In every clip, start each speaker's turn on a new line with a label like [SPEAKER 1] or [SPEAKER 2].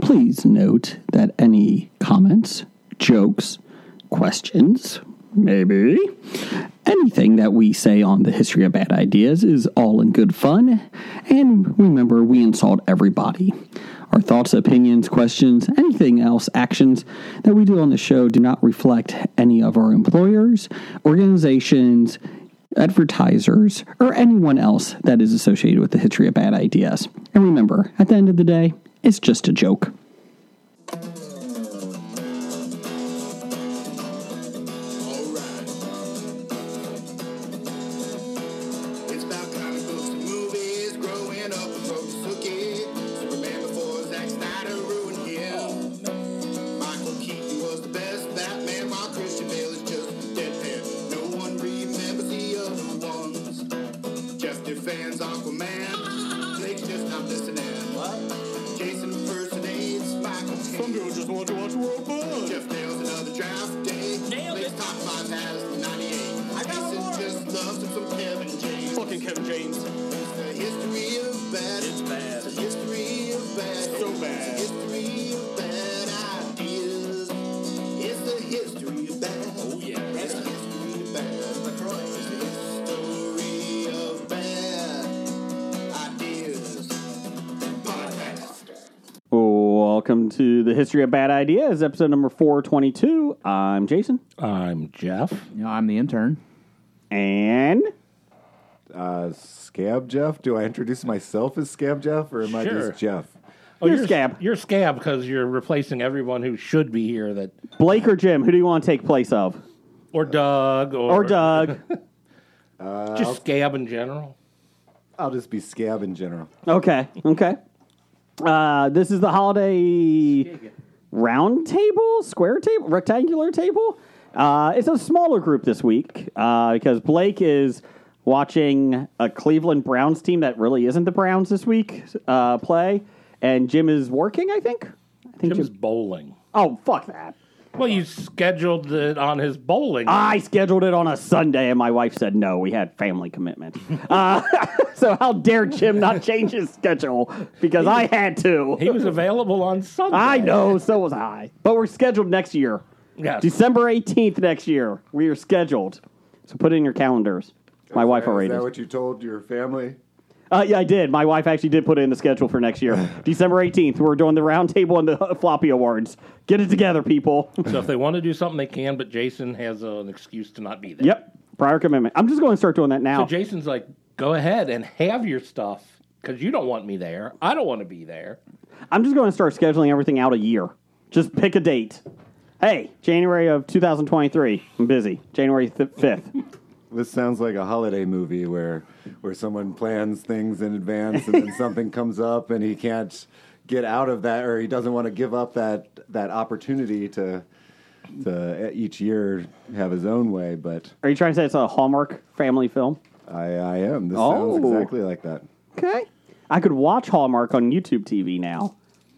[SPEAKER 1] Please note that any comments, jokes, questions, maybe, anything that we say on the history of bad ideas is all in good fun. And remember, we insult everybody. Our thoughts, opinions, questions, anything else, actions that we do on the show do not reflect any of our employers, organizations, advertisers, or anyone else that is associated with the history of bad ideas. And remember, at the end of the day, it's just a joke.
[SPEAKER 2] It's about comic books and movies, growing up with Rose Suki. Superman before Zack Snyder ruined him. Michael Keaton was the best Batman, while Christian Bale is just deadpan. No one remembers the other ones. Jeff defends Aquaman. Blake's just not listening. Jason impersonates Michael Some people just want to watch World Ball. Jeff nails another draft day.
[SPEAKER 3] Nailed
[SPEAKER 2] Blake's
[SPEAKER 3] it.
[SPEAKER 2] top five has 98. I
[SPEAKER 3] got one more.
[SPEAKER 2] just loves him some Kevin James.
[SPEAKER 3] Fucking Kevin James.
[SPEAKER 2] The history of bad.
[SPEAKER 3] It's bad.
[SPEAKER 2] The history of bad.
[SPEAKER 3] So bad.
[SPEAKER 2] The history of bad ideas. It's the history of bad. Oh
[SPEAKER 3] yeah.
[SPEAKER 2] It's the history of bad. It's the history of bad ideas. Podcast.
[SPEAKER 4] Welcome to the History of Bad Ideas, episode number 422. I'm Jason.
[SPEAKER 5] I'm Jeff.
[SPEAKER 6] No, I'm the intern.
[SPEAKER 4] And
[SPEAKER 7] Scab Jeff? Do I introduce myself as Scab Jeff or am I
[SPEAKER 5] Sure.
[SPEAKER 7] just Jeff?
[SPEAKER 5] Oh,
[SPEAKER 4] You're scab.
[SPEAKER 5] You're scab because you're replacing everyone who should be here. That
[SPEAKER 4] Blake or Jim, who do you want to take place of?
[SPEAKER 5] or Doug or,
[SPEAKER 4] Or Doug.
[SPEAKER 5] Just scab in general.
[SPEAKER 7] I'll just be Scab in general.
[SPEAKER 4] Okay, okay. Uh, this is the holiday round table, square table, rectangular table. Uh, it's a smaller group this week uh, because Blake is watching a Cleveland Browns team that really isn't the Browns this week uh, play, and Jim is working. I think. I think
[SPEAKER 5] Jim's bowling.
[SPEAKER 4] Oh fuck that!
[SPEAKER 5] Well, you scheduled it on his bowling.
[SPEAKER 4] I scheduled it on a Sunday, and my wife said no. We had family commitment. uh, so how dare Jim not change his schedule because I had to.
[SPEAKER 5] he was available on Sunday.
[SPEAKER 4] I know, so was I. But we're scheduled next year.
[SPEAKER 5] Yes.
[SPEAKER 4] December 18th next year. We are scheduled. So put it in your calendars. My wife
[SPEAKER 7] Is
[SPEAKER 4] already.
[SPEAKER 7] that
[SPEAKER 4] did.
[SPEAKER 7] what you told your family?
[SPEAKER 4] Uh, yeah, I did. My wife actually did put it in the schedule for next year. December 18th. We're doing the roundtable and the floppy awards. Get it together, people.
[SPEAKER 5] So if they want to do something, they can. But Jason has uh, an excuse to not be there.
[SPEAKER 4] yep. Prior commitment. I'm just going to start doing that
[SPEAKER 5] So
[SPEAKER 4] now.
[SPEAKER 5] Jason's like, go ahead and have your stuff because you don't want me there. I don't want to be there.
[SPEAKER 4] I'm just going to start scheduling everything out a year. Just pick a date. Hey, January of 2023. I'm busy. January th- 5th.
[SPEAKER 7] This sounds like a holiday movie where where someone plans things in advance and then something comes up and he can't get out of that or he doesn't want to give up that that opportunity to to e, each year have his own way, but
[SPEAKER 4] Are you trying to say it's a Hallmark family film?
[SPEAKER 7] I, I am. This sounds
[SPEAKER 4] Oh.
[SPEAKER 7] exactly like that.
[SPEAKER 4] Okay. I could watch Hallmark on YouTube TV now.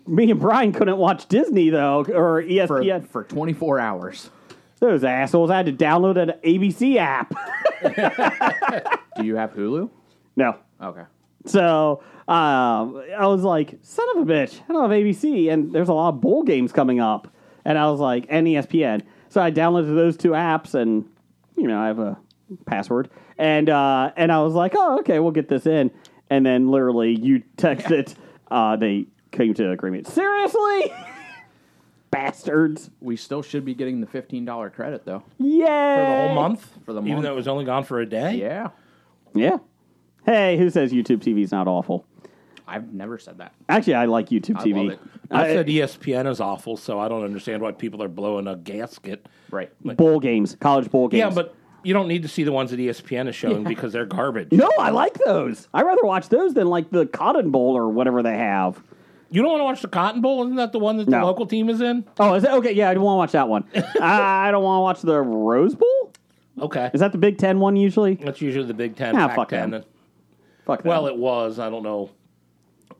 [SPEAKER 4] Me and Brian couldn't watch Disney though, or E
[SPEAKER 6] For,
[SPEAKER 4] ESPN.
[SPEAKER 6] for 24 hours.
[SPEAKER 4] Those assholes. I had to download an ABC app.
[SPEAKER 6] Do you have Hulu?
[SPEAKER 4] no.
[SPEAKER 6] Okay.
[SPEAKER 4] So um, I was like, son of a bitch, I don't have ABC, and there's a lot of bowl games coming up. And I was like, and E ESPN. So I downloaded those two apps, and you know, I have a password, and uh, and I was like, oh, okay, we'll get this in. And then literally, you text it. Uh, they came to an agreement. Seriously, bastards!
[SPEAKER 6] We still should be getting the $15 credit, though.
[SPEAKER 4] Yay!
[SPEAKER 5] For the whole month?
[SPEAKER 6] For the
[SPEAKER 5] Even
[SPEAKER 6] month.
[SPEAKER 5] though it was only gone for a day?
[SPEAKER 6] Yeah.
[SPEAKER 4] Yeah. Hey, who says YouTube TV's not awful?
[SPEAKER 6] I've never said that.
[SPEAKER 4] Actually, I like YouTube
[SPEAKER 6] I
[SPEAKER 4] TV.
[SPEAKER 6] love it.
[SPEAKER 5] I
[SPEAKER 4] uh,
[SPEAKER 5] said E ESPN is awful, so I don't understand why people are blowing a gasket.
[SPEAKER 6] Right.
[SPEAKER 4] bowl games, college bowl games.
[SPEAKER 5] Yeah, but you don't need to see the ones that E ESPN is showing because they're garbage.
[SPEAKER 4] No, I like those. I rather watch those than like the Cotton Bowl or whatever they have.
[SPEAKER 5] You don't want to watch the Cotton Bowl? Isn't that the one that the
[SPEAKER 4] No.
[SPEAKER 5] local team is in?
[SPEAKER 4] Oh, is that okay? Yeah, I don't want to watch that one. I I don't want to watch the Rose Bowl.
[SPEAKER 5] Okay.
[SPEAKER 4] Is that the Big Ten one usually?
[SPEAKER 5] That's usually the Big Ten.
[SPEAKER 4] Ah,
[SPEAKER 5] Pac-10.
[SPEAKER 4] fuck them. Fuck that.
[SPEAKER 5] Well, it was. I don't know.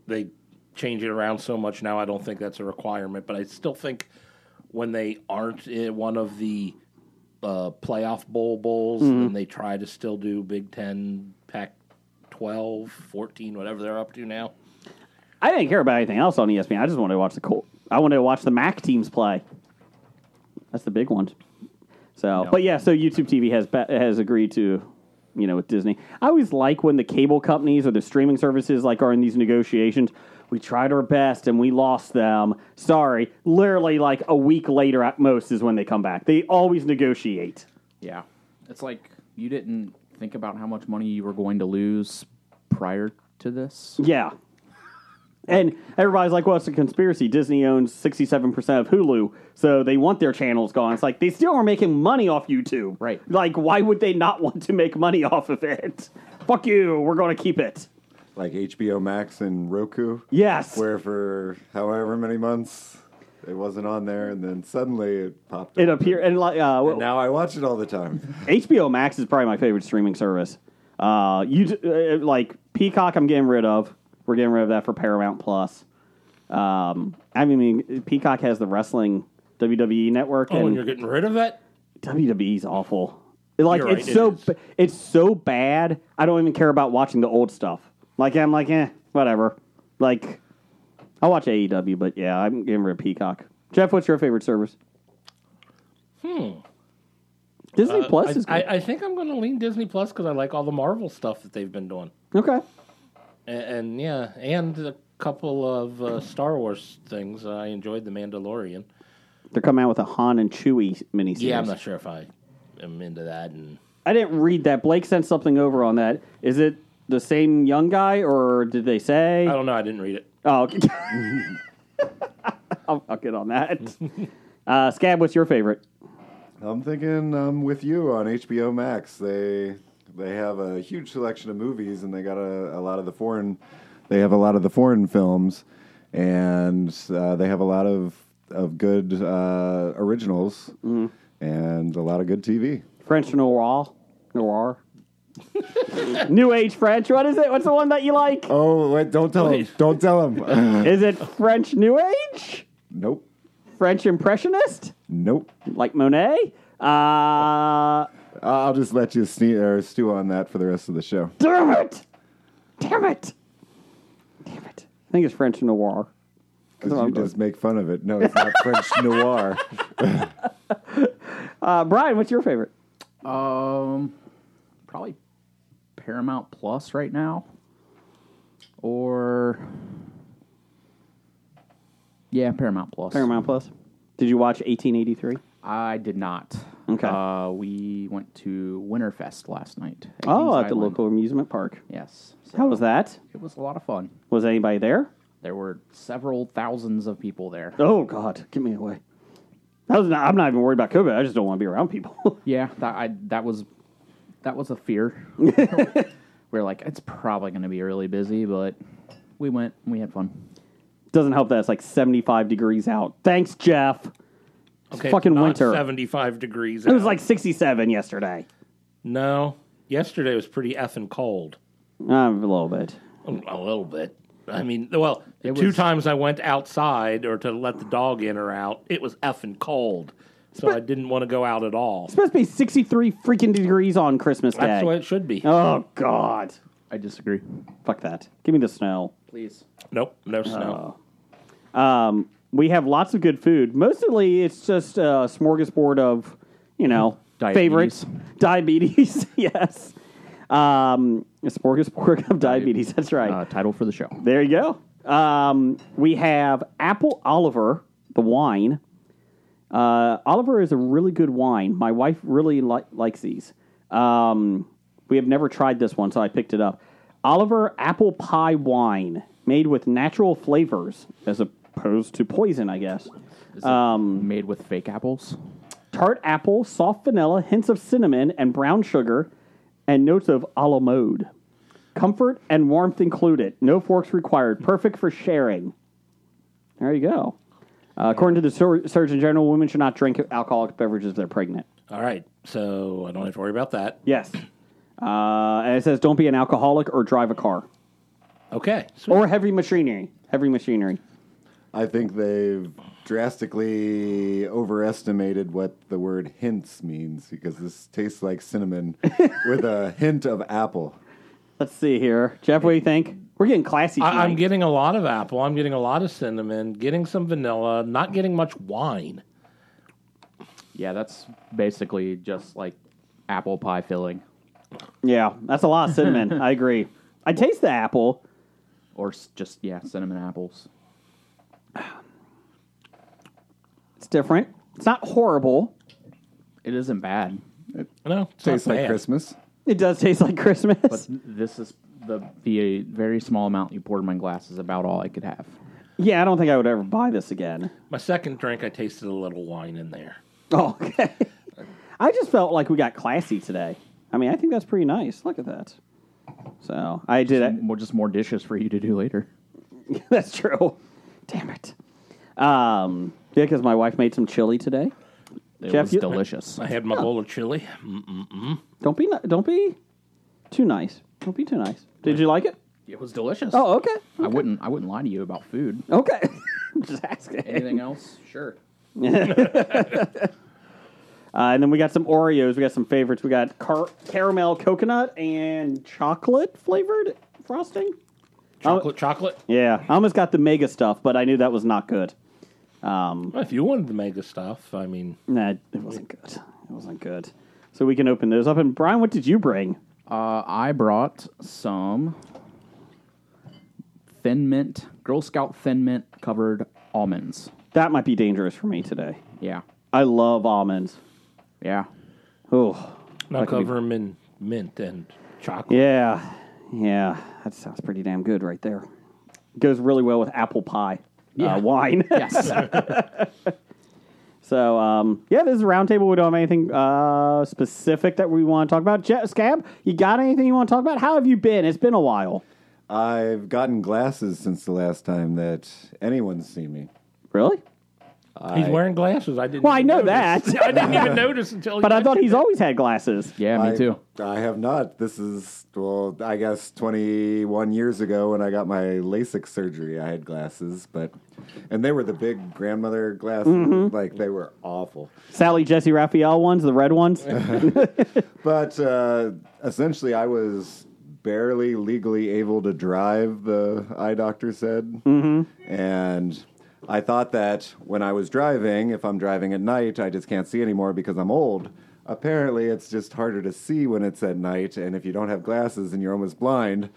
[SPEAKER 5] They change it around so much now, I don't think that's a requirement, but I still think when they aren't in one of the uh, playoff bowl bowls, then they try to still do Big Ten, Pac 12, 14, whatever they're up to now.
[SPEAKER 8] I didn't care about anything else on E ESPN. I just wanted to watch the Col- I wanted to watch the MAC teams play. That's the big one. So, but yeah, so YouTube TV has ba- has agreed to, you know, with Disney. I always like when the cable companies or the streaming services like are in these negotiations. We tried our best and we lost them. Sorry. Literally, like a week later at most is when they come back. They always negotiate.
[SPEAKER 6] Yeah. It's like you didn't think about how much money you were going to lose prior to this.
[SPEAKER 8] Yeah. And everybody's like, well, it's a conspiracy. Disney owns 67% of Hulu, so they want their channels gone. It's like, they still are making money off YouTube.
[SPEAKER 6] Right.
[SPEAKER 8] Like, why would they not want to make money off of it? Fuck you. We're going to keep it.
[SPEAKER 7] like HBO Max and Roku,
[SPEAKER 8] Yes.
[SPEAKER 7] where for however many months it wasn't on there, and then suddenly it popped.
[SPEAKER 8] it
[SPEAKER 7] up.
[SPEAKER 8] appear and like uh,
[SPEAKER 7] And now I watch it all the time.
[SPEAKER 8] HBO Max is probably my favorite streaming service. Uh, you uh, like Peacock? I'm getting rid of. We're getting rid of that for Paramount Plus. Um, I mean, Peacock has the wrestling WWE network,
[SPEAKER 5] Oh, and
[SPEAKER 8] and
[SPEAKER 5] you're getting rid of that?
[SPEAKER 8] WWE's awful. It, Like
[SPEAKER 5] You're right,
[SPEAKER 8] it's
[SPEAKER 5] it
[SPEAKER 8] so
[SPEAKER 5] is.
[SPEAKER 8] ba- it's so bad. I don't even care about watching the old stuff. Like I'm like eh, whatever. Like I watch AEW, but yeah, I'm getting rid of Peacock. Jeff, what's your favorite service? Hmm. Disney Plus is good.
[SPEAKER 5] Uh, I, I think I'm going to lean Disney Plus because I like all the Marvel stuff that they've been doing.
[SPEAKER 8] okay.
[SPEAKER 5] And, and yeah, and a couple of uh, Star Wars things. I enjoyed The Mandalorian.
[SPEAKER 8] They're coming out with a Han and Chewie miniseries.
[SPEAKER 5] Yeah, I'm not sure if I am into that. And
[SPEAKER 8] I didn't read that. Blake sent something over on that. Is it the same young guy, or did they say?
[SPEAKER 5] I don't know. I didn't read it.
[SPEAKER 8] Oh, okay. I'll, I'll get on that. Uh, Scab, what's your favorite?
[SPEAKER 7] I'm thinking I'm with you on HBO Max. They they have a huge selection of movies, and they got a, a lot of the foreign. They have a lot of the foreign films, and uh, they have a lot of of good uh, originals, and a lot of good TV.
[SPEAKER 8] French noir, noir, New Age French. What is it? What's the one that you like?
[SPEAKER 7] Oh wait! Don't tell him! Don't tell him!
[SPEAKER 8] Is it French New Age?
[SPEAKER 7] nope,
[SPEAKER 8] French Impressionist,
[SPEAKER 7] nope.
[SPEAKER 8] like Monet? Uh,
[SPEAKER 7] I'll just let you sne- or stew on that for the rest of the show.
[SPEAKER 8] damn it! Damn it! Damn it! I think it's French noir.
[SPEAKER 7] Because you just make fun of it. No, it's not French noir.
[SPEAKER 8] Uh, Brian, what's your favorite?
[SPEAKER 6] Um, probably Paramount Plus right now, or yeah, Paramount Plus.
[SPEAKER 8] Paramount Plus. Did you watch 1883?
[SPEAKER 6] I did not.
[SPEAKER 8] Okay.
[SPEAKER 6] Uh, we went to Winterfest last night. at Kings
[SPEAKER 8] Oh, at the
[SPEAKER 6] Island.
[SPEAKER 8] local amusement park.
[SPEAKER 6] Yes. So
[SPEAKER 8] How was that?
[SPEAKER 6] It was a lot of fun.
[SPEAKER 8] Was anybody there?
[SPEAKER 6] There were several thousands of people there.
[SPEAKER 8] Oh God, get me away. That was not, I'm not even worried about COVID. I just don't want to be around people.
[SPEAKER 6] Yeah, that I that was that was a fear. we are like, it's probably going to be really busy, but we went and we had fun.
[SPEAKER 8] Doesn't help that it's like 75 degrees out. Thanks, Jeff.
[SPEAKER 5] Okay,
[SPEAKER 8] fucking
[SPEAKER 5] not
[SPEAKER 8] winter.
[SPEAKER 5] 75 degrees.
[SPEAKER 8] It was like 67 yesterday.
[SPEAKER 5] no. Yesterday was pretty effing cold.
[SPEAKER 8] Um, a little bit.
[SPEAKER 5] A little bit. I mean, well,
[SPEAKER 6] It
[SPEAKER 5] two
[SPEAKER 6] was-
[SPEAKER 5] times I went outside or to let the dog in or out. It was effing cold, so I didn't want to go out at all.
[SPEAKER 8] It's supposed to be 63 freaking degrees on Christmas Day.
[SPEAKER 5] That's the way it should be.
[SPEAKER 8] oh God.
[SPEAKER 6] I disagree.
[SPEAKER 8] Fuck that. Give me the snow.
[SPEAKER 6] Please.
[SPEAKER 5] nope, no snow.
[SPEAKER 8] Um, we have lots of good food. Mostly, it's just a smorgasbord of, you know,
[SPEAKER 6] Diabetes.
[SPEAKER 8] favorites. Diabetes, yes. Um, a smorgasbord of diabetes. That's right.
[SPEAKER 6] Uh, title for the show.
[SPEAKER 8] there you go. Um, we have Apple Oliver, the wine. Uh, Oliver is a really good wine. My wife really li- likes these. Um, we have never tried this one, so I picked it up. Oliver apple pie wine made with natural flavors as opposed to poison, I guess.
[SPEAKER 6] Um, made with fake apples.
[SPEAKER 8] Tart apple, soft vanilla, hints of cinnamon and brown sugar, and notes of a la mode. Comfort and warmth included. No forks required. Perfect for sharing. There you go. Uh, according to the Sur- Surgeon General, women should not drink alcoholic beverages if they're pregnant.
[SPEAKER 5] All right, so I don't have to worry about that.
[SPEAKER 8] Yes. Uh, and it says don't be an alcoholic or drive a car
[SPEAKER 5] Okay, so
[SPEAKER 8] or heavy machinery. Heavy machinery.
[SPEAKER 7] I think they've drastically overestimated what the word hints means because this tastes like cinnamon with a hint of apple.
[SPEAKER 4] Let's see here, Jeff. What do you think? We're getting classy.
[SPEAKER 8] Oh,
[SPEAKER 5] I, I'm
[SPEAKER 4] tonight.
[SPEAKER 5] getting a lot of apple. I'm getting a lot of cinnamon. Getting some vanilla. Not getting much wine.
[SPEAKER 6] Yeah, that's basically just like apple pie filling
[SPEAKER 4] yeah. That's a lot of cinnamon. I agree. I taste the apple.
[SPEAKER 6] or s- just yeah, cinnamon apples.
[SPEAKER 4] It's different. It's not horrible.
[SPEAKER 6] It isn't bad,
[SPEAKER 5] No, it's
[SPEAKER 7] Tastes
[SPEAKER 5] not
[SPEAKER 7] like
[SPEAKER 5] bad.
[SPEAKER 7] Christmas.
[SPEAKER 4] It does taste like Christmas.
[SPEAKER 6] but this is the the uh, very small amount you poured in my glass is about all I could have.
[SPEAKER 4] yeah, I don't think I would ever buy this again.
[SPEAKER 5] My second drink, I tasted a little wine in there.
[SPEAKER 4] Oh, okay. I just felt like we got classy today. I mean, I think that's pretty nice. Look at that. So I did. it.
[SPEAKER 6] More just more dishes for you to do later.
[SPEAKER 4] That's true. Damn it. Um, yeah, because my wife made some chili today.
[SPEAKER 6] It
[SPEAKER 4] Jeff,
[SPEAKER 6] was
[SPEAKER 4] you-
[SPEAKER 6] delicious.
[SPEAKER 5] I had my bowl of chili.
[SPEAKER 4] Don't be ni- don't be too nice. Don't be too nice. Did you like it?
[SPEAKER 6] It was delicious.
[SPEAKER 4] Oh, okay.
[SPEAKER 6] I wouldn't I wouldn't lie to you about food.
[SPEAKER 4] Okay. I'm just asking.
[SPEAKER 6] Anything else? Sure.
[SPEAKER 4] Uh, and then we got some Oreos. We got some favorites. We got car- caramel, coconut, and chocolate flavored frosting.
[SPEAKER 5] Chocolate, chocolate.
[SPEAKER 4] Yeah, I almost got the mega stuff, but I knew that was not good.
[SPEAKER 5] Well, if you wanted the mega stuff, I mean,
[SPEAKER 4] Nah, it wasn't good. It wasn't good. So we can open those up. And Brian, what did you bring?
[SPEAKER 6] Uh, I brought some thin mint, Girl Scout thin mint covered almonds.
[SPEAKER 4] That might be dangerous for me today.
[SPEAKER 6] Yeah,
[SPEAKER 4] I love almonds.
[SPEAKER 6] yeah.
[SPEAKER 4] Oh,
[SPEAKER 5] not cover them in mint and chocolate.
[SPEAKER 4] yeah, yeah. That sounds pretty damn good right there. Goes really well with apple pie uh, wine.
[SPEAKER 6] Yes.
[SPEAKER 4] So um, yeah, this is a roundtable. We don't have anything uh, specific that we want to talk about. Jet Scab, you got anything you want to talk about? How have you been? It's been a while.
[SPEAKER 7] I've gotten glasses since the last time that anyone's seen me.
[SPEAKER 4] Really?
[SPEAKER 5] He's wearing glasses. I didn't.
[SPEAKER 4] Well, I
[SPEAKER 5] even
[SPEAKER 4] know
[SPEAKER 5] notice.
[SPEAKER 4] that.
[SPEAKER 5] I didn't even notice until.
[SPEAKER 4] But
[SPEAKER 5] you
[SPEAKER 4] I thought
[SPEAKER 5] mentioned
[SPEAKER 4] he's always had glasses.
[SPEAKER 6] yeah, me
[SPEAKER 7] I-
[SPEAKER 6] too.
[SPEAKER 7] I have not. This is well, I guess twenty one years ago when I got my LASIK surgery, I had glasses, but and they were the big grandmother glasses,
[SPEAKER 6] Mm-hmm.
[SPEAKER 7] like they were awful.
[SPEAKER 4] Sally Jesse Raphael ones, the red ones.
[SPEAKER 7] But uh, essentially, I was barely legally able to drive. The eye doctor said, mm-hmm. and I thought that when I was driving, if I'm driving at night, I just can't see anymore because I'm old. Apparently, it's just harder to see when it's at night, and if you don't have glasses and you're almost blind,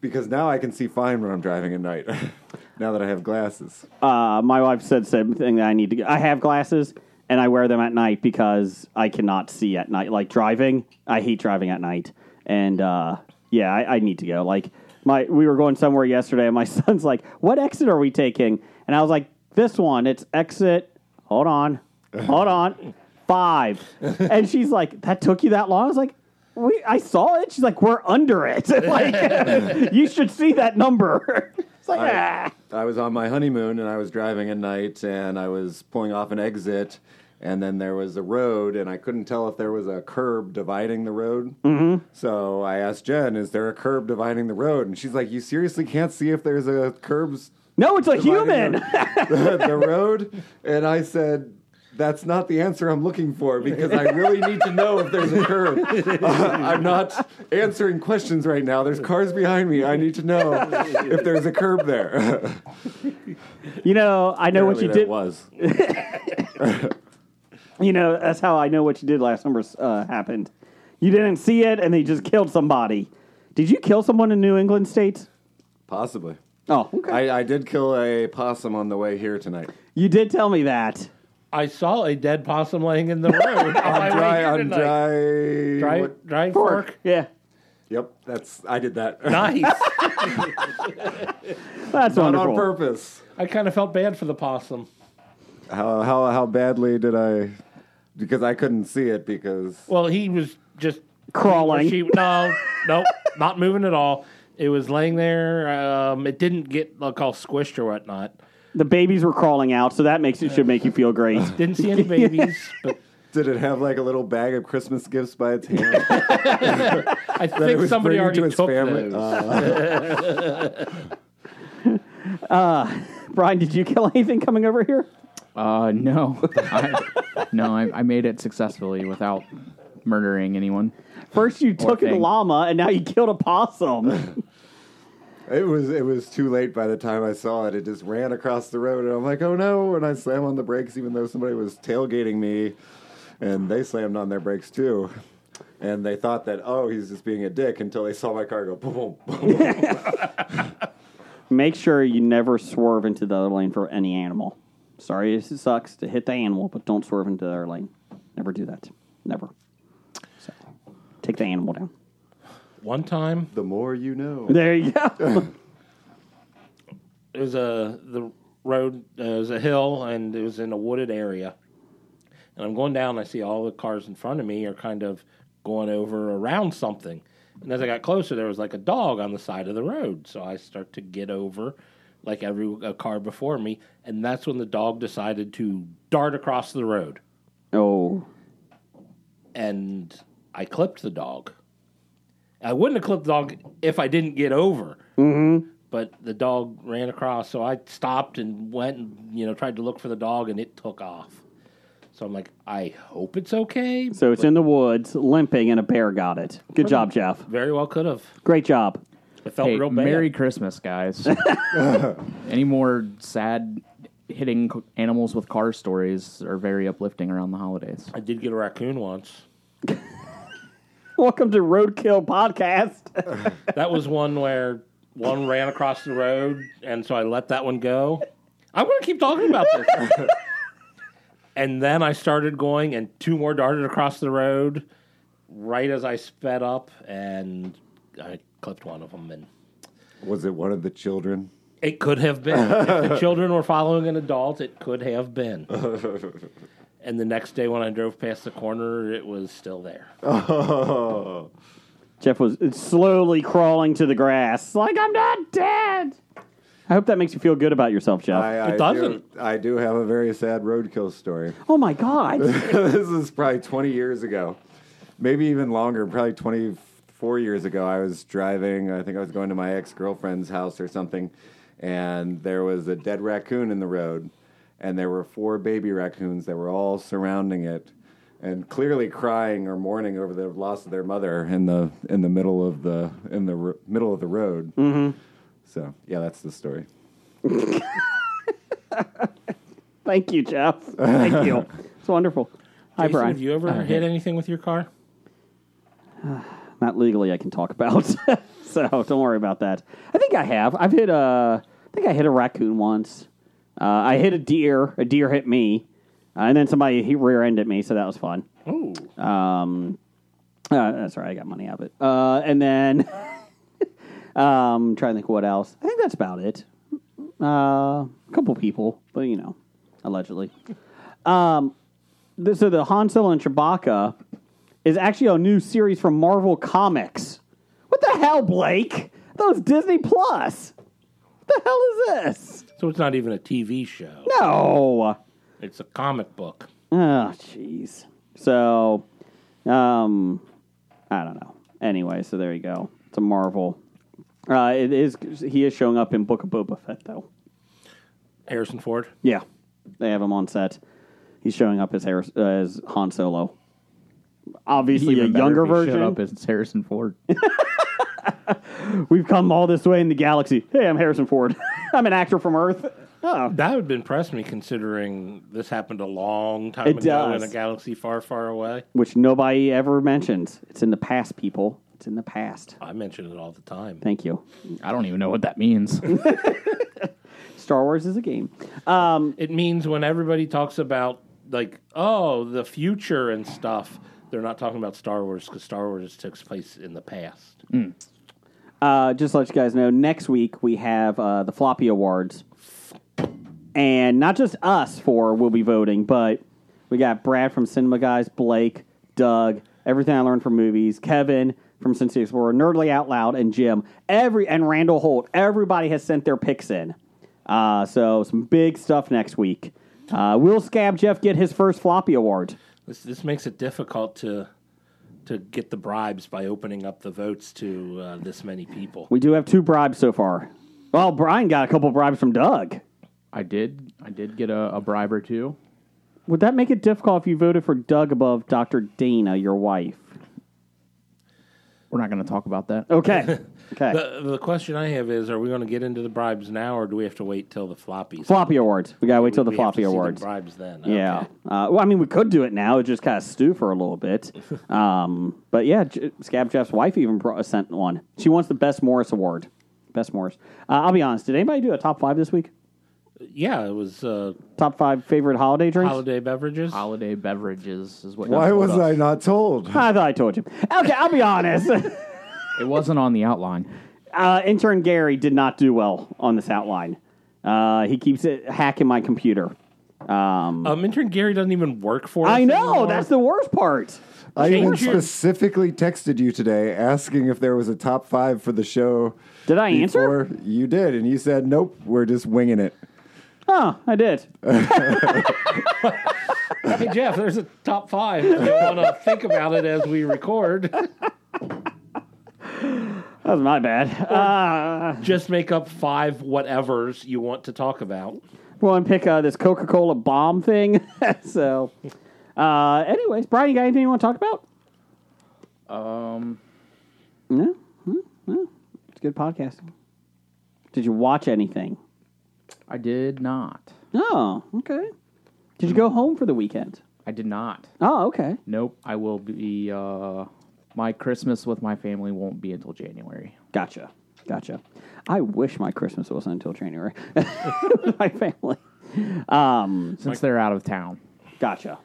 [SPEAKER 7] because now I can see fine when I'm driving at night. now that I have glasses,
[SPEAKER 4] uh, my wife said same thing that I need to. Get. I have glasses and I wear them at night because I cannot see at night. Like driving, I hate driving at night. And uh, yeah, I, I need to go. Like my, we were going somewhere yesterday, and my son's like, "What exit are we taking?" And I was like, "This one. It's exit. Hold on, hold on, five. And she's like, "That took you that long?" I was like. We, I saw it. She's like, "We're under it. like, you should see that number." It's like, ah.
[SPEAKER 7] I was on my honeymoon and I was driving at night and I was pulling off an exit and then there was a road and I couldn't tell if there was a curb dividing the road. Mm-hmm. So I asked Jen, "Is there a curb dividing the road?" And she's like, "You seriously can't see if there's a curb s-
[SPEAKER 4] No, it's a
[SPEAKER 7] dividing
[SPEAKER 4] human.
[SPEAKER 7] the, the road?" And I said. That's not the answer I'm looking for because I really need to know if there's a curb. Uh, I'm not answering questions right now. There's cars behind me. I need to know if there's a curb there.
[SPEAKER 4] You know, I know what you
[SPEAKER 7] Apparently
[SPEAKER 4] did.
[SPEAKER 7] there was.
[SPEAKER 4] You know, that's how I know what you did last number uh, happened. You didn't see it, and they just killed somebody. Did you kill someone in New England states?
[SPEAKER 7] Possibly.
[SPEAKER 4] Oh, okay.
[SPEAKER 7] I, I did kill a possum on the way here tonight.
[SPEAKER 4] you did tell me that.
[SPEAKER 5] I saw a dead possum laying in the road. on my way
[SPEAKER 7] Dry
[SPEAKER 5] here
[SPEAKER 7] on
[SPEAKER 5] tonight.
[SPEAKER 7] dry.
[SPEAKER 5] Dry,
[SPEAKER 7] what-
[SPEAKER 5] dry fork.
[SPEAKER 4] Yeah,
[SPEAKER 7] Yep, that's I did that.
[SPEAKER 5] Nice.
[SPEAKER 4] that's
[SPEAKER 7] Not on
[SPEAKER 4] wonderful.
[SPEAKER 7] purpose.
[SPEAKER 5] I kind of felt bad for the possum.
[SPEAKER 7] How how how badly did I? Because I couldn't see it because
[SPEAKER 5] Well, he was just
[SPEAKER 4] Crawling.
[SPEAKER 5] She, no, no, not moving at all. It was laying there. Um, it didn't get like all squished or whatnot.
[SPEAKER 4] the babies were crawling out, so that makes it should make you feel great.
[SPEAKER 5] Didn't see any babies, but
[SPEAKER 7] did it have like a little bag of Christmas gifts by its hand?
[SPEAKER 5] I
[SPEAKER 7] that it
[SPEAKER 5] think
[SPEAKER 7] was
[SPEAKER 5] somebody
[SPEAKER 7] bringing
[SPEAKER 5] already
[SPEAKER 7] to
[SPEAKER 5] took
[SPEAKER 7] its family.
[SPEAKER 5] those.
[SPEAKER 7] Uh,
[SPEAKER 4] Brian, did you kill anything coming over here?
[SPEAKER 6] Uh, no, I, no, I, I made it successfully without murdering anyone.
[SPEAKER 8] First you took a
[SPEAKER 6] thing.
[SPEAKER 8] llama, and now you killed a possum.
[SPEAKER 7] It was it was too late by the time I saw it. It just ran across the road, and I'm like, oh no! And I slam on the brakes, even though somebody was tailgating me, and they slammed on their brakes too. And they thought that oh, he's just being a dick until they saw my car go boom, boom, boom.
[SPEAKER 8] Make sure you never swerve into the other lane for any animal. Sorry, it sucks to hit the animal, but don't swerve into the other lane. Never do that. Never. So, take the animal down.
[SPEAKER 5] One time,
[SPEAKER 7] The more you know.
[SPEAKER 8] There you go.
[SPEAKER 5] it was a the road uh, it was a hill and it was in a wooded area and i'm going down i see all the cars in front of me are kind of going over around something and as i got closer there was like a dog on the side of the road so i start to get over like every a car before me and that's when the dog decided to dart across the road
[SPEAKER 8] oh,
[SPEAKER 5] and I clipped the dog. I wouldn't have clipped the dog if I didn't get over. Mm-hmm. But the dog ran across, so I stopped and went and you know tried to look for the dog, and it took off. So I'm like, I hope it's okay.
[SPEAKER 8] so it's in the woods, limping, and a bear got it. Good job, Jeff.
[SPEAKER 5] Very well could have.
[SPEAKER 8] Great job.
[SPEAKER 5] It felt
[SPEAKER 6] Hey,
[SPEAKER 5] Oh, real bad.
[SPEAKER 6] Merry Christmas, guys. Any more sad hitting c- animals with car stories are very uplifting around the holidays.
[SPEAKER 5] I did get a raccoon once.
[SPEAKER 8] Welcome to Roadkill Podcast.
[SPEAKER 5] That was one where one ran across the road, and so I let that one go. I'm going to keep talking about this. and then I started going, and two more darted across the road right as I sped up, and I clipped one of them. And
[SPEAKER 7] Was it one of the children?
[SPEAKER 5] it could have been. if the children were following an adult, it could have been. and the next day, when I drove past the corner, it was still there.
[SPEAKER 7] Oh,
[SPEAKER 8] Jeff was slowly crawling to the grass, like, I'm not dead. I hope that makes you feel good about yourself, Jeff.
[SPEAKER 7] I, I
[SPEAKER 5] It doesn't.
[SPEAKER 7] Do, I do have a very sad roadkill story.
[SPEAKER 8] oh my God.
[SPEAKER 7] this is probably 20 years ago, maybe even longer, probably 24 years ago. I was driving, I think I was going to my ex girlfriend's house or something, and there was a dead raccoon in the road, and there were four baby raccoons that were all surrounding it. And clearly crying or mourning over the loss of their mother in the in the middle of the in the r- middle of the road. Mm-hmm. So yeah, that's the story.
[SPEAKER 8] Thank you, Jeff. Thank you. It's wonderful. Hi,
[SPEAKER 5] Jason,
[SPEAKER 8] Brian. Uh-huh.
[SPEAKER 5] Have you ever hit anything with your car?
[SPEAKER 8] Not legally, I can talk about. so don't worry about that. I think I have. I've hit a. I think I hit a raccoon once. Uh, I hit a deer. A deer hit me, uh, and then somebody he rear-ended me, so that was fun.
[SPEAKER 5] Oh,
[SPEAKER 8] Uh, that's right. I got money out of it. Uh, and then, um, trying to think what else. I think that's about it. Uh, a couple people, but you know, allegedly. Um, th- so the Han Solo and Chewbacca is actually a new series from Marvel Comics. What the hell, Blake? That was Disney Plus. What the hell is this?
[SPEAKER 5] so it's not even a TV show;
[SPEAKER 8] No.
[SPEAKER 5] it's a comic book.
[SPEAKER 8] Oh, jeez. So, um, I don't know. Anyway, so there you go. It's a Marvel. Uh, it is. He is showing up in Book of Boba Fett, though.
[SPEAKER 5] Harrison Ford.
[SPEAKER 8] Yeah, they have him on set. He's showing up as Harris, uh, as Han Solo. Obviously, a
[SPEAKER 6] Even better
[SPEAKER 8] younger
[SPEAKER 6] if he showed
[SPEAKER 8] version.
[SPEAKER 6] up as Harrison Ford.
[SPEAKER 8] We've come all this way in the galaxy. Hey, I'm Harrison Ford. I'm an actor from Earth. Oh,
[SPEAKER 5] That would impress me considering this happened a long time
[SPEAKER 8] It
[SPEAKER 5] ago
[SPEAKER 8] does.
[SPEAKER 5] in a galaxy far, far away.
[SPEAKER 8] which nobody ever mentions. It's in the past, people. It's in the past.
[SPEAKER 5] I mention it all the time.
[SPEAKER 8] Thank you.
[SPEAKER 6] I don't even know what that means.
[SPEAKER 8] Star Wars is a game.
[SPEAKER 5] It means when everybody talks about, like, oh, the future and stuff, they're not talking about Star Wars because Star Wars takes place in the past.
[SPEAKER 8] Uh, just to let you guys know, next week we have uh, the Floppy Awards. And not just us four will be voting, but we got Brad from Cinema Guys, Blake, Doug, Everything I Learned from Movies, Kevin from Cincy Explorer, Nerdly Out Loud, and Jim. Every And Randall Holt. Everybody has sent their picks in. Uh, so some big stuff next week. Uh, will Scab Jeff get his first Floppy Award?
[SPEAKER 5] This, this makes it difficult to to get the bribes by opening up the votes to uh, this many people.
[SPEAKER 8] We do have two bribes so far. Well, Brian got a couple bribes from Doug.
[SPEAKER 6] I did. I did get a, a bribe or two.
[SPEAKER 8] Would that make it difficult if you voted for Doug above Dr. Dana, your wife?
[SPEAKER 6] We're not going to talk about that.
[SPEAKER 4] Okay. Okay.
[SPEAKER 5] The, the question I have is: Are we going to get into the bribes now, or do we have to wait till the floppies?
[SPEAKER 4] floppy awards. We gotta wait till the
[SPEAKER 5] We have to
[SPEAKER 4] floppy
[SPEAKER 5] see
[SPEAKER 4] awards.
[SPEAKER 5] bribes then.
[SPEAKER 4] Yeah.
[SPEAKER 5] Okay.
[SPEAKER 4] Uh, well, I mean, we could do it now. It just kind of stew for a little bit. Um, but yeah, J- Scab Jeff's wife even brought, sent one. She wants the Best Morris Award. Best Morris. Uh, I'll be honest. Did anybody do a top five this week?
[SPEAKER 5] Yeah, it was uh,
[SPEAKER 4] Top five favorite holiday drinks?
[SPEAKER 5] holiday beverages.
[SPEAKER 6] Holiday beverages is what.
[SPEAKER 7] Why
[SPEAKER 6] got
[SPEAKER 7] was
[SPEAKER 6] told
[SPEAKER 7] I
[SPEAKER 6] us.
[SPEAKER 7] not told?
[SPEAKER 4] I thought I told you. Okay, I'll be honest.
[SPEAKER 6] It wasn't on the outline.
[SPEAKER 4] Uh, intern Gary did not do well on this outline. Uh, he keeps it hacking my computer. Um,
[SPEAKER 5] Um, intern Gary doesn't even work for us.
[SPEAKER 4] I know.
[SPEAKER 5] anymore.
[SPEAKER 4] That's the worst part.
[SPEAKER 7] I
[SPEAKER 5] Change
[SPEAKER 7] even
[SPEAKER 5] it.
[SPEAKER 7] specifically texted you today asking if there was a top five for the show.
[SPEAKER 4] Did I answer?
[SPEAKER 7] before You did, and you said, "Nope, we're just winging it."
[SPEAKER 4] Huh, I did.
[SPEAKER 5] hey Jeff. There's a top five. If you want to think about it as we record,
[SPEAKER 4] That was my bad. Uh,
[SPEAKER 5] just make up five whatevers you want to talk about.
[SPEAKER 4] Well, and pick uh, this Coca Cola bomb thing. so, uh, anyways, Brian, you got anything you want to talk about?
[SPEAKER 6] Um,
[SPEAKER 4] No, no, no. It's good podcasting. Did you watch anything?
[SPEAKER 6] I did not.
[SPEAKER 4] Oh, okay. Did you go home for the weekend?
[SPEAKER 6] I did not.
[SPEAKER 4] Oh, okay.
[SPEAKER 6] Nope. I will be. Uh, my Christmas with my family won't be until January.
[SPEAKER 4] Gotcha. Gotcha. I wish my Christmas wasn't until January. my family.
[SPEAKER 6] Since they're out of town.
[SPEAKER 4] Gotcha.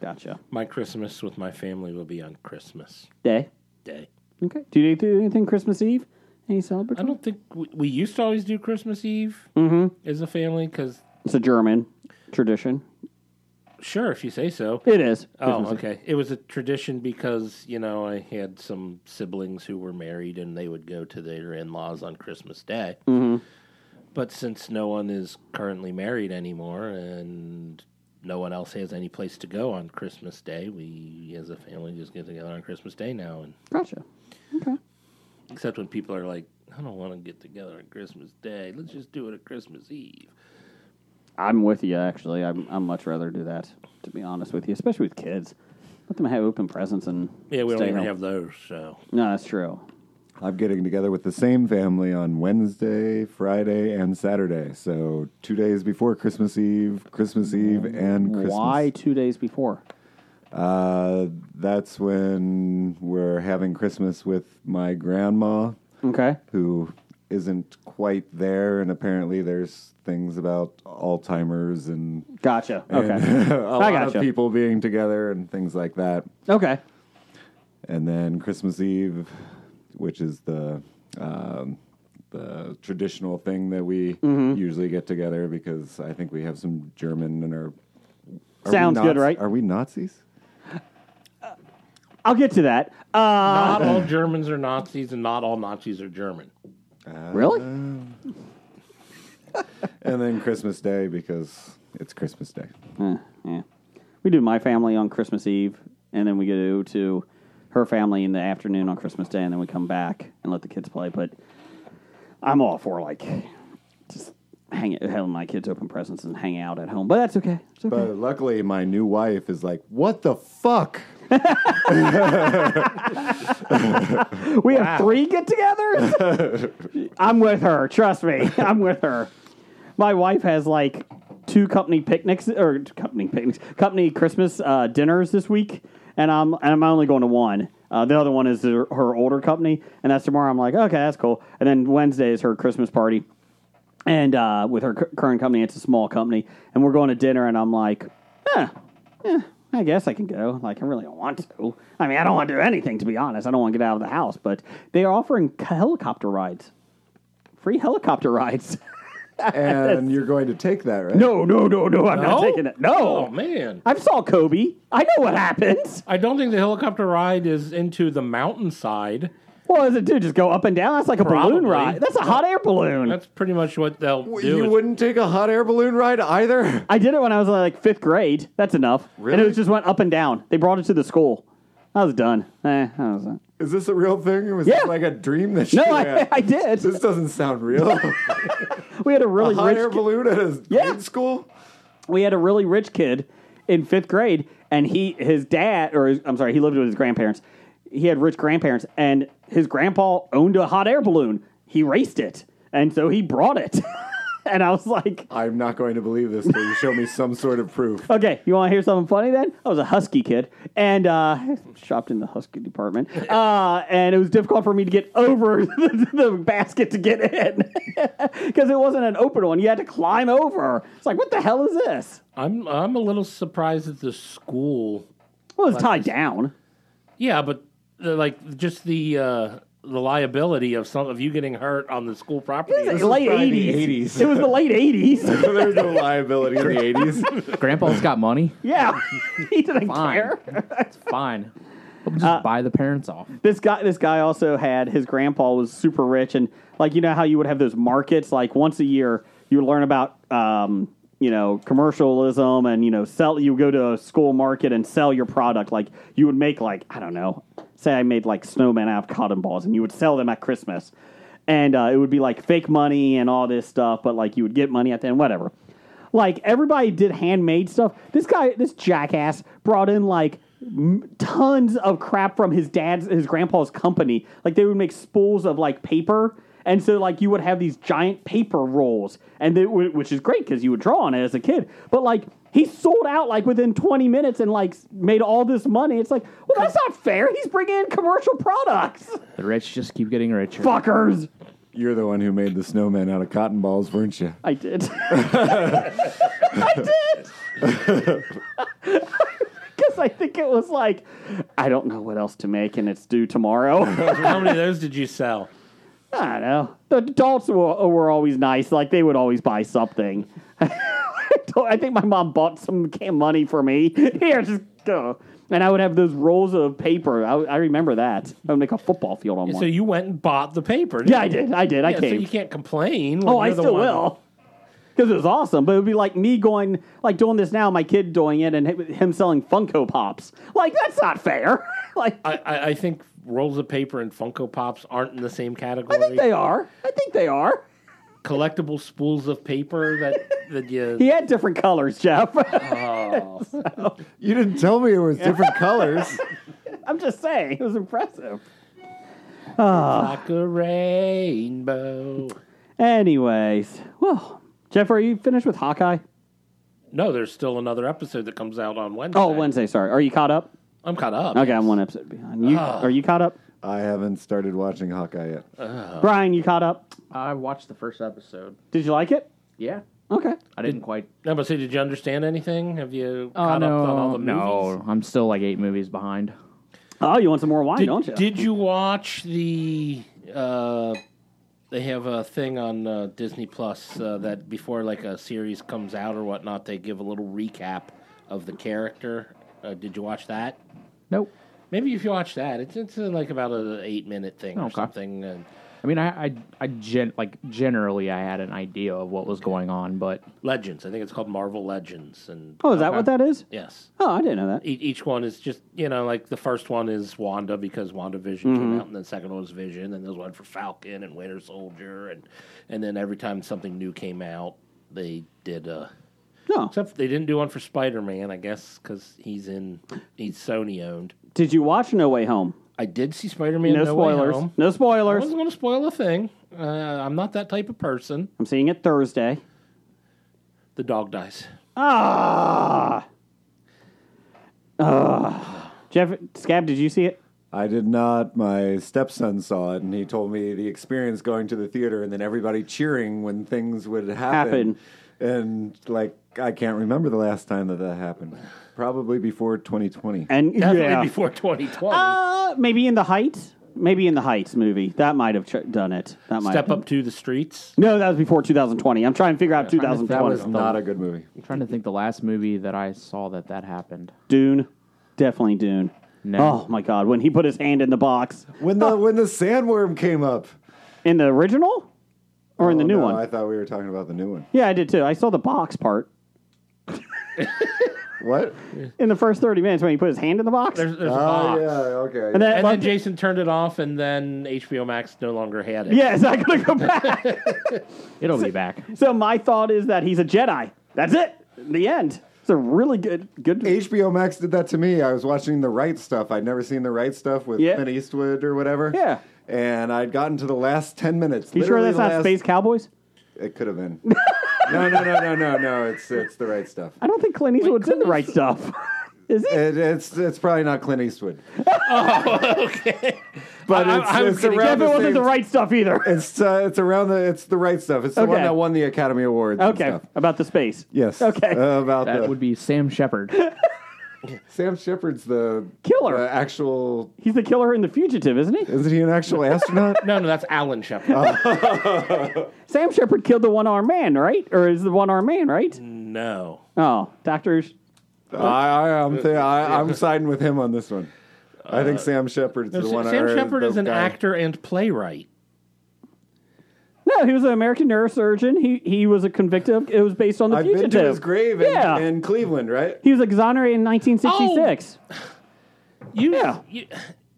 [SPEAKER 4] Gotcha.
[SPEAKER 5] My Christmas with my family will be on Christmas
[SPEAKER 4] Day.
[SPEAKER 5] Day.
[SPEAKER 4] Okay. Do you do anything Christmas Eve? Any
[SPEAKER 5] I
[SPEAKER 4] celebration?
[SPEAKER 5] don't think we, we used to always do Christmas Eve mm-hmm. as a family because
[SPEAKER 4] It's a German tradition.
[SPEAKER 5] sure, if you say so.
[SPEAKER 4] It is.
[SPEAKER 5] Oh, okay. It was a tradition because you know I had some siblings who were married, and they would go to their in-laws on Christmas Day. But since no one is currently married anymore, and no one else has any place to go on Christmas Day, we as a family just get together on Christmas Day now. And
[SPEAKER 4] Gotcha. Okay.
[SPEAKER 5] except when people are like, "I don't want to get together on Christmas Day. Let's just do it at Christmas Eve."
[SPEAKER 4] I'm with you. Actually, I'm I'm much rather do that. To be honest with you, especially with kids, let them have open presents and
[SPEAKER 5] Yeah, we don't
[SPEAKER 4] stay
[SPEAKER 5] even
[SPEAKER 4] home.
[SPEAKER 5] have those. So
[SPEAKER 4] No, that's true.
[SPEAKER 7] I'm getting together with the same family on Wednesday, Friday, and Saturday. So two days before Christmas Eve, Christmas Eve, and Christmas.
[SPEAKER 4] Why two days before?
[SPEAKER 7] Uh, that's when we're having Christmas with my grandma,
[SPEAKER 4] Okay.
[SPEAKER 7] who isn't quite there, and apparently there's things about Alzheimer's and
[SPEAKER 4] Gotcha. Okay.
[SPEAKER 7] a lot
[SPEAKER 4] gotcha.
[SPEAKER 7] of people being together and things like that.
[SPEAKER 4] okay.
[SPEAKER 7] and then Christmas Eve, which is the um, the traditional thing that we
[SPEAKER 4] Mm-hmm.
[SPEAKER 7] usually get together because I think we have some German in our. are we
[SPEAKER 4] Sounds good,
[SPEAKER 7] Naz-
[SPEAKER 4] right?
[SPEAKER 7] Are we Nazis?
[SPEAKER 4] I'll get to that. Uh,
[SPEAKER 5] not all Germans are Nazis, and not all Nazis are German.
[SPEAKER 4] really?
[SPEAKER 7] And then Christmas Day because it's Christmas Day.
[SPEAKER 4] Eh, yeah. We do my family on Christmas Eve, and then we go to her family in the afternoon on Christmas Day, and then we come back and let the kids play. But I'm all for like just hang having my kids open presents and hang out at home. But that's okay. It's okay.
[SPEAKER 7] But luckily, my new wife is like, "What the fuck."
[SPEAKER 4] We have three get-togethers. I'm with her. Trust me, I'm with her. My wife has like two company picnics or company picnics, company Christmas uh, dinners this week, and I'm and I'm only going to one. Uh, the other one is her, her older company, and that's tomorrow. I'm like, okay, that's cool. And then Wednesday is her Christmas party, and uh, with her cu- current company, it's a small company, and we're going to dinner, and I'm like, eh, eh, I guess I can go. Like, I really don't want to. I mean, I don't want to do anything, to be honest. I don't want to get out of the house, but they are offering c- helicopter rides. Free helicopter rides.
[SPEAKER 7] And you're going to take that, right?
[SPEAKER 4] no, no, no, no. I'm not
[SPEAKER 5] No?
[SPEAKER 4] taking it. No.
[SPEAKER 5] Oh man.
[SPEAKER 4] I saw Kobe. I know what happens.
[SPEAKER 5] I don't think the helicopter ride is into the mountainside.
[SPEAKER 4] Well, does it do? Just go up and down? That's like a balloon
[SPEAKER 5] Probably.
[SPEAKER 4] ride. That's a hot air balloon.
[SPEAKER 5] That's pretty much what they'll do.
[SPEAKER 7] You
[SPEAKER 5] It's-
[SPEAKER 7] wouldn't take a hot air balloon ride either.
[SPEAKER 4] I did it when I was like fifth grade. That's enough. And it
[SPEAKER 7] Really?
[SPEAKER 4] was just went up and down. They brought it to the school. I was done. Eh, I was done.
[SPEAKER 7] Is this a real thing? Or was
[SPEAKER 4] Yeah.
[SPEAKER 7] this like a dream that
[SPEAKER 4] No,
[SPEAKER 7] you
[SPEAKER 4] I,
[SPEAKER 7] had?
[SPEAKER 4] I did.
[SPEAKER 7] This doesn't sound real.
[SPEAKER 4] We had a really
[SPEAKER 7] hot
[SPEAKER 4] rich
[SPEAKER 7] air
[SPEAKER 4] kid-
[SPEAKER 7] balloon at a
[SPEAKER 4] Yeah.
[SPEAKER 7] grade school?
[SPEAKER 4] we had a really rich kid in fifth grade, and he his dad or his, I'm sorry, he lived with his grandparents. He had rich grandparents, and his grandpa owned a hot air balloon. He raced it, and so he brought it. and I was like,
[SPEAKER 7] I'm not going to believe this till you show me some sort of proof.
[SPEAKER 4] Okay, you want to hear something funny then? I was a husky kid and uh, shopped in the husky department. Uh, and it was difficult for me to get over the, the basket to get in because it wasn't an open one. You had to climb over. It's like, what the hell is this?
[SPEAKER 5] I'm I'm a little surprised that the school.
[SPEAKER 4] Well, it's tied down.
[SPEAKER 5] Yeah, but the, like just the uh, the liability of some of you getting hurt on the school property.
[SPEAKER 4] It was the late
[SPEAKER 7] probably the
[SPEAKER 4] 80s.
[SPEAKER 7] 80s.
[SPEAKER 4] It was the late 80s.
[SPEAKER 7] There's no liability in the 80s.
[SPEAKER 6] Grandpa's got money.
[SPEAKER 4] yeah. he didn't
[SPEAKER 6] Fine.
[SPEAKER 4] care.
[SPEAKER 6] It's fine. We'll just buy the parents off.
[SPEAKER 4] this guy this guy also had his grandpa was super rich and like you know how you would have those markets like once a year you would learn about um, you know commercialism and you know sell you would go to a school market and sell your product like you would make like i don't know say i made like snowmen out of cotton balls and you would sell them at christmas and uh, it would be like fake money and all this stuff but like you would get money at the end whatever like everybody did handmade stuff. This guy, this jackass, brought in like m- tons of crap from his dad's, his grandpa's company. Like they would make spools of like paper, and so like you would have these giant paper rolls, and they, would- which is great because you would draw on it as a kid. But like he sold out like within 20 minutes and like s- made all this money. It's like, well, that's not fair. He's bringing in commercial products,
[SPEAKER 6] The rich just keep getting richer.
[SPEAKER 4] fuckers.
[SPEAKER 7] You're the one who made the snowman out of cotton balls, weren't you?
[SPEAKER 4] I did. Because I think it was like, I don't know what else to make, and it's due tomorrow. I
[SPEAKER 5] How many of those did you sell?
[SPEAKER 4] don't know. The adults were, were always nice; like they would always buy something. I think my mom bought some ca- money for me. Here, just go. And I would have those rolls of paper. I, I remember that. I would make a football field on
[SPEAKER 5] So
[SPEAKER 4] one.
[SPEAKER 5] you went and bought the paper. didn't
[SPEAKER 4] yeah, I
[SPEAKER 5] you?
[SPEAKER 4] did. I did. I
[SPEAKER 5] Yeah,
[SPEAKER 4] caved.
[SPEAKER 5] so you can't complain. when
[SPEAKER 4] Oh, I
[SPEAKER 5] you're the
[SPEAKER 4] still
[SPEAKER 5] one-
[SPEAKER 4] will. Because it was awesome, but it would be like me going, like doing this now, my kid doing it, and hi- him selling Funko Pops. Like that's not fair. like I,
[SPEAKER 5] I, I, I think rolls of paper and Funko Pops aren't in the same category.
[SPEAKER 4] think they are. I think they are.
[SPEAKER 5] Collectible spools of paper that that you.
[SPEAKER 4] He had different colors, Jeff.
[SPEAKER 7] You didn't tell me it was different colors.
[SPEAKER 4] I'm just saying, it was impressive.
[SPEAKER 5] Like a rainbow.
[SPEAKER 4] Anyways, well, Jeff, are you finished with Hawkeye?
[SPEAKER 5] No, there's still another episode that comes out on Wednesday.
[SPEAKER 4] Oh, Wednesday. Sorry, are you caught up?
[SPEAKER 5] I'm caught up.
[SPEAKER 4] Okay, I'm one episode behind. You are you caught up?
[SPEAKER 7] I haven't started watching Hawkeye yet.
[SPEAKER 5] Uh.
[SPEAKER 4] Brian, you caught up?
[SPEAKER 6] I watched the first episode.
[SPEAKER 4] Did you like it?
[SPEAKER 6] Yeah.
[SPEAKER 4] Okay.
[SPEAKER 6] I didn't quite.
[SPEAKER 5] No, but say, did you understand anything? Have
[SPEAKER 4] Oh,
[SPEAKER 5] you caught up on all the movies?
[SPEAKER 6] no. I'm still like eight movies behind.
[SPEAKER 4] Oh, you want some more wine,
[SPEAKER 5] Did,
[SPEAKER 4] don't you?
[SPEAKER 5] did you watch the? Uh, they have a thing on uh, Disney Plus uh, that before like a series comes out or whatnot, they give a little recap of the character. Uh, did you watch that?
[SPEAKER 6] Nope.
[SPEAKER 5] Maybe if you watch that, it's it's uh, like about an eight minute thing or
[SPEAKER 6] Okay.
[SPEAKER 5] something. uh, And
[SPEAKER 6] I mean, I, I, I gen, like generally, I had an idea of what was going on, but
[SPEAKER 5] Legends, I think it's called Marvel Legends, and
[SPEAKER 4] oh, is that what that is?
[SPEAKER 5] yes,
[SPEAKER 4] Oh, I didn't know that.
[SPEAKER 5] e- each one is just you know like the first one is Wanda because WandaVision came
[SPEAKER 4] Mm-hmm.
[SPEAKER 5] out, and then the second one was Vision, and there's one for Falcon and Winter Soldier, and and then every time something new came out, they did uh
[SPEAKER 4] No.
[SPEAKER 5] except they didn't do one for Spider Man, I guess, because he's in he's Sony owned.
[SPEAKER 4] Did you watch No Way Home?
[SPEAKER 5] I did see Spider Man.
[SPEAKER 4] no, spoilers. No
[SPEAKER 5] I
[SPEAKER 4] spoilers.
[SPEAKER 5] wasn't going to spoil a thing. Uh, I'm not that type of person.
[SPEAKER 4] I'm seeing it Thursday.
[SPEAKER 5] The dog dies.
[SPEAKER 4] Ah. Ah. Jeff Scab, did you see it?
[SPEAKER 7] I did not. My stepson saw it, and he told me the experience going to the theater and then everybody cheering when things would happen. And like, I can't remember the last time that that happened. Probably before 2020.
[SPEAKER 4] And
[SPEAKER 5] Definitely
[SPEAKER 4] yeah.
[SPEAKER 5] before 2020.
[SPEAKER 4] Uh, maybe in the Heights. Maybe in the Heights movie. That might have ch- done it. That might.
[SPEAKER 5] Step up to the streets.
[SPEAKER 4] No, that was before 2020. I'm trying to figure out
[SPEAKER 7] That
[SPEAKER 4] 2020.
[SPEAKER 7] was not a good movie.
[SPEAKER 6] I'm trying to think the last movie that I saw that that happened.
[SPEAKER 4] Dune. Definitely Dune.
[SPEAKER 6] No.
[SPEAKER 4] Oh my God! When he put his hand in the box
[SPEAKER 7] When the when the sandworm came up.
[SPEAKER 4] in the original, or in the
[SPEAKER 7] Oh,
[SPEAKER 4] new
[SPEAKER 7] no,
[SPEAKER 4] one?
[SPEAKER 7] I thought we were talking about the new one.
[SPEAKER 4] yeah, I did too. I saw the box part
[SPEAKER 7] What?
[SPEAKER 4] in the first 30 minutes when he put his hand in the box.
[SPEAKER 5] There's, there's a
[SPEAKER 7] Oh,
[SPEAKER 5] box.
[SPEAKER 7] yeah, okay.
[SPEAKER 4] And then,
[SPEAKER 5] And
[SPEAKER 4] like-
[SPEAKER 5] then Jason turned it off, and then HBO Max no longer had it.
[SPEAKER 4] yeah, it's not going to go back.
[SPEAKER 6] It'll be back.
[SPEAKER 4] so my thought is that he's a Jedi. That's it. The end. It's a really good, good.
[SPEAKER 7] HBO Max did that to me. I was watching the right stuff. I'd never seen the right stuff with
[SPEAKER 4] Yeah.
[SPEAKER 7] Clint Eastwood or whatever.
[SPEAKER 4] Yeah.
[SPEAKER 7] and I'd gotten to the last ten minutes.
[SPEAKER 4] You sure
[SPEAKER 7] literally
[SPEAKER 4] that's
[SPEAKER 7] the
[SPEAKER 4] not
[SPEAKER 7] last-
[SPEAKER 4] Space Cowboys?
[SPEAKER 7] It could have been. no, no, no, no, no, no. It's it's the right stuff.
[SPEAKER 4] I don't think Clint Eastwood's in the right stuff. Is he?
[SPEAKER 7] It, it's it's probably not Clint Eastwood,
[SPEAKER 5] okay.
[SPEAKER 7] but
[SPEAKER 5] I-
[SPEAKER 7] it's,
[SPEAKER 5] I was
[SPEAKER 7] it's
[SPEAKER 5] gonna
[SPEAKER 7] around
[SPEAKER 4] Kevin
[SPEAKER 7] the
[SPEAKER 4] wasn't
[SPEAKER 7] same.
[SPEAKER 4] the right stuff either.
[SPEAKER 7] It's uh, it's around the it's the right stuff. It's the one
[SPEAKER 4] Okay.
[SPEAKER 7] that won the Academy Awards. and
[SPEAKER 4] Okay,
[SPEAKER 7] stuff.
[SPEAKER 4] about the space.
[SPEAKER 7] Yes.
[SPEAKER 4] Okay.
[SPEAKER 7] Uh, about
[SPEAKER 6] That
[SPEAKER 7] the,
[SPEAKER 6] would be Sam Shepard.
[SPEAKER 7] Sam Shepard's the
[SPEAKER 4] Killer.
[SPEAKER 7] the actual.
[SPEAKER 4] He's the killer in The Fugitive, isn't he?
[SPEAKER 7] Isn't he an actual astronaut?
[SPEAKER 5] No, no, that's Alan Shepard.
[SPEAKER 4] Oh, Sam Shepard killed the one armed man, right? Or is the one armed man, right?
[SPEAKER 5] no.
[SPEAKER 4] Oh, doctors.
[SPEAKER 7] I, I, I'm th- I, I'm siding with him on this one. I think Sam Shepard's
[SPEAKER 5] Uh, No,
[SPEAKER 7] the
[SPEAKER 5] Sa-
[SPEAKER 7] one.
[SPEAKER 5] Sam
[SPEAKER 7] or
[SPEAKER 5] Shepard
[SPEAKER 7] the
[SPEAKER 5] is an
[SPEAKER 7] guy.
[SPEAKER 5] actor and playwright.
[SPEAKER 4] No, he was an American neurosurgeon. He he was a convicted. of- It was based on The
[SPEAKER 7] I've
[SPEAKER 4] Fugitive.
[SPEAKER 7] been to his grave in,
[SPEAKER 4] Yeah.
[SPEAKER 7] in Cleveland, right?
[SPEAKER 4] he was exonerated in 1966.
[SPEAKER 5] You,
[SPEAKER 4] Yeah.
[SPEAKER 5] you,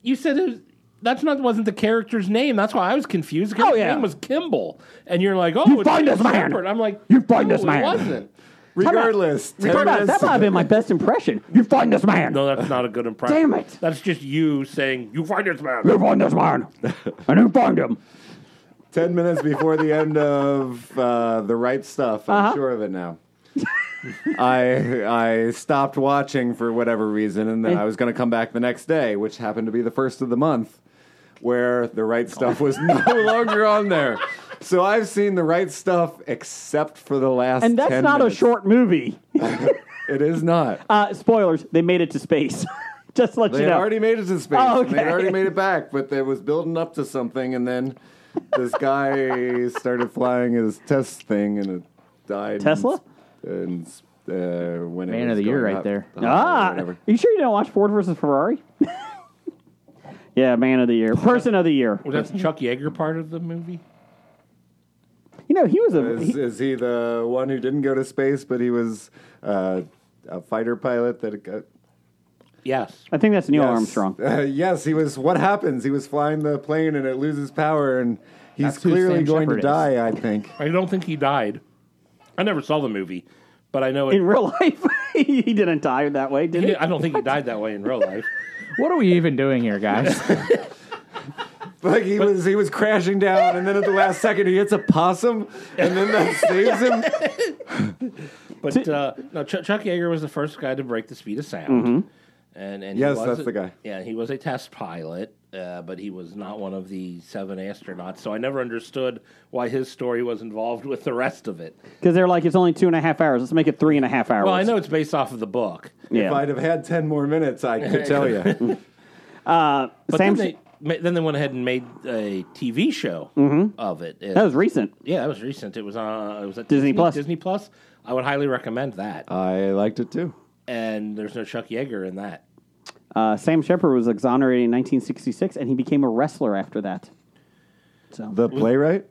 [SPEAKER 5] you said it was, that's not wasn't the character's name. That's why I was confused. 'cause
[SPEAKER 4] Oh,
[SPEAKER 5] his
[SPEAKER 4] yeah.
[SPEAKER 5] name was Kimball, and you're like, oh, it's
[SPEAKER 4] find
[SPEAKER 5] Sam
[SPEAKER 4] this man.
[SPEAKER 5] Shepard. I'm like,
[SPEAKER 4] You find
[SPEAKER 5] no,
[SPEAKER 4] this man.
[SPEAKER 5] It wasn't.
[SPEAKER 7] Regardless,
[SPEAKER 4] Talk
[SPEAKER 7] ten
[SPEAKER 4] about-
[SPEAKER 7] minutes-
[SPEAKER 4] that might have been my best impression. You find this man.
[SPEAKER 5] No, that's not a good impression.
[SPEAKER 4] Damn it.
[SPEAKER 5] That's just you saying you find this man.
[SPEAKER 4] You find this man. And you find him.
[SPEAKER 7] ten minutes before the end of uh, the right stuff. I'm
[SPEAKER 4] Uh-huh.
[SPEAKER 7] sure of it now. I I stopped watching for whatever reason, and then I was going to come back the next day, which happened to be the first of the month, where the right stuff was no longer on there. So I've seen the right stuff except for the last.
[SPEAKER 4] And that's
[SPEAKER 7] 10
[SPEAKER 4] not
[SPEAKER 7] minutes.
[SPEAKER 4] a short movie.
[SPEAKER 7] It is not.
[SPEAKER 4] Uh, spoilers, they made it to space. Just to let
[SPEAKER 7] They
[SPEAKER 4] you
[SPEAKER 7] had
[SPEAKER 4] know.
[SPEAKER 7] already made it to space.
[SPEAKER 4] Oh,
[SPEAKER 7] and They had
[SPEAKER 4] okay.
[SPEAKER 7] already made it back, but they was building up to something, and then this guy started flying his test thing, and it died.
[SPEAKER 4] Tesla?
[SPEAKER 7] And, uh, when it
[SPEAKER 6] Man
[SPEAKER 7] was
[SPEAKER 6] of the year
[SPEAKER 7] going
[SPEAKER 6] right
[SPEAKER 7] up,
[SPEAKER 6] there.
[SPEAKER 7] up or
[SPEAKER 4] ah,
[SPEAKER 7] whatever.
[SPEAKER 4] you sure you don't watch Ford versus Ferrari? yeah, man of the year. Person of the year.
[SPEAKER 5] Was that the Chuck Yeager part of the movie?
[SPEAKER 4] You know, he was a.
[SPEAKER 7] Is,
[SPEAKER 4] He,
[SPEAKER 7] is he the one who didn't go to space, but he was uh, a fighter pilot that got.
[SPEAKER 5] Yes.
[SPEAKER 4] I think that's Neil
[SPEAKER 7] Yes.
[SPEAKER 4] Armstrong.
[SPEAKER 7] Uh, yes, he was. What happens? He was flying the plane, and it loses power, and he's
[SPEAKER 6] That's who
[SPEAKER 7] clearly
[SPEAKER 6] Sam
[SPEAKER 7] going
[SPEAKER 6] Shepard
[SPEAKER 7] to
[SPEAKER 6] is.
[SPEAKER 7] die, I think.
[SPEAKER 5] I don't think he died. I never saw the movie, but I know it.
[SPEAKER 4] In real life, he he didn't die that way, did he?
[SPEAKER 5] I don't think he died that way in real life.
[SPEAKER 6] what are we even doing here, guys?
[SPEAKER 7] Like he was he was crashing down, and then at the last second he hits a possum, and then that saves him.
[SPEAKER 5] But uh, no, Chuck, Chuck Yeager was the first guy to break the speed of sound. And, and he
[SPEAKER 7] Yes,
[SPEAKER 5] was
[SPEAKER 7] that's
[SPEAKER 5] a-
[SPEAKER 7] the guy.
[SPEAKER 5] Yeah, he was a test pilot, uh, but he was not one of the seven astronauts. So I never understood why his story was involved with the rest of it.
[SPEAKER 4] Because they're like, it's only two and a half hours. Let's make it three and a half hours.
[SPEAKER 5] Well, I know it's based off of the book,
[SPEAKER 4] Yeah.
[SPEAKER 7] If I'd have had ten more minutes, I could tell you.
[SPEAKER 5] but
[SPEAKER 4] Sam,
[SPEAKER 5] then they ma- then they went ahead and made a TV show of it.
[SPEAKER 4] that was recent.
[SPEAKER 5] yeah, that was recent. It was on uh, it was at
[SPEAKER 4] Disney Plus.
[SPEAKER 5] Disney Plus. I would highly recommend that.
[SPEAKER 7] I liked it too.
[SPEAKER 5] and there's no Chuck Yeager in that.
[SPEAKER 4] Uh, Sam Shepard was exonerated in 1966, and he became a wrestler after that. So
[SPEAKER 7] The playwright,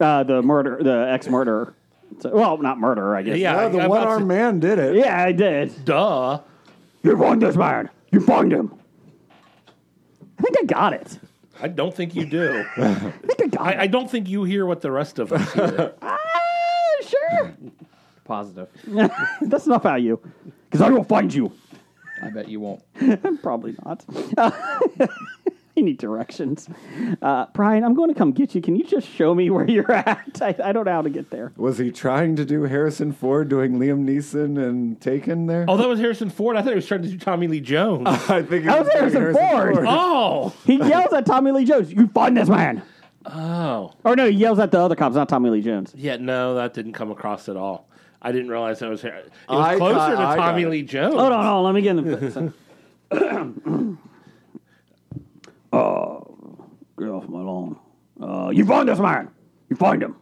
[SPEAKER 4] uh, the murder, the ex murderer. So, well, not murderer, I guess.
[SPEAKER 5] Yeah,
[SPEAKER 7] oh,
[SPEAKER 5] I-
[SPEAKER 7] the
[SPEAKER 5] I'm
[SPEAKER 7] one
[SPEAKER 5] about to-
[SPEAKER 7] armed man did it.
[SPEAKER 4] yeah, I did.
[SPEAKER 5] Duh.
[SPEAKER 4] You find this man. You find him. I think I got it.
[SPEAKER 5] I don't think you do.
[SPEAKER 4] I think I got
[SPEAKER 5] I, I don't think you hear what the rest of us hear.
[SPEAKER 4] it. Sure.
[SPEAKER 6] Positive.
[SPEAKER 4] That's not about you. Because I will find you.
[SPEAKER 6] I bet you won't.
[SPEAKER 4] Probably not. I need directions. Uh, Brian, I'm going to come get you. Can you just show me where you're at? I, I don't know how to get there.
[SPEAKER 7] Was he trying to do Harrison Ford doing Liam Neeson and Taken there?
[SPEAKER 5] oh, that was Harrison Ford. I thought he was trying to do Tommy Lee Jones.
[SPEAKER 7] I think it
[SPEAKER 4] That was Harrison Ford.
[SPEAKER 5] oh.
[SPEAKER 4] He yells at Tommy Lee Jones, You find this man.
[SPEAKER 5] Oh.
[SPEAKER 4] Or no, he yells at the other cops, not Tommy Lee Jones.
[SPEAKER 5] Yeah, no, that didn't come across at all. I didn't realize that was Har- It was
[SPEAKER 7] I
[SPEAKER 5] closer
[SPEAKER 7] got-
[SPEAKER 5] to
[SPEAKER 7] I got
[SPEAKER 5] Tommy
[SPEAKER 7] it.
[SPEAKER 5] Lee Jones.
[SPEAKER 4] Hold on, hold on. Let me get him. oh, get off my lawn. Uh, you find this man. You find him.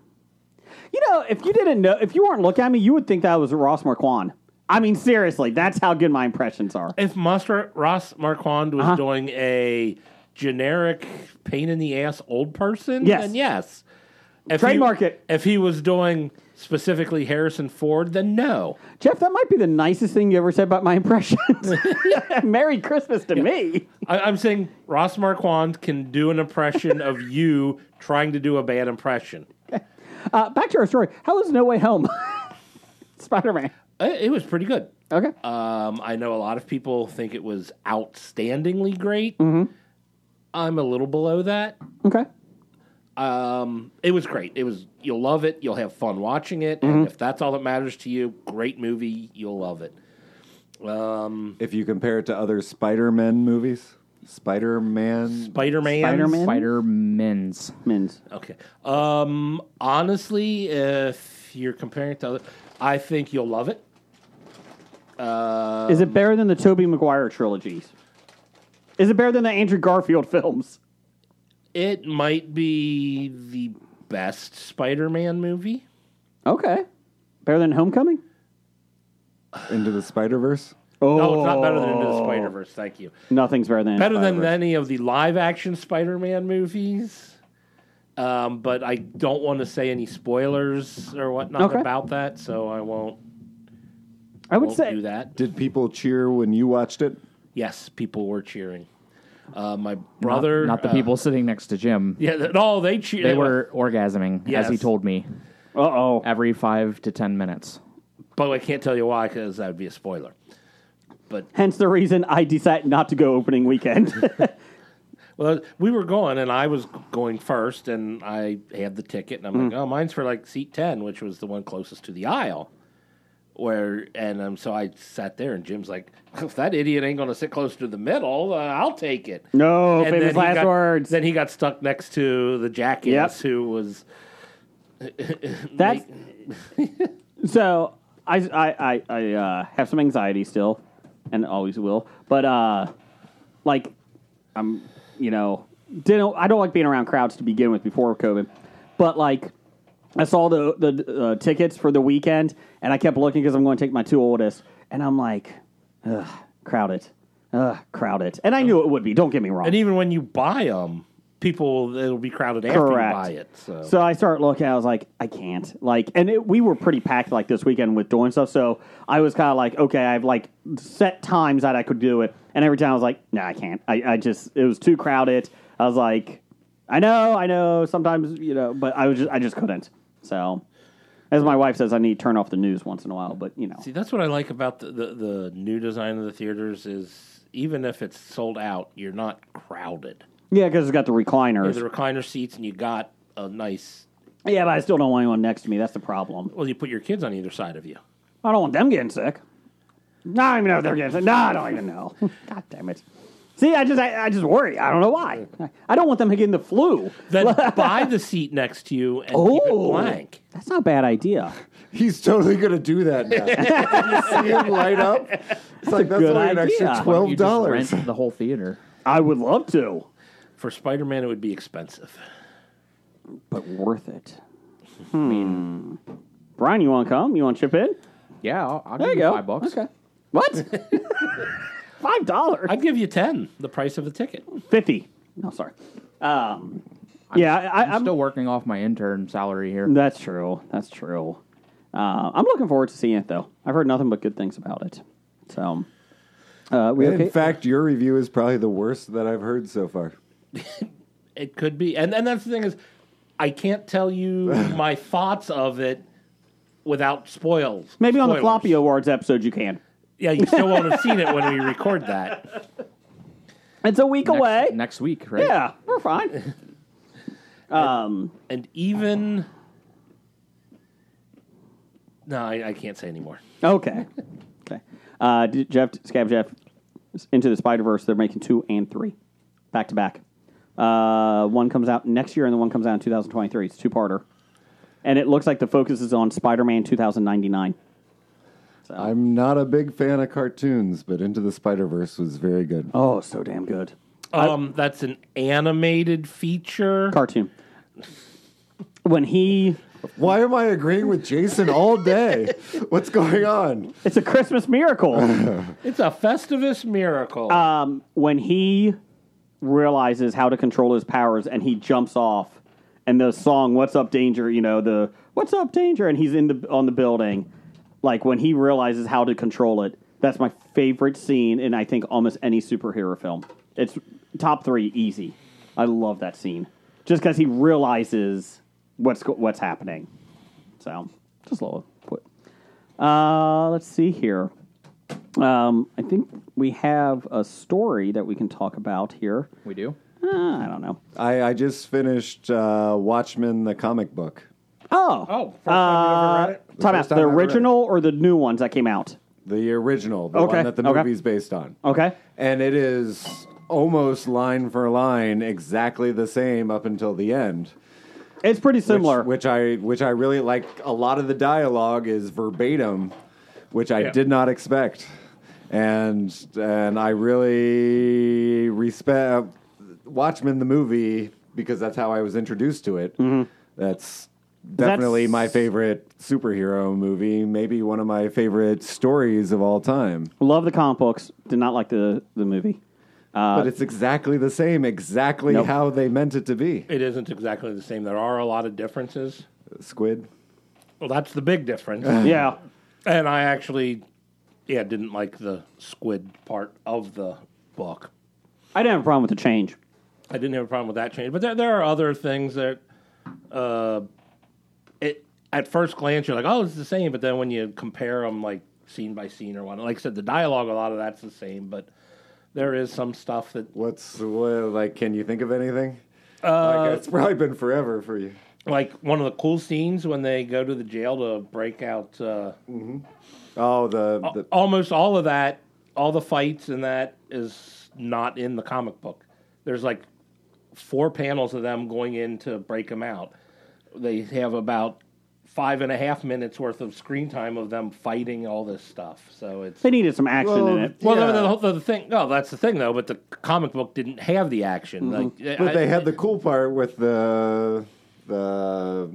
[SPEAKER 4] You know, if you didn't know, if you weren't looking at me, you would think that was Ross Marquand. I mean, seriously, that's how good my impressions are.
[SPEAKER 5] If Master Ross Marquand was
[SPEAKER 7] Uh-huh.
[SPEAKER 5] doing a generic pain in the ass old person,
[SPEAKER 4] Yes.
[SPEAKER 5] then yes. If
[SPEAKER 4] Trademark
[SPEAKER 5] he,
[SPEAKER 4] it.
[SPEAKER 5] If he was doing specifically Harrison Ford, then no.
[SPEAKER 4] Jeff, that might be the nicest thing you ever said about my impressions. Merry Christmas to me.
[SPEAKER 5] I, I'm saying Ross Marquand can do an impression of you trying to do a bad impression.
[SPEAKER 4] Uh, back to our story. How is No Way Home? Spider Man.
[SPEAKER 5] It, it was pretty good.
[SPEAKER 4] Okay.
[SPEAKER 5] Uh, Um, I know a lot of people think it was outstandingly great. I'm a little below that.
[SPEAKER 4] Okay.
[SPEAKER 5] Um, it was great. It was you'll love it. You'll have fun watching it, and if that's all that matters to you, great movie. You'll love it.
[SPEAKER 7] If you compare it to other Spider-Man movies, Spider-Man,
[SPEAKER 5] Spider Man.
[SPEAKER 4] Spider-Man?
[SPEAKER 6] Spider Men's.
[SPEAKER 4] Mins.
[SPEAKER 5] Okay. Um, honestly, if you're comparing it to other, I think you'll love it.
[SPEAKER 4] Is it better than the Tobey Maguire trilogies? Is it better than the Andrew Garfield films?
[SPEAKER 5] It might be the best Spider Man movie.
[SPEAKER 4] Okay. Better than Homecoming?
[SPEAKER 7] Into the Spider-Verse.
[SPEAKER 4] Oh,
[SPEAKER 5] No, it's not better than Into the Spider Verse. Thank you.
[SPEAKER 4] Nothing's better than
[SPEAKER 5] Better than
[SPEAKER 4] Spider-Verse.
[SPEAKER 5] any of the live action Spider Man movies. Um, but I don't want to say any spoilers or whatnot
[SPEAKER 4] Okay.
[SPEAKER 5] about that, so I won't,
[SPEAKER 4] I would
[SPEAKER 5] won't
[SPEAKER 4] say
[SPEAKER 5] do that.
[SPEAKER 7] Did people cheer when you watched it?
[SPEAKER 5] Yes, people were cheering. Uh, my brother.
[SPEAKER 6] Not the
[SPEAKER 5] uh,
[SPEAKER 6] people sitting next to Jim.
[SPEAKER 5] Yeah, th- no, they cheered.
[SPEAKER 6] They were orgasming, as he
[SPEAKER 5] Yes.
[SPEAKER 6] told me,
[SPEAKER 4] Uh oh.
[SPEAKER 6] every five to ten minutes.
[SPEAKER 5] But I can't tell you why, because that would be a spoiler. But
[SPEAKER 4] Hence the reason I decided not to go opening weekend.
[SPEAKER 5] well, we were going, and I was going first, and I had the ticket, and I'm
[SPEAKER 4] Mm.
[SPEAKER 5] like, oh, mine's for like seat ten, which was the one closest to the aisle. Where and um, so I sat there, and Jim's like, if that idiot ain't going to sit close to the middle, uh, I'll take it.
[SPEAKER 4] no,
[SPEAKER 5] And
[SPEAKER 4] famous
[SPEAKER 5] then he
[SPEAKER 4] last
[SPEAKER 5] got-
[SPEAKER 4] words.
[SPEAKER 5] Then he got stuck next to the jackass who was
[SPEAKER 4] That's so. I I I, I uh, have some anxiety still, and always will. But uh, like, I'm you know didn't I don't like being around crowds to begin with before COVID, but like. I saw the the uh, tickets for the weekend, and I kept looking because I'm going to take my two oldest, and I'm like, ugh, crowded, ugh, crowded, and I knew it would be. Don't get me wrong.
[SPEAKER 5] And even when you buy them, people it'll be crowded after
[SPEAKER 4] Correct.
[SPEAKER 5] you buy it. So,
[SPEAKER 4] So I started looking. I was like, I can't. Like, and it, we were pretty packed like this weekend with doing stuff. So I was kind of like, okay, I have like set times that I could do it. And every time I was like, no, nah, I can't. I, I just it was too crowded. I was like, I know, I know. Sometimes you know, but I was just I just couldn't. So as my wife says, I need to turn off the news once in a while. But you know,
[SPEAKER 5] see, that's what I like about the, the the new design of the theaters is even if it's sold out, you're not crowded.
[SPEAKER 4] yeah, because it's got the
[SPEAKER 5] You
[SPEAKER 4] recliners.
[SPEAKER 5] have the recliner seats, and you got a nice.
[SPEAKER 4] yeah, but I still don't want anyone next to me. That's the problem.
[SPEAKER 5] Well, you put your kids on either side of you.
[SPEAKER 4] I don't want them getting sick. No, I don't even know if they're getting sick. No, I don't even know. God damn it. See, I just I, I just worry. I don't know why. I don't want them getting the flu.
[SPEAKER 5] Then buy the seat next to you and keep it
[SPEAKER 4] Oh.
[SPEAKER 5] blank.
[SPEAKER 4] That's not a bad idea.
[SPEAKER 7] He's totally going to do that now. you see him light up. It's like that's
[SPEAKER 4] good
[SPEAKER 7] only an
[SPEAKER 4] idea.
[SPEAKER 7] extra
[SPEAKER 4] Why
[SPEAKER 6] Why don't
[SPEAKER 7] twelve
[SPEAKER 6] you just
[SPEAKER 7] dollars.
[SPEAKER 6] rent the whole theater.
[SPEAKER 4] I would love to,
[SPEAKER 5] For Spider Man, it would be expensive.
[SPEAKER 4] but worth it. Hmm. Brian, you want to come? You want to chip in?
[SPEAKER 6] Yeah, I'll, I'll
[SPEAKER 4] There
[SPEAKER 6] give
[SPEAKER 4] you
[SPEAKER 6] you
[SPEAKER 4] go.
[SPEAKER 6] five bucks.
[SPEAKER 4] Okay. What? Five dollars?
[SPEAKER 5] I'd give you ten, the price of the ticket.
[SPEAKER 4] Fifty? No, sorry. Um, yeah, I,
[SPEAKER 6] I'm,
[SPEAKER 4] I'm
[SPEAKER 6] still working off my intern salary here.
[SPEAKER 4] That's true. That's true. Uh, I'm looking forward to seeing it though. I've heard nothing but good things about it. So, uh, we okay?
[SPEAKER 7] In fact, your review is probably the worst that I've heard so far.
[SPEAKER 5] It could be, and and that's the thing is, I can't tell you my thoughts of it without spoils.
[SPEAKER 4] Maybe on the
[SPEAKER 5] spoilers.
[SPEAKER 4] floppy awards episode you can.
[SPEAKER 5] Yeah, you still won't have seen it when we record that.
[SPEAKER 4] It's a week
[SPEAKER 6] Next-
[SPEAKER 4] away.
[SPEAKER 6] next week, right?
[SPEAKER 4] Yeah, we're fine.
[SPEAKER 5] And even no, I, I can't say anymore.
[SPEAKER 4] okay. Okay. Uh, did Jeff Scab Jeff into the Spider Verse. They're making two and three, back to back. Uh, one comes out next year, and the one comes out in 2023. It's two parter, and it looks like the focus is on Spider Man 2099.
[SPEAKER 7] I'm not a big fan of cartoons, but Into the Spider Verse was very good.
[SPEAKER 4] Oh, so damn good
[SPEAKER 5] Um, that's an animated feature.
[SPEAKER 4] cartoon. When he
[SPEAKER 7] Why am I agreeing with Jason all day? What's going on?
[SPEAKER 4] It's a Christmas miracle.
[SPEAKER 5] It's a Festivus miracle.
[SPEAKER 4] um, when he realizes how to control his powers and he jumps off, and the song "What's Up, Danger," you know the "What's Up, Danger," and he's in the on the building. Like when he realizes how to control it, that's my favorite scene in I think almost any superhero film. It's top three easy. I love that scene just because he realizes what's go- what's happening. So just love it. Uh, let's see here. Um, I think we have a story that we can talk about here.
[SPEAKER 6] We do.
[SPEAKER 4] Uh, I don't know.
[SPEAKER 7] I, I just finished uh, Watchmen, the comic book.
[SPEAKER 4] Oh,
[SPEAKER 5] Oh, first time you ever read it?
[SPEAKER 4] time out.
[SPEAKER 7] first
[SPEAKER 4] The
[SPEAKER 7] time I ever read
[SPEAKER 4] original or the new ones that came out?
[SPEAKER 7] The original, the
[SPEAKER 4] Okay,
[SPEAKER 7] one that the
[SPEAKER 4] okay.
[SPEAKER 7] movie's based on.
[SPEAKER 4] Okay.
[SPEAKER 7] And it is almost line for line exactly the same up until the end.
[SPEAKER 4] It's pretty similar.
[SPEAKER 7] Which, which I which I really like a lot of the dialogue is verbatim, which I
[SPEAKER 5] Yeah.
[SPEAKER 7] did not expect. And and I really respect Watchmen the movie because that's how I was introduced to it. That's definitely
[SPEAKER 4] Mm-hmm. That's-
[SPEAKER 7] my favorite superhero movie, maybe one of my favorite stories of all time.
[SPEAKER 4] Love the comic books. Did not like the the movie.
[SPEAKER 7] but it's exactly the same, exactly
[SPEAKER 4] Nope.
[SPEAKER 7] how they meant it to be.
[SPEAKER 5] It isn't exactly the same. There are a lot of differences.
[SPEAKER 7] Squid.
[SPEAKER 5] Well, that's the big difference.
[SPEAKER 4] Yeah.
[SPEAKER 5] And I actually, yeah, didn't like the squid part of the book.
[SPEAKER 4] I didn't have a problem with the change.
[SPEAKER 5] I didn't have a problem with that change, but there there are other things that, uh, it at first glance you're like, oh, it's the same, but then when you compare them like scene by scene or one, like I said, the dialogue a lot of that's the same, but there is some stuff that
[SPEAKER 7] What's what, like? Can you think of anything? Uh, like, it's probably been forever for you.
[SPEAKER 5] like one of the cool scenes when they go to the jail to break out. Uh,
[SPEAKER 7] Oh, the, the
[SPEAKER 5] almost all of that, all the fights and that is not in the comic book. There's like four panels of them going in to break them out. They have about five and a half minutes worth of screen time of them fighting all this stuff. So it's
[SPEAKER 4] They needed some action in it.
[SPEAKER 5] well,
[SPEAKER 7] Yeah.
[SPEAKER 5] the, the, whole- the thing. No, that's the thing though. But the comic book didn't have the action. Like,
[SPEAKER 7] Mm-hmm. but
[SPEAKER 5] I-
[SPEAKER 7] they had the cool part with the the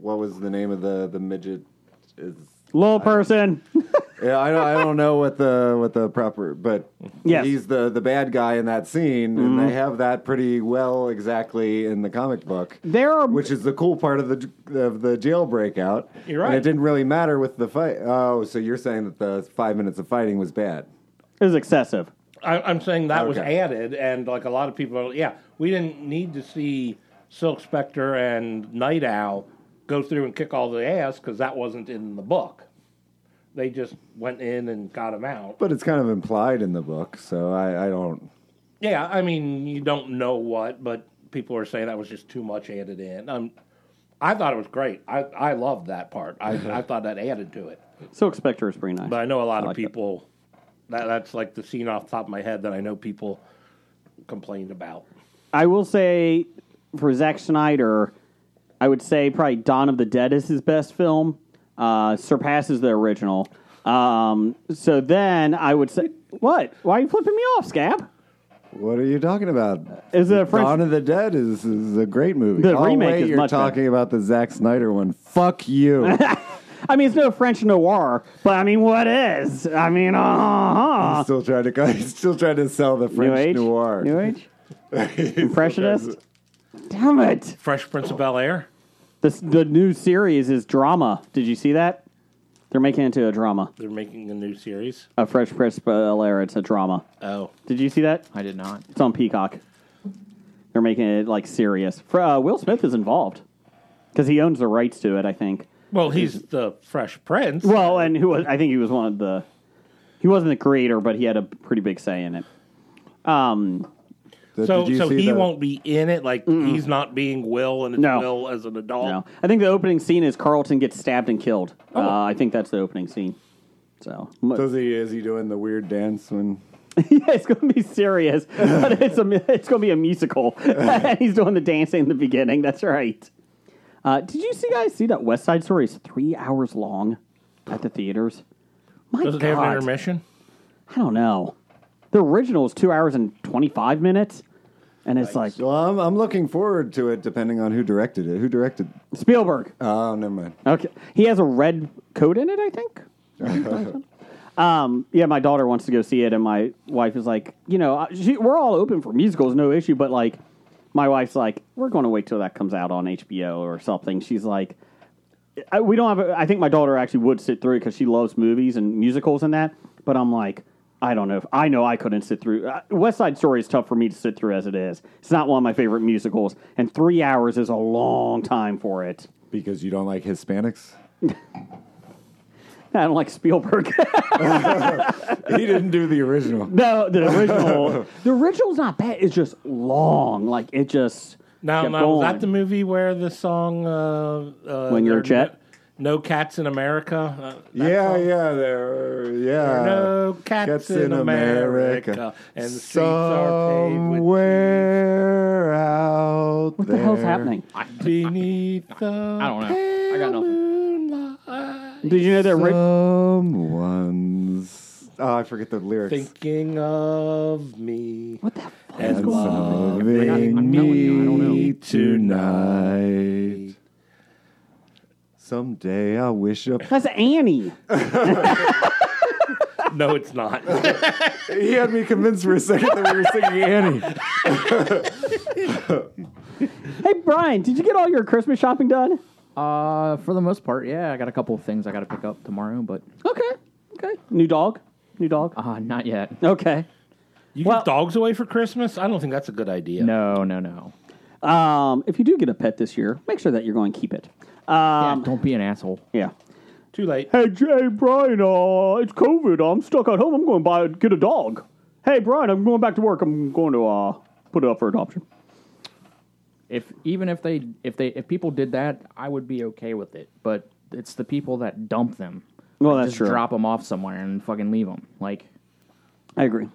[SPEAKER 7] what was the name of the the midget? Is
[SPEAKER 4] Little person.
[SPEAKER 7] yeah, I don't I don't know what the what the proper, but
[SPEAKER 4] Yes.
[SPEAKER 7] he's the the bad guy in that scene, and they have that pretty well exactly in the comic book.
[SPEAKER 4] There are
[SPEAKER 7] which is the cool part of the of the jail breakout.
[SPEAKER 5] You're right.
[SPEAKER 7] And it didn't really matter with the fight. Oh, so you're saying that the five minutes of fighting was bad?
[SPEAKER 4] is excessive.
[SPEAKER 5] I, I'm saying that was
[SPEAKER 7] Okay.
[SPEAKER 5] added, and like a lot of people, are, yeah, we didn't need to see Silk Spectre and Night Owl go through and kick all the ass because that wasn't in the book. They just went in and got them out.
[SPEAKER 7] But it's kind of implied in the book, so I, I don't.
[SPEAKER 5] Yeah, I mean, you don't know what, but people are saying that was just too much added in. Um, I thought it was great. I, I loved that part. I, I thought that added to it.
[SPEAKER 4] Silk Spectre is pretty nice.
[SPEAKER 5] But I know a lot of
[SPEAKER 4] like that.
[SPEAKER 5] people, that, that's like the scene off the top of my head that I know people complained about.
[SPEAKER 4] I will say for Zack Snyder, I would say probably Dawn of the Dead is his best film. Uh, surpasses the original. Um, so then I would say, what? Why are you flipping me off, Scab?
[SPEAKER 7] What are you talking about?
[SPEAKER 4] Is it a French?
[SPEAKER 7] Dawn of the Dead is, is a great movie.
[SPEAKER 4] The
[SPEAKER 7] oh,
[SPEAKER 4] remake
[SPEAKER 7] wait,
[SPEAKER 4] is
[SPEAKER 7] you're
[SPEAKER 4] much better.
[SPEAKER 7] talking about the Zack Snyder one. Fuck you.
[SPEAKER 4] I mean, it's no French noir, but I mean, what is? I mean, uh huh.
[SPEAKER 7] still trying to still trying to sell the
[SPEAKER 4] New
[SPEAKER 7] French
[SPEAKER 4] Age?
[SPEAKER 7] noir.
[SPEAKER 4] New Age? Impressionist? Damn it.
[SPEAKER 5] Fresh Prince of Bel Air.
[SPEAKER 4] The, the new series is drama. Did you see that? They're making it into a drama.
[SPEAKER 5] They're making a new series.
[SPEAKER 8] Uh,
[SPEAKER 4] A Fresh Prince of Bel-Air, it's a drama.
[SPEAKER 5] Oh,
[SPEAKER 4] Did you see that?
[SPEAKER 6] I did not.
[SPEAKER 4] It's on Peacock. They're making it like serious. For, uh, Will Smith is involved because he owns the rights to it. I think.
[SPEAKER 5] well, he's the Fresh Prince.
[SPEAKER 4] Well, and who was? I think he was one of the. He wasn't the creator, but he had a pretty big say in it. Um,
[SPEAKER 7] Did-
[SPEAKER 5] So,
[SPEAKER 7] did you
[SPEAKER 5] so
[SPEAKER 7] see
[SPEAKER 5] he
[SPEAKER 7] the-
[SPEAKER 5] won't be in it. Like he's not being Will, and it's
[SPEAKER 4] No.
[SPEAKER 5] Will as an adult.
[SPEAKER 4] you know. I think the opening scene is Carlton gets stabbed and killed.
[SPEAKER 5] Oh.
[SPEAKER 4] Uh, I think that's the opening scene. So,
[SPEAKER 7] Does he is he doing the weird dance when?
[SPEAKER 4] yeah, it's going to be serious, but it's a it's going to be a musical. and he's doing the dancing in the beginning. That's right. Uh, did you see guys see that West Side Story is three hours long at the theaters? My
[SPEAKER 5] Does it have an
[SPEAKER 4] God,
[SPEAKER 5] intermission?
[SPEAKER 4] I don't know. The original is two hours and twenty five minutes, and it's like
[SPEAKER 7] Well, I'm, I'm looking forward to it, depending on who directed it. Who directed?
[SPEAKER 4] Spielberg.
[SPEAKER 7] Oh, never mind.
[SPEAKER 4] Okay, he has a red coat in it, I think. um, yeah, my daughter wants to go see it, and my wife is like, you know, I- she, we're all open for musicals, no issue. But like, my wife's like, we're going to wait till that comes out on HBO or something. She's like, I, we don't have. A, I think my daughter actually would sit through it because she loves movies and musicals and that. But I'm like, I don't know. If, I know I couldn't sit through. Uh, West Side Story is tough for me to sit through as it is. It's not one of my favorite musicals, and three hours is a long time for it.
[SPEAKER 7] Because you don't like Hispanics?
[SPEAKER 8] I don't like Spielberg.
[SPEAKER 7] he didn't do the original.
[SPEAKER 8] no, the original. the original's not bad. It's just long. Like it just.
[SPEAKER 5] Now,
[SPEAKER 8] kept
[SPEAKER 5] now was that
[SPEAKER 8] going.
[SPEAKER 5] the movie where the song uh, uh,
[SPEAKER 8] When You're a
[SPEAKER 5] there-
[SPEAKER 8] Jet?
[SPEAKER 5] No Cats in America. Uh, that
[SPEAKER 7] Yeah,
[SPEAKER 5] song?
[SPEAKER 7] yeah, there. are- Yeah,
[SPEAKER 5] No cats, in, America. and the streets are paved with
[SPEAKER 7] somewhere out
[SPEAKER 8] What the hell's
[SPEAKER 7] there.
[SPEAKER 8] happening?
[SPEAKER 5] beneath the
[SPEAKER 6] I don't know. I got nothing.
[SPEAKER 5] nothing.
[SPEAKER 8] Did you know that? Rick,
[SPEAKER 7] Someone's. Oh, I forget the lyrics.
[SPEAKER 5] Thinking of me
[SPEAKER 8] what the fuck is
[SPEAKER 5] and
[SPEAKER 7] And
[SPEAKER 8] going on?
[SPEAKER 7] loving
[SPEAKER 5] loving
[SPEAKER 6] I'm telling you, I don't
[SPEAKER 7] me
[SPEAKER 5] me
[SPEAKER 7] tonight. Someday I wish up.
[SPEAKER 8] That's Annie.
[SPEAKER 5] No, it's not.
[SPEAKER 7] he had me convinced for a second that we were singing Annie.
[SPEAKER 8] Hey Brian, did you get all your Christmas shopping done?
[SPEAKER 6] Uh, for the most part, yeah, I got a couple of things I got to pick up tomorrow, but
[SPEAKER 8] Okay. Okay. New dog. New dog.
[SPEAKER 6] uh, not yet.
[SPEAKER 8] Okay.
[SPEAKER 5] You
[SPEAKER 8] Well-
[SPEAKER 5] give dogs away for Christmas? I don't think that's a good idea.
[SPEAKER 6] No, no, no.
[SPEAKER 8] Um, if you do get a pet this year, make sure that you're going to keep it. Um,
[SPEAKER 6] yeah, don't be an asshole.
[SPEAKER 8] yeah.
[SPEAKER 5] Too late.
[SPEAKER 8] Hey Jay, Brian. Uh, it's COVID. I'm stuck at home. I'm going to buy get a dog. Hey Brian, I'm going back to work. I'm going to uh put it up for adoption.
[SPEAKER 6] If even if they if they if people did that, I would be okay with it. But it's the people that dump them.
[SPEAKER 8] Well, that's
[SPEAKER 6] Just
[SPEAKER 8] true.
[SPEAKER 6] drop them off somewhere and fucking leave them. Like
[SPEAKER 8] I agree.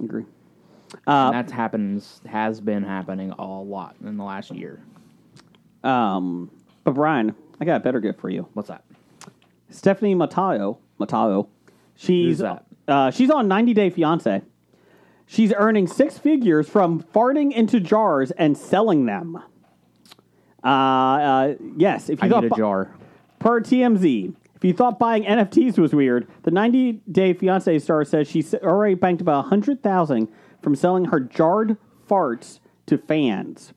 [SPEAKER 8] I agree. Uh,
[SPEAKER 6] and that happens has been happening a lot in the last year.
[SPEAKER 8] Um, but Brian, I got a better gift for you.
[SPEAKER 6] What's that?
[SPEAKER 8] Stephanie Matayo. Matayo. She's
[SPEAKER 6] Who's that?
[SPEAKER 8] Uh, she's on 90 Day Fiance. She's earning six figures from farting into jars and selling them. Uh, uh, yes, if you
[SPEAKER 6] I
[SPEAKER 8] thought
[SPEAKER 6] need a
[SPEAKER 8] bu-
[SPEAKER 6] jar.
[SPEAKER 8] per TMZ, if you thought buying NFTs was weird, the 90 Day Fiance star says she's already banked about 100,000 from selling her jarred farts to fans.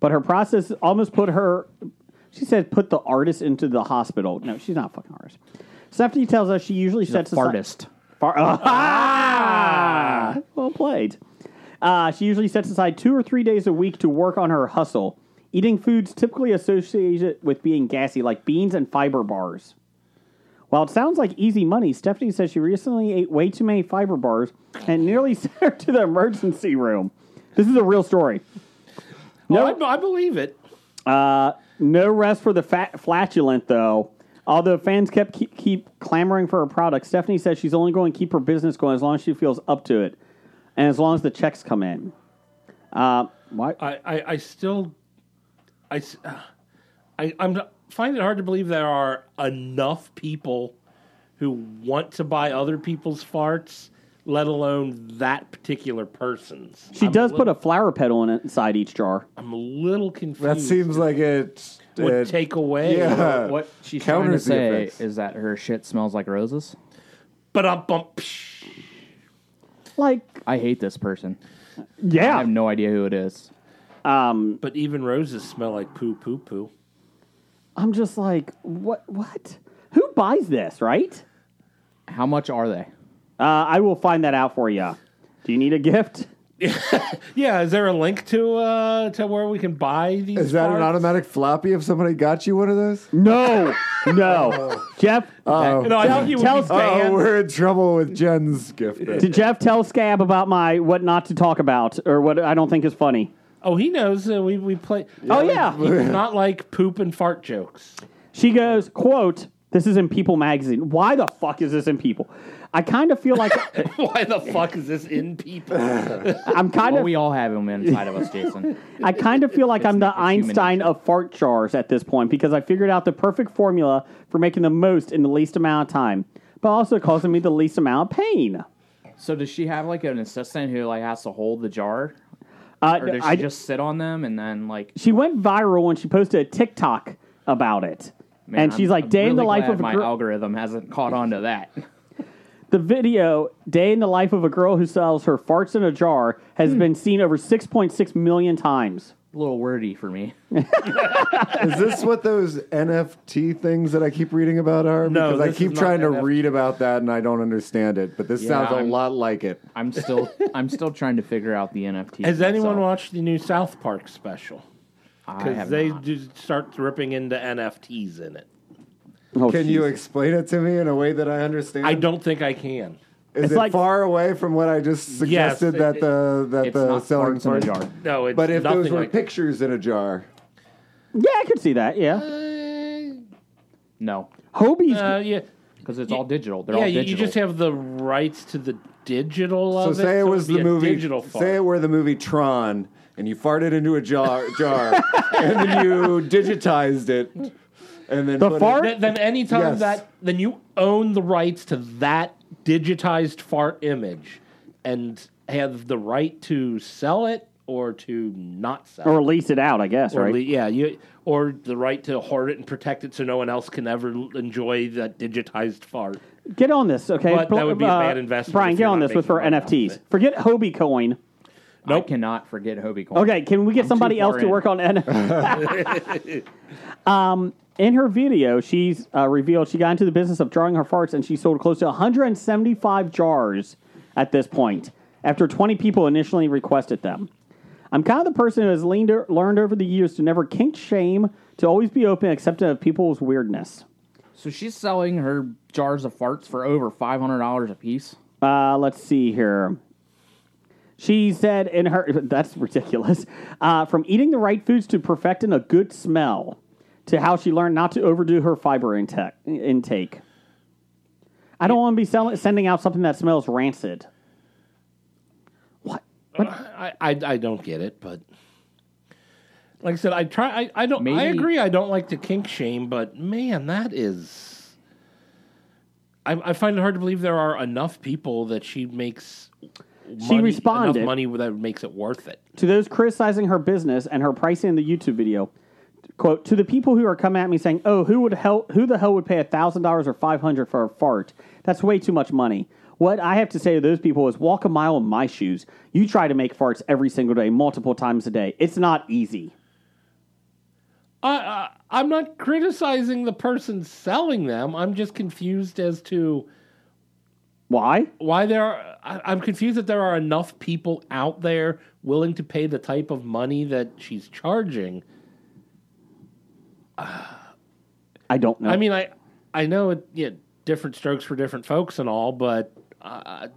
[SPEAKER 8] But her process almost put her she said put the artist into the hospital. No, she's not a fucking artist. Stephanie tells us she usually sets aside-
[SPEAKER 6] Fartist.
[SPEAKER 8] Far- ah! Well played. Uh, she usually sets aside two or three days a week to work on her hustle, eating foods typically associated with being gassy, like beans and fiber bars. While it sounds like easy money, Stephanie says she recently ate way too many fiber bars and nearly sent her to the emergency room. This is a real story.
[SPEAKER 5] No, Oh, I, I believe it.
[SPEAKER 8] No rest for the fat flatulent, though. Although fans kept keep, keep clamoring for her product, Stephanie says she's only going to keep her business going as long as she feels up to it, and as long as the checks come in. Uh, why?
[SPEAKER 5] I, I, I still, I, s- I, I'm find it hard to believe there are enough people who want to buy other people's farts, let alone that particular person's.
[SPEAKER 8] She
[SPEAKER 5] I'm
[SPEAKER 8] does
[SPEAKER 5] a
[SPEAKER 8] put
[SPEAKER 5] little,
[SPEAKER 8] a flower petal in it inside each jar.
[SPEAKER 5] I'm a little confused.
[SPEAKER 7] That seems like it.
[SPEAKER 5] would
[SPEAKER 7] it-
[SPEAKER 5] take away.
[SPEAKER 7] Yeah.
[SPEAKER 6] What she's trying to
[SPEAKER 7] Counters the
[SPEAKER 6] say
[SPEAKER 7] effects.
[SPEAKER 6] is that her shit smells like roses.
[SPEAKER 5] But I'm bump. psh.
[SPEAKER 8] Like,
[SPEAKER 6] I hate this person. I have
[SPEAKER 8] yeah.
[SPEAKER 6] no idea who it is.
[SPEAKER 5] But even roses smell like poo poo poo.
[SPEAKER 8] I'm just like, what? What? Who buys this? Right?
[SPEAKER 6] How much are they?
[SPEAKER 8] Uh, I will find that out for you. Do you need a gift?
[SPEAKER 5] Yeah, is there a link to uh to where we can buy these?
[SPEAKER 7] Is that an
[SPEAKER 5] farts?
[SPEAKER 7] automatic floppy if somebody got you one of those?
[SPEAKER 8] No, no. Jeff,
[SPEAKER 5] No, I think you would
[SPEAKER 8] Tell-
[SPEAKER 5] be
[SPEAKER 8] oh,
[SPEAKER 7] Oh,
[SPEAKER 5] banned.
[SPEAKER 7] we're in trouble with Jen's gift. then.
[SPEAKER 8] did Jeff tell Scab about my what not to talk about or what I don't think is funny?
[SPEAKER 5] Oh, he knows. Uh, we we play.
[SPEAKER 8] Oh yeah.
[SPEAKER 5] It's not like poop and fart jokes.
[SPEAKER 8] She goes, quote, this is in People magazine. Why the fuck is this in People? I kind of feel like
[SPEAKER 5] Why the fuck is this in people?
[SPEAKER 8] I'm kind
[SPEAKER 6] Well,
[SPEAKER 8] of
[SPEAKER 6] we all have them inside of us, Jason.
[SPEAKER 8] I kind of feel like I'm the Einstein
[SPEAKER 6] nature.
[SPEAKER 8] of fart jars at this point because I figured out the perfect formula for making the most in the least amount of time, but also causing me the least amount of pain.
[SPEAKER 6] So does she have like an assistant who like has to hold the jar,
[SPEAKER 8] Uh,
[SPEAKER 6] or does she
[SPEAKER 8] I just
[SPEAKER 6] just sit on them and then like?
[SPEAKER 8] she went viral when she posted a TikTok about it.
[SPEAKER 6] Man,
[SPEAKER 8] and
[SPEAKER 6] I'm-
[SPEAKER 8] she's like,
[SPEAKER 6] I'm
[SPEAKER 8] day in the
[SPEAKER 6] really
[SPEAKER 8] life
[SPEAKER 6] glad
[SPEAKER 8] of a
[SPEAKER 6] my
[SPEAKER 8] girl.
[SPEAKER 6] algorithm hasn't caught on to that.
[SPEAKER 8] The video, Day in the Life of a Girl Who Sells Her Farts in a Jar, has
[SPEAKER 5] Hmm.
[SPEAKER 8] been seen over 6.6 million times.
[SPEAKER 6] A little wordy for me.
[SPEAKER 7] Is this what those NFT things that I keep reading about are?
[SPEAKER 5] No,
[SPEAKER 7] because I
[SPEAKER 5] this
[SPEAKER 7] keep
[SPEAKER 5] is not
[SPEAKER 7] trying to
[SPEAKER 5] NFT.
[SPEAKER 7] read about that and I don't understand it. But this sounds a
[SPEAKER 6] I'm-
[SPEAKER 7] lot like it.
[SPEAKER 6] I'm still I'm still trying to figure out the NFT.
[SPEAKER 5] Has anyone
[SPEAKER 6] myself.
[SPEAKER 5] watched the new South Park special?
[SPEAKER 6] I
[SPEAKER 5] Because
[SPEAKER 6] have
[SPEAKER 5] they
[SPEAKER 6] not.
[SPEAKER 5] just start ripping into NFTs in it.
[SPEAKER 4] Oh,
[SPEAKER 7] Can you
[SPEAKER 4] Jesus.
[SPEAKER 7] explain it to me in a way that I understand?
[SPEAKER 5] I don't think I can.
[SPEAKER 7] Is
[SPEAKER 4] It's
[SPEAKER 7] it
[SPEAKER 4] like-
[SPEAKER 7] far away from what I just suggested
[SPEAKER 5] it-
[SPEAKER 7] that the that
[SPEAKER 6] It's
[SPEAKER 7] the
[SPEAKER 6] not
[SPEAKER 7] selling
[SPEAKER 6] parts in a
[SPEAKER 7] price-
[SPEAKER 6] jar.
[SPEAKER 5] No, it's
[SPEAKER 7] But if
[SPEAKER 5] nothing
[SPEAKER 7] those were
[SPEAKER 5] like
[SPEAKER 7] pictures in a jar,
[SPEAKER 4] Yeah, I could see that. Yeah,
[SPEAKER 6] No,
[SPEAKER 4] Hobie's.
[SPEAKER 5] Uh, yeah,
[SPEAKER 6] because it's all digital. They're
[SPEAKER 5] yeah.
[SPEAKER 6] all
[SPEAKER 5] You,
[SPEAKER 6] digital.
[SPEAKER 5] you just have the rights to the digital
[SPEAKER 7] so
[SPEAKER 5] of it.
[SPEAKER 7] say it
[SPEAKER 5] it'd
[SPEAKER 7] was
[SPEAKER 5] be
[SPEAKER 7] the
[SPEAKER 5] a
[SPEAKER 7] movie.
[SPEAKER 5] Digital
[SPEAKER 7] Say it
[SPEAKER 5] fart.
[SPEAKER 7] were the movie Tron, and you farted into a jar, jar, and then you digitized it, and then
[SPEAKER 4] The
[SPEAKER 7] put it-
[SPEAKER 4] fart?
[SPEAKER 5] Then, then anytime
[SPEAKER 7] Yes.
[SPEAKER 5] that then you own the rights to that digitized fart image, and have the right to sell it or to not sell
[SPEAKER 4] or
[SPEAKER 5] it.
[SPEAKER 4] lease it out, I guess,
[SPEAKER 5] Or
[SPEAKER 4] right?
[SPEAKER 5] le- yeah, you or the right to hoard it and protect it so no one else can ever l- enjoy that digitized fart.
[SPEAKER 4] get on this, okay?
[SPEAKER 5] But that would be a
[SPEAKER 8] uh,
[SPEAKER 5] bad investment
[SPEAKER 4] Brian,
[SPEAKER 5] if
[SPEAKER 4] get
[SPEAKER 5] you're
[SPEAKER 4] on
[SPEAKER 5] not
[SPEAKER 4] this with
[SPEAKER 5] making
[SPEAKER 4] for
[SPEAKER 5] money off of
[SPEAKER 4] NFTs.
[SPEAKER 5] it.
[SPEAKER 4] Forget Hobie coin.
[SPEAKER 6] nope. I cannot forget Hobie Coin.
[SPEAKER 4] Okay, can we get somebody
[SPEAKER 6] too far
[SPEAKER 4] else to
[SPEAKER 6] in.
[SPEAKER 4] work on NFTs? um, in her video, she's uh, revealed she got into the business of drawing her farts, and she sold close to 175 jars at this point. After 20 people initially requested them, I'm kind of the person who has leaned learned over the years to never kink shame, to always be open, accepting of people's weirdness.
[SPEAKER 6] So she's selling her jars of farts for over five hundred dollars a piece.
[SPEAKER 4] Uh, let's see here. She said in her, that's ridiculous. Uh, from eating the right foods to perfecting a good smell to how she learned not to overdo her fiber intake. intake. I don't want to be sell- sending out something that smells rancid.
[SPEAKER 5] I, I I don't get it, but like I said, I try. I, I don't. I
[SPEAKER 6] Maybe-
[SPEAKER 5] agree. I don't like to kink shame, but man, that is. I, I find it hard to believe there are enough people that she makes. money-
[SPEAKER 4] responded.
[SPEAKER 5] enough money that makes it worth it.
[SPEAKER 4] To those criticizing her business and her pricing in the YouTube video, quote, to the people who are coming at me saying, oh, who would hell, who the hell would pay $1,000 or 500 for a fart? That's way too much money. What I have to say to those people is walk a mile in my shoes. You try to make farts every single day, multiple times a day. It's not easy.
[SPEAKER 5] I, I I'm not criticizing the person selling them. I'm just confused as to
[SPEAKER 4] Why?
[SPEAKER 5] why there are, I, I'm confused that there are enough people out there willing to pay the type of money that she's charging.
[SPEAKER 4] I don't know.
[SPEAKER 5] I mean, I I know it, yeah, different strokes for different folks and all, but uh,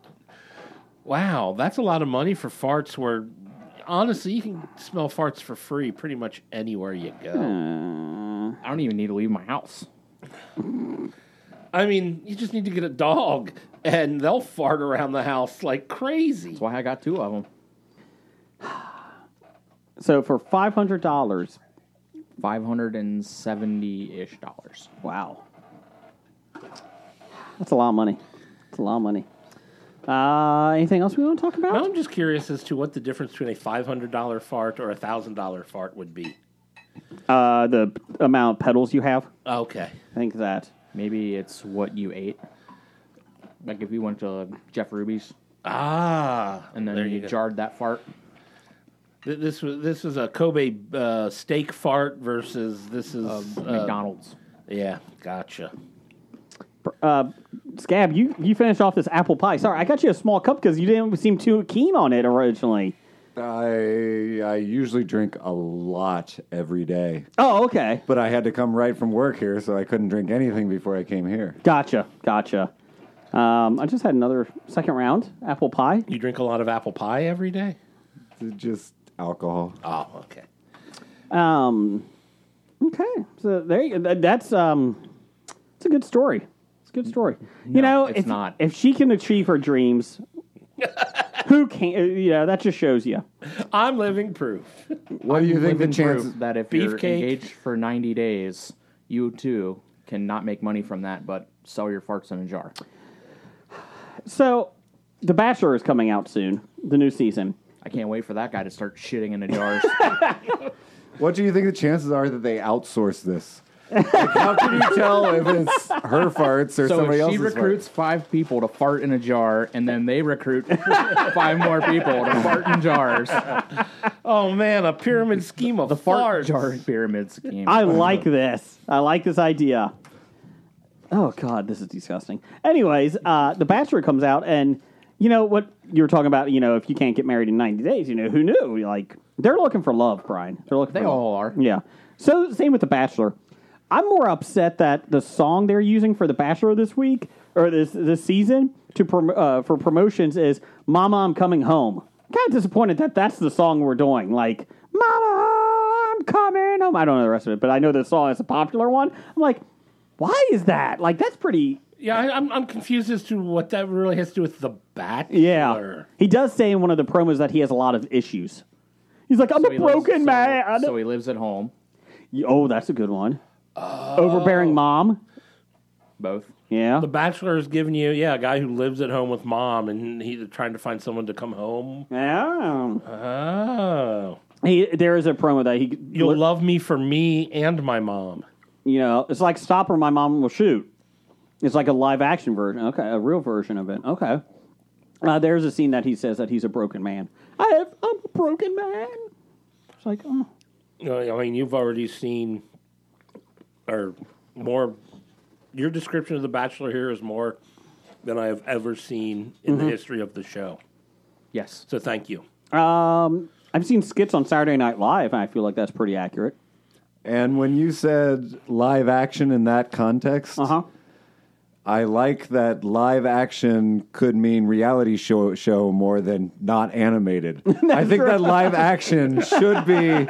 [SPEAKER 5] wow, that's a lot of money for farts. Where honestly, you can smell farts for free pretty much anywhere you go.
[SPEAKER 4] Hmm.
[SPEAKER 6] I don't even need to leave my house.
[SPEAKER 5] I mean, you just need to get a dog, and they'll fart around the house like crazy.
[SPEAKER 6] That's why I got two of them.
[SPEAKER 4] so for $500,
[SPEAKER 6] Five hundred and seventy ish dollars.
[SPEAKER 4] wow. That's a lot of money. That's a lot of money. Uh, anything else we want to talk about?
[SPEAKER 5] Now I'm just curious as to what the difference between a $500 fart or a $1,000 fart would be.
[SPEAKER 4] Uh, the amount of pedals you have.
[SPEAKER 5] Okay.
[SPEAKER 4] I think that.
[SPEAKER 6] Maybe it's what you ate. Like if you went to Jeff Ruby's
[SPEAKER 5] Ah,
[SPEAKER 6] and then
[SPEAKER 5] there
[SPEAKER 6] you,
[SPEAKER 5] go.
[SPEAKER 6] jarred that fart.
[SPEAKER 5] Th- This was this is a Kobe uh, steak fart versus this is uh,
[SPEAKER 6] Um, McDonald's.
[SPEAKER 5] Yeah, gotcha.
[SPEAKER 4] uh, Scab, you, you finished off this apple pie. Sorry, I got you a small cup because you didn't seem too keen on it originally.
[SPEAKER 7] I I usually drink a lot every day,
[SPEAKER 4] Oh, okay.
[SPEAKER 7] but I had to come right from work here, so I couldn't drink anything before I came here.
[SPEAKER 4] Gotcha, gotcha. Um, I just had another second round apple pie.
[SPEAKER 5] You drink a lot of apple pie every day?
[SPEAKER 7] Just alcohol.
[SPEAKER 5] Oh, okay.
[SPEAKER 4] Um, okay, so there you go. That- That's um, it's a good story. It's a good story. you know,
[SPEAKER 6] it's
[SPEAKER 4] if,
[SPEAKER 6] not.
[SPEAKER 4] If she can achieve her dreams, who can? not You know, that just shows you.
[SPEAKER 5] I'm living proof.
[SPEAKER 7] What do you think the
[SPEAKER 6] Living proof
[SPEAKER 7] chances?
[SPEAKER 6] that if you're
[SPEAKER 5] Beefcake.
[SPEAKER 6] engaged for 90 days, you too cannot make money from that, but sell your farts in a jar.
[SPEAKER 4] So, The Bachelor is coming out soon, the new season.
[SPEAKER 6] I can't wait for that guy to start shitting in the jars.
[SPEAKER 7] What do you think the chances are that they outsource this? Like, how can you tell if it's her farts or
[SPEAKER 6] so
[SPEAKER 7] somebody
[SPEAKER 6] if she
[SPEAKER 7] else's
[SPEAKER 6] recruits five people to fart in a jar, and then they recruit five more people to fart in jars.
[SPEAKER 5] Oh man, a pyramid scheme of
[SPEAKER 6] The fart
[SPEAKER 5] farts.
[SPEAKER 6] jar pyramid scheme.
[SPEAKER 4] I like this. I like this idea. Oh God, this is disgusting. Anyways, uh, The Bachelor comes out, and you know what you were talking about. You know, if you can't get married in ninety days, you know who knew? Like they're looking for love, Brian. They're looking.
[SPEAKER 6] they
[SPEAKER 4] for love.
[SPEAKER 6] all are.
[SPEAKER 4] Yeah. So same with The Bachelor. I'm more upset that the song they're using for the Bachelor this week or this this season to prom- uh, for promotions is "Mama, I'm Coming Home." Kind of disappointed that that's the song we're doing. Like "Mama, I'm Coming Home." I don't know the rest of it, but I know the song is a popular one. I'm like, why is that? Like, that's pretty.
[SPEAKER 5] Yeah, I, I'm, I'm confused as to what that really has to do with the bat.
[SPEAKER 4] Yeah, he does say in one of the promos that he has a lot of issues. He's like, I'm
[SPEAKER 6] He
[SPEAKER 4] a
[SPEAKER 6] lives-
[SPEAKER 4] broken
[SPEAKER 6] so-
[SPEAKER 4] man.
[SPEAKER 6] So he lives at home.
[SPEAKER 4] oh, that's a good one. Oh. Overbearing mom.
[SPEAKER 6] Both.
[SPEAKER 4] Yeah.
[SPEAKER 5] The Bachelor is giving you, yeah, a guy who lives at home with mom and he's trying to find someone to come home.
[SPEAKER 4] Yeah.
[SPEAKER 5] Oh.
[SPEAKER 4] He, there is a promo that he,
[SPEAKER 5] You'll love me for me and my mom.
[SPEAKER 4] you know, it's like stop or my mom will shoot. It's like a live action version. Okay, a real version of it. Okay. Uh, there's a scene that he says that he's a broken man. I have, I'm a broken man. It's like, oh.
[SPEAKER 5] You know, Uh, I mean, you've already seen, or more, your description of The Bachelor here is more than I have ever seen in the history of the show.
[SPEAKER 6] Yes.
[SPEAKER 5] So thank you.
[SPEAKER 4] Um, I've seen skits on Saturday Night Live, and I feel like that's pretty accurate.
[SPEAKER 7] And when you said live action in that context,
[SPEAKER 4] Uh huh.
[SPEAKER 7] I like that live action could mean reality show show more than not animated. I think that live action should be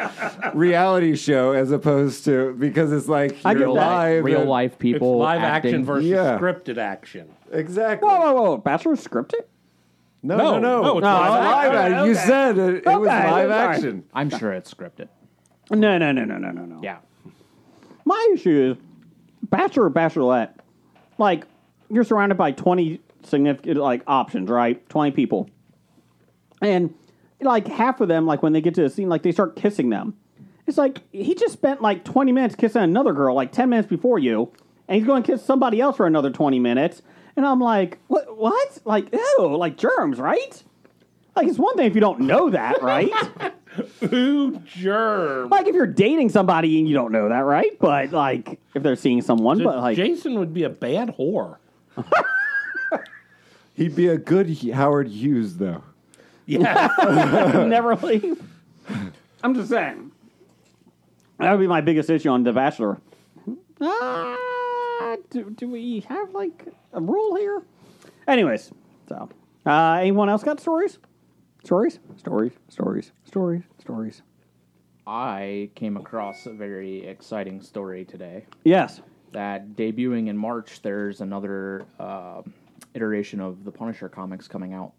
[SPEAKER 7] reality show as opposed to because it's like
[SPEAKER 4] I get
[SPEAKER 7] you're
[SPEAKER 4] that.
[SPEAKER 7] live
[SPEAKER 6] Real
[SPEAKER 7] and-
[SPEAKER 6] life
[SPEAKER 5] It's
[SPEAKER 6] people.
[SPEAKER 5] live
[SPEAKER 6] acting.
[SPEAKER 5] action versus
[SPEAKER 7] Yeah.
[SPEAKER 5] scripted action.
[SPEAKER 7] Exactly.
[SPEAKER 4] Whoa, whoa, whoa. Bachelor scripted?
[SPEAKER 7] No,
[SPEAKER 5] No,
[SPEAKER 7] no, no.
[SPEAKER 5] no, it's
[SPEAKER 7] It's
[SPEAKER 5] live
[SPEAKER 4] action.
[SPEAKER 7] live action. You
[SPEAKER 4] Okay.
[SPEAKER 7] said it, it was
[SPEAKER 4] Okay,
[SPEAKER 7] live
[SPEAKER 4] sorry.
[SPEAKER 7] action.
[SPEAKER 6] I'm sure it's scripted.
[SPEAKER 4] No, no, no, no, no, no, no.
[SPEAKER 6] Yeah.
[SPEAKER 4] My issue is bachelor or bachelorette. Like, you're surrounded by 20 significant, like, options, right? 20 people. And, like, half of them, like, when they get to the scene, like, they start kissing them. It's like, he just spent, like, 20 minutes kissing another girl, like, 10 minutes before you, and he's going to kiss somebody else for another 20 minutes. And I'm like, what? What? Like, ew, like, germs, right? Like, it's one thing if you don't know that, right?
[SPEAKER 5] Who germ?
[SPEAKER 4] Like if you're dating somebody and you don't know that, right? But like if they're seeing someone, but like
[SPEAKER 5] Jason would be a bad whore.
[SPEAKER 7] He'd be a good H- Howard Hughes, though.
[SPEAKER 5] Yeah.
[SPEAKER 4] never leave. I'm just saying. That would be my biggest issue on The Bachelor. Ah, do, do we have like a rule here? Anyways, so uh, anyone else got stories? Stories, stories, stories, stories, stories.
[SPEAKER 6] I came across a very exciting story today.
[SPEAKER 4] Yes.
[SPEAKER 6] That debuting in March, there's another uh, iteration of the Punisher comics coming out.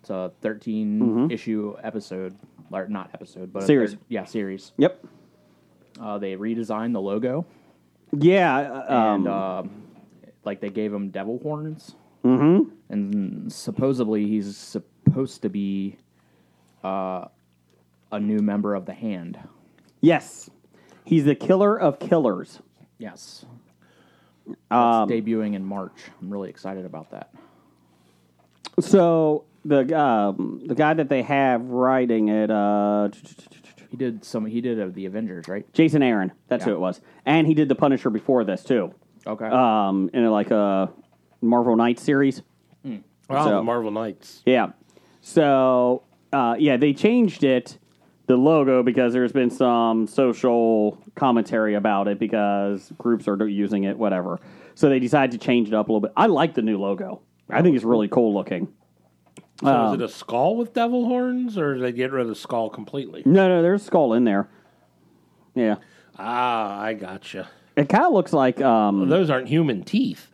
[SPEAKER 6] It's a 13 issue episode, or not episode, but a
[SPEAKER 4] Series.
[SPEAKER 6] thir- yeah, Mm-hmm. series.
[SPEAKER 4] Yep.
[SPEAKER 6] Uh, they redesigned the logo
[SPEAKER 4] Yeah. uh,
[SPEAKER 6] and um, like they gave him devil horns. Mm-hmm. And supposedly he's supposed to be uh, a new member of the Hand.
[SPEAKER 4] yes. He's the killer of killers.
[SPEAKER 6] Yes. That's debuting in March. I'm really excited about that.
[SPEAKER 4] So the um, the guy that they have writing it, uh,
[SPEAKER 6] He did some. He did uh, the Avengers, right?
[SPEAKER 4] Jason Aaron. That's who
[SPEAKER 6] Yeah.
[SPEAKER 4] it was, and he did the Punisher before this too.
[SPEAKER 6] Okay. Uh,
[SPEAKER 4] Um, in like a Marvel Knights series.
[SPEAKER 5] wow,
[SPEAKER 4] So-
[SPEAKER 5] Oh, Marvel Knights.
[SPEAKER 4] Yeah. So uh, yeah, they changed it, the logo, because there's been some social commentary about it because groups are using it, whatever. So they decided to change it up a little bit. I like the new logo. I think it's really cool looking.
[SPEAKER 5] So is it a skull with devil horns, or did they get rid of the skull completely?
[SPEAKER 4] No, no, there's a skull in there. Yeah.
[SPEAKER 5] Ah, I gotcha.
[SPEAKER 4] It kind of looks like um,
[SPEAKER 5] Those aren't human teeth.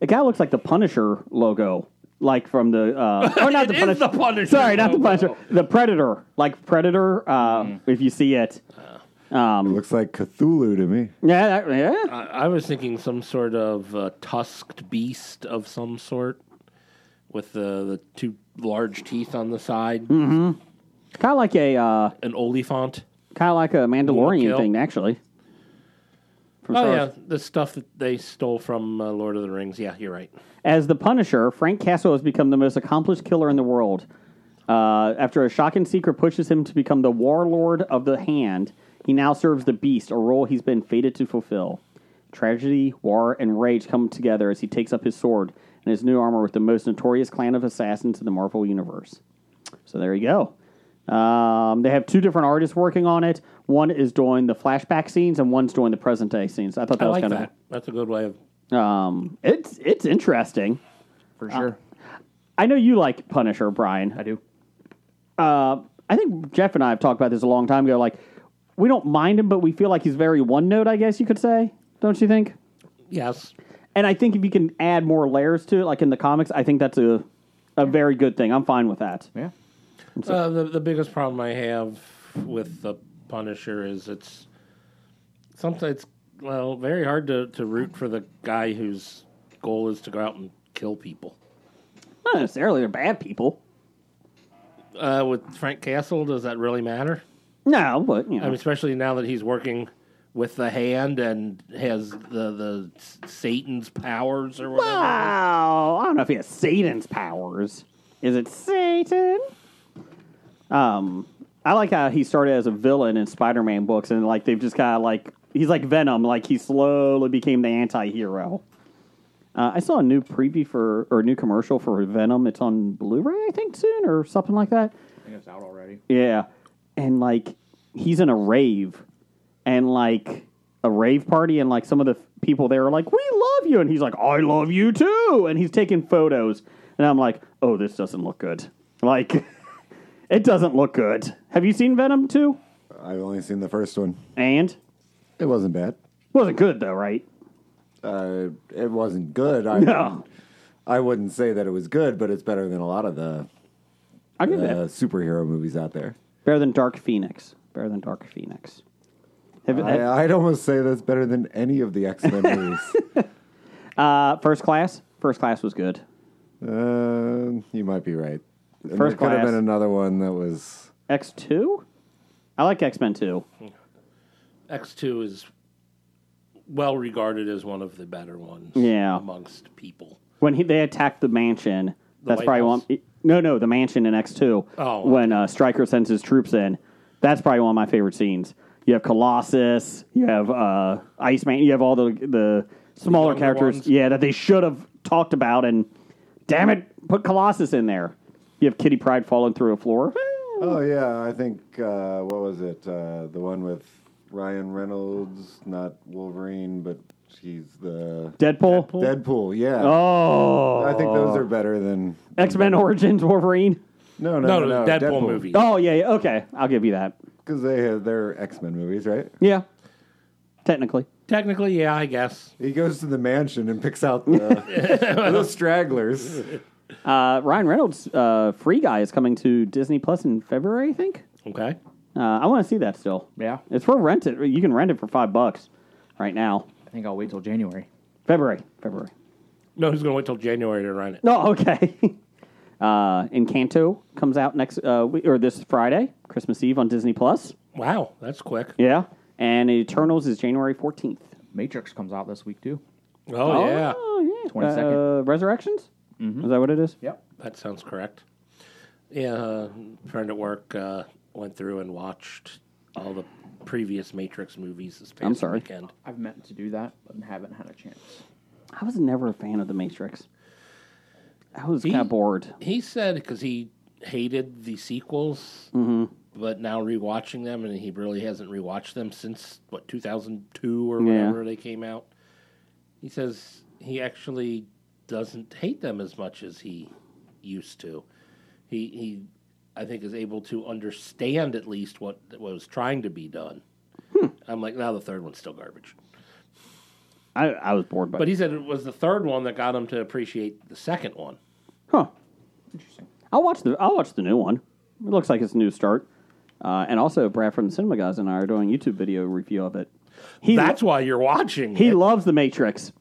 [SPEAKER 4] it kind of looks like the Punisher logo, like from the uh, or not the
[SPEAKER 5] It is
[SPEAKER 4] Punisher.
[SPEAKER 5] the Punisher
[SPEAKER 4] Sorry, not the
[SPEAKER 5] logo.
[SPEAKER 4] Punisher. The Predator, like Predator. Uh, If you see it,
[SPEAKER 7] Looks like Cthulhu to me.
[SPEAKER 4] yeah, that, yeah.
[SPEAKER 5] I, I was thinking some sort of uh, tusked beast of some sort with the, the two large teeth on the side,
[SPEAKER 4] Hmm. kind of like a uh,
[SPEAKER 5] an olifant.
[SPEAKER 4] kind of like a Mandalorian
[SPEAKER 5] Kill.
[SPEAKER 4] thing, actually. From
[SPEAKER 5] Oh
[SPEAKER 4] Star
[SPEAKER 5] yeah,
[SPEAKER 4] Wars.
[SPEAKER 5] the stuff that they stole from uh, Lord of the Rings. Yeah, you're right.
[SPEAKER 4] As the Punisher, Frank Castle has become the most accomplished killer in the world. Uh, after a shocking secret pushes him to become the warlord of the Hand, he now serves the Beast, a role he's been fated to fulfill. Tragedy, war, and rage come together as he takes up his sword and his new armor with the most notorious clan of assassins in the Marvel Universe. So there you go. Um, they have two different artists working on it. One is doing the flashback scenes, and one's doing the present day scenes. I thought that
[SPEAKER 5] I
[SPEAKER 4] was
[SPEAKER 5] like
[SPEAKER 4] kind
[SPEAKER 5] that. That's a good way of.
[SPEAKER 4] of um, it's it's interesting. Uh,
[SPEAKER 6] for sure.
[SPEAKER 4] I know you like Punisher, Brian.
[SPEAKER 6] I do.
[SPEAKER 4] uh, I think Jeff and I have talked about this a long time ago. Like, we don't mind him, but we feel like he's very one note, I guess you could say. Don't you think?
[SPEAKER 5] Yes.
[SPEAKER 4] And I think if you can add more layers to it, like in the comics, I think that's a, a very good thing. I'm fine with that.
[SPEAKER 6] Yeah.
[SPEAKER 5] Uh, the, the biggest problem I have with the Punisher is it's sometimes it's, well very hard to, to root for the guy whose goal is to go out and kill people.
[SPEAKER 4] Not necessarily they're bad people.
[SPEAKER 5] Uh, with Frank Castle, does that really matter?
[SPEAKER 4] No, but, you know.
[SPEAKER 5] I mean, especially now that he's working with the hand and has the the Satan's powers or whatever.
[SPEAKER 4] wow. I don't know if he has Satan's powers. Is it Satan? Um, I like how he started as a villain in Spider Man books, and like they've just kind of like, he's like Venom, like he slowly became the anti hero. Uh, I saw a new preview for or a new commercial for Venom. It's on Blu-ray, I think, soon or something like that.
[SPEAKER 6] I think it's out already.
[SPEAKER 4] Yeah. And like he's in a rave and like a rave party and like some of the f- people there are like, "We love you." And he's like, "I love you too." And he's taking photos. And I'm like, "Oh, this doesn't look good." Like it doesn't look good. Have you seen Venom 2?
[SPEAKER 7] I've only seen the first one.
[SPEAKER 4] And
[SPEAKER 7] It wasn't bad.
[SPEAKER 4] wasn't good though, right? Oh,
[SPEAKER 7] Uh, it wasn't good. I,
[SPEAKER 4] No.
[SPEAKER 7] I wouldn't say that it was good, but it's better than a lot of the
[SPEAKER 4] I
[SPEAKER 7] uh,
[SPEAKER 4] give it
[SPEAKER 7] superhero movies out there.
[SPEAKER 4] better than Dark Phoenix. Better than Dark Phoenix. Have-
[SPEAKER 7] I, I'd almost say that's better than any of the X Men movies.
[SPEAKER 4] uh, first class. First class was good.
[SPEAKER 7] Uh, you might be right. And
[SPEAKER 4] First
[SPEAKER 7] there could have
[SPEAKER 4] class.
[SPEAKER 7] been another one that was.
[SPEAKER 4] X two. I like X Men two.
[SPEAKER 5] X two is well regarded as one of the better ones.
[SPEAKER 4] Yeah.
[SPEAKER 5] amongst people.
[SPEAKER 4] when he, they attacked the mansion. that's
[SPEAKER 5] White
[SPEAKER 4] probably
[SPEAKER 5] House?
[SPEAKER 4] one. No, no, the mansion in X two.
[SPEAKER 5] Oh.
[SPEAKER 4] when uh, Stryker sends his troops in, that's probably one of my favorite scenes. You have Colossus, you have uh, Iceman, you have all the the smaller
[SPEAKER 5] younger
[SPEAKER 4] characters.
[SPEAKER 5] ones?
[SPEAKER 4] Yeah, that they should have talked about. And damn it, put Colossus in there. You have Kitty Pride falling through a floor.
[SPEAKER 7] Oh yeah, I think uh, what was it? Uh, the one with Ryan Reynolds, not Wolverine, but he's the
[SPEAKER 4] Deadpool.
[SPEAKER 7] Deadpool. Yeah.
[SPEAKER 4] Oh,
[SPEAKER 7] I think those are better than
[SPEAKER 4] X Men Origins Wolverine.
[SPEAKER 7] no, no,
[SPEAKER 5] No,
[SPEAKER 7] no,
[SPEAKER 5] no,
[SPEAKER 7] no,
[SPEAKER 5] Deadpool, movie.
[SPEAKER 4] Oh yeah, yeah, okay, I'll give you that.
[SPEAKER 7] because they have their X Men movies, right?
[SPEAKER 4] Yeah, technically.
[SPEAKER 5] Technically, yeah, I guess.
[SPEAKER 7] He goes to the mansion and picks out the, the stragglers.
[SPEAKER 4] Uh, Ryan Reynolds' uh, Free Guy is coming to Disney Plus in February, I think.
[SPEAKER 5] Okay,
[SPEAKER 4] Uh, I want to see that still.
[SPEAKER 6] Yeah.
[SPEAKER 4] it's for rent. It you can rent it for five bucks right now.
[SPEAKER 6] I think I'll wait till January.
[SPEAKER 4] February, February.
[SPEAKER 5] no, he's going to wait till January to run it.
[SPEAKER 4] No, Oh, okay. uh, Encanto comes out next uh, we- or this Friday, Christmas Eve on Disney Plus.
[SPEAKER 5] Wow, that's quick.
[SPEAKER 4] Yeah, and Eternals is January fourteenth.
[SPEAKER 6] Matrix comes out this week too.
[SPEAKER 5] Oh, yeah,
[SPEAKER 4] oh yeah. Mm-hmm.
[SPEAKER 6] 22nd.
[SPEAKER 4] Uh, Resurrections. Is that what it is?
[SPEAKER 6] Yep.
[SPEAKER 5] that sounds correct. Yeah, uh, friend at work uh, went through and watched all the previous Matrix movies this past
[SPEAKER 4] I'm sorry.
[SPEAKER 5] weekend.
[SPEAKER 6] I've meant to do that, but haven't had a chance.
[SPEAKER 4] I was never a fan of The Matrix. I was
[SPEAKER 5] He-
[SPEAKER 4] kind of bored.
[SPEAKER 5] He said because he hated the sequels,
[SPEAKER 4] Mm-hmm.
[SPEAKER 5] but now rewatching them, and he really hasn't rewatched them since what 2002 or
[SPEAKER 4] Yeah.
[SPEAKER 5] whenever they came out. He says he actually doesn't hate them as much as he used to. He he, I think, is able to understand at least what, what was trying to be done.
[SPEAKER 4] Hmm.
[SPEAKER 5] I'm like, now the third one's still garbage.
[SPEAKER 4] I, I was bored by.
[SPEAKER 5] But he said it was the third one that got him to appreciate the second one.
[SPEAKER 4] Huh.
[SPEAKER 6] Interesting.
[SPEAKER 4] I'll watch the I'll watch the new one. It looks like it's a new start. Uh, and also, Brad from the Cinema Guys and I are doing a YouTube video review of it. He
[SPEAKER 5] That's why you're watching.
[SPEAKER 4] he
[SPEAKER 5] it.
[SPEAKER 4] loves the Matrix.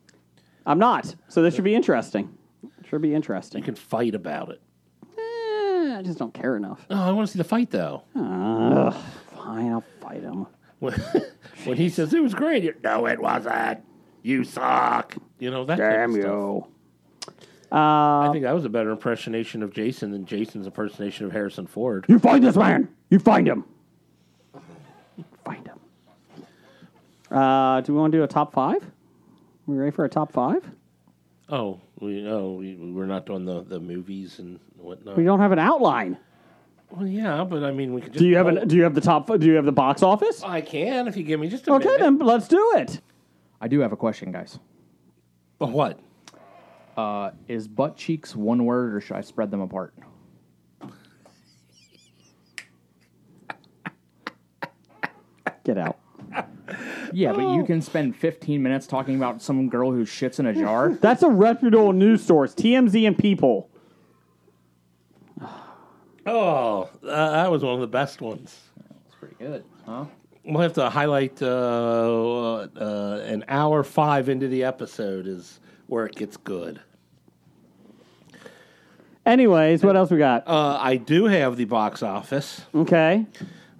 [SPEAKER 4] I'm not, so this should be interesting. Should be
[SPEAKER 5] you
[SPEAKER 4] interesting.
[SPEAKER 5] can fight about it.
[SPEAKER 4] Eh, I just don't care enough.
[SPEAKER 5] Oh, I want to see the fight though.
[SPEAKER 4] Ugh, fine, I'll fight him.
[SPEAKER 5] When, when he says it was great, you're, no, it wasn't. You suck. You know that.
[SPEAKER 4] Damn
[SPEAKER 5] type of stuff.
[SPEAKER 4] you!
[SPEAKER 5] I think that was a better impersonation of Jason than Jason's impersonation of Harrison Ford.
[SPEAKER 4] You find this man. You find him. Find him. Uh, do we want to do a top five? We ready for a top five?
[SPEAKER 5] Oh, we oh we, we're not doing the, the movies and whatnot.
[SPEAKER 4] We don't have an outline.
[SPEAKER 5] Well, yeah, but I mean, we could just.
[SPEAKER 4] Do you have
[SPEAKER 5] oh,
[SPEAKER 4] an, Do you have the top? Do you have the box office?
[SPEAKER 5] I can if you give me just a
[SPEAKER 4] Okay,
[SPEAKER 5] minute.
[SPEAKER 4] then let's do it.
[SPEAKER 6] I do have a question, guys.
[SPEAKER 5] Oh, What?
[SPEAKER 6] Uh, is butt cheeks one word, or should I spread them apart?
[SPEAKER 4] Get out.
[SPEAKER 6] Yeah, but you can spend 15 minutes talking about some girl who shits in a jar.
[SPEAKER 4] That's a reputable news source, TMZ and People.
[SPEAKER 5] Oh, uh, that was one of the best ones.
[SPEAKER 6] That's pretty good, huh?
[SPEAKER 5] We'll have to highlight uh, uh, an hour five into the episode is where it gets good.
[SPEAKER 4] Anyways, what else we got?
[SPEAKER 5] Uh, I do have the box office.
[SPEAKER 4] okay.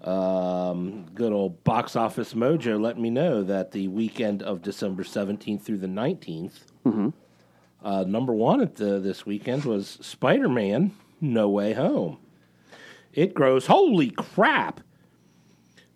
[SPEAKER 5] Um, good old box office mojo let me know that the weekend of December 17th through the 19th, uh, number one at the, this weekend was Spider Man No Way Home. It grossed, holy crap,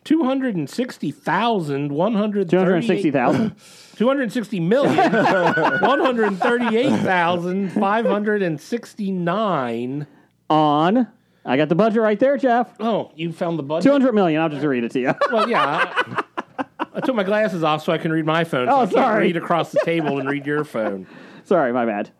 [SPEAKER 5] 260,138
[SPEAKER 4] 260,000?
[SPEAKER 5] 260 million 138,569
[SPEAKER 4] on. I got the budget right there, Jeff.
[SPEAKER 5] Oh, you found the budget?
[SPEAKER 4] 200 million. I'll just read it to you.
[SPEAKER 5] Well, yeah. I, I took my glasses off so I can read my phone. so
[SPEAKER 4] Oh,
[SPEAKER 5] I can't
[SPEAKER 4] sorry.
[SPEAKER 5] read across the table and read your phone.
[SPEAKER 4] Sorry, my bad.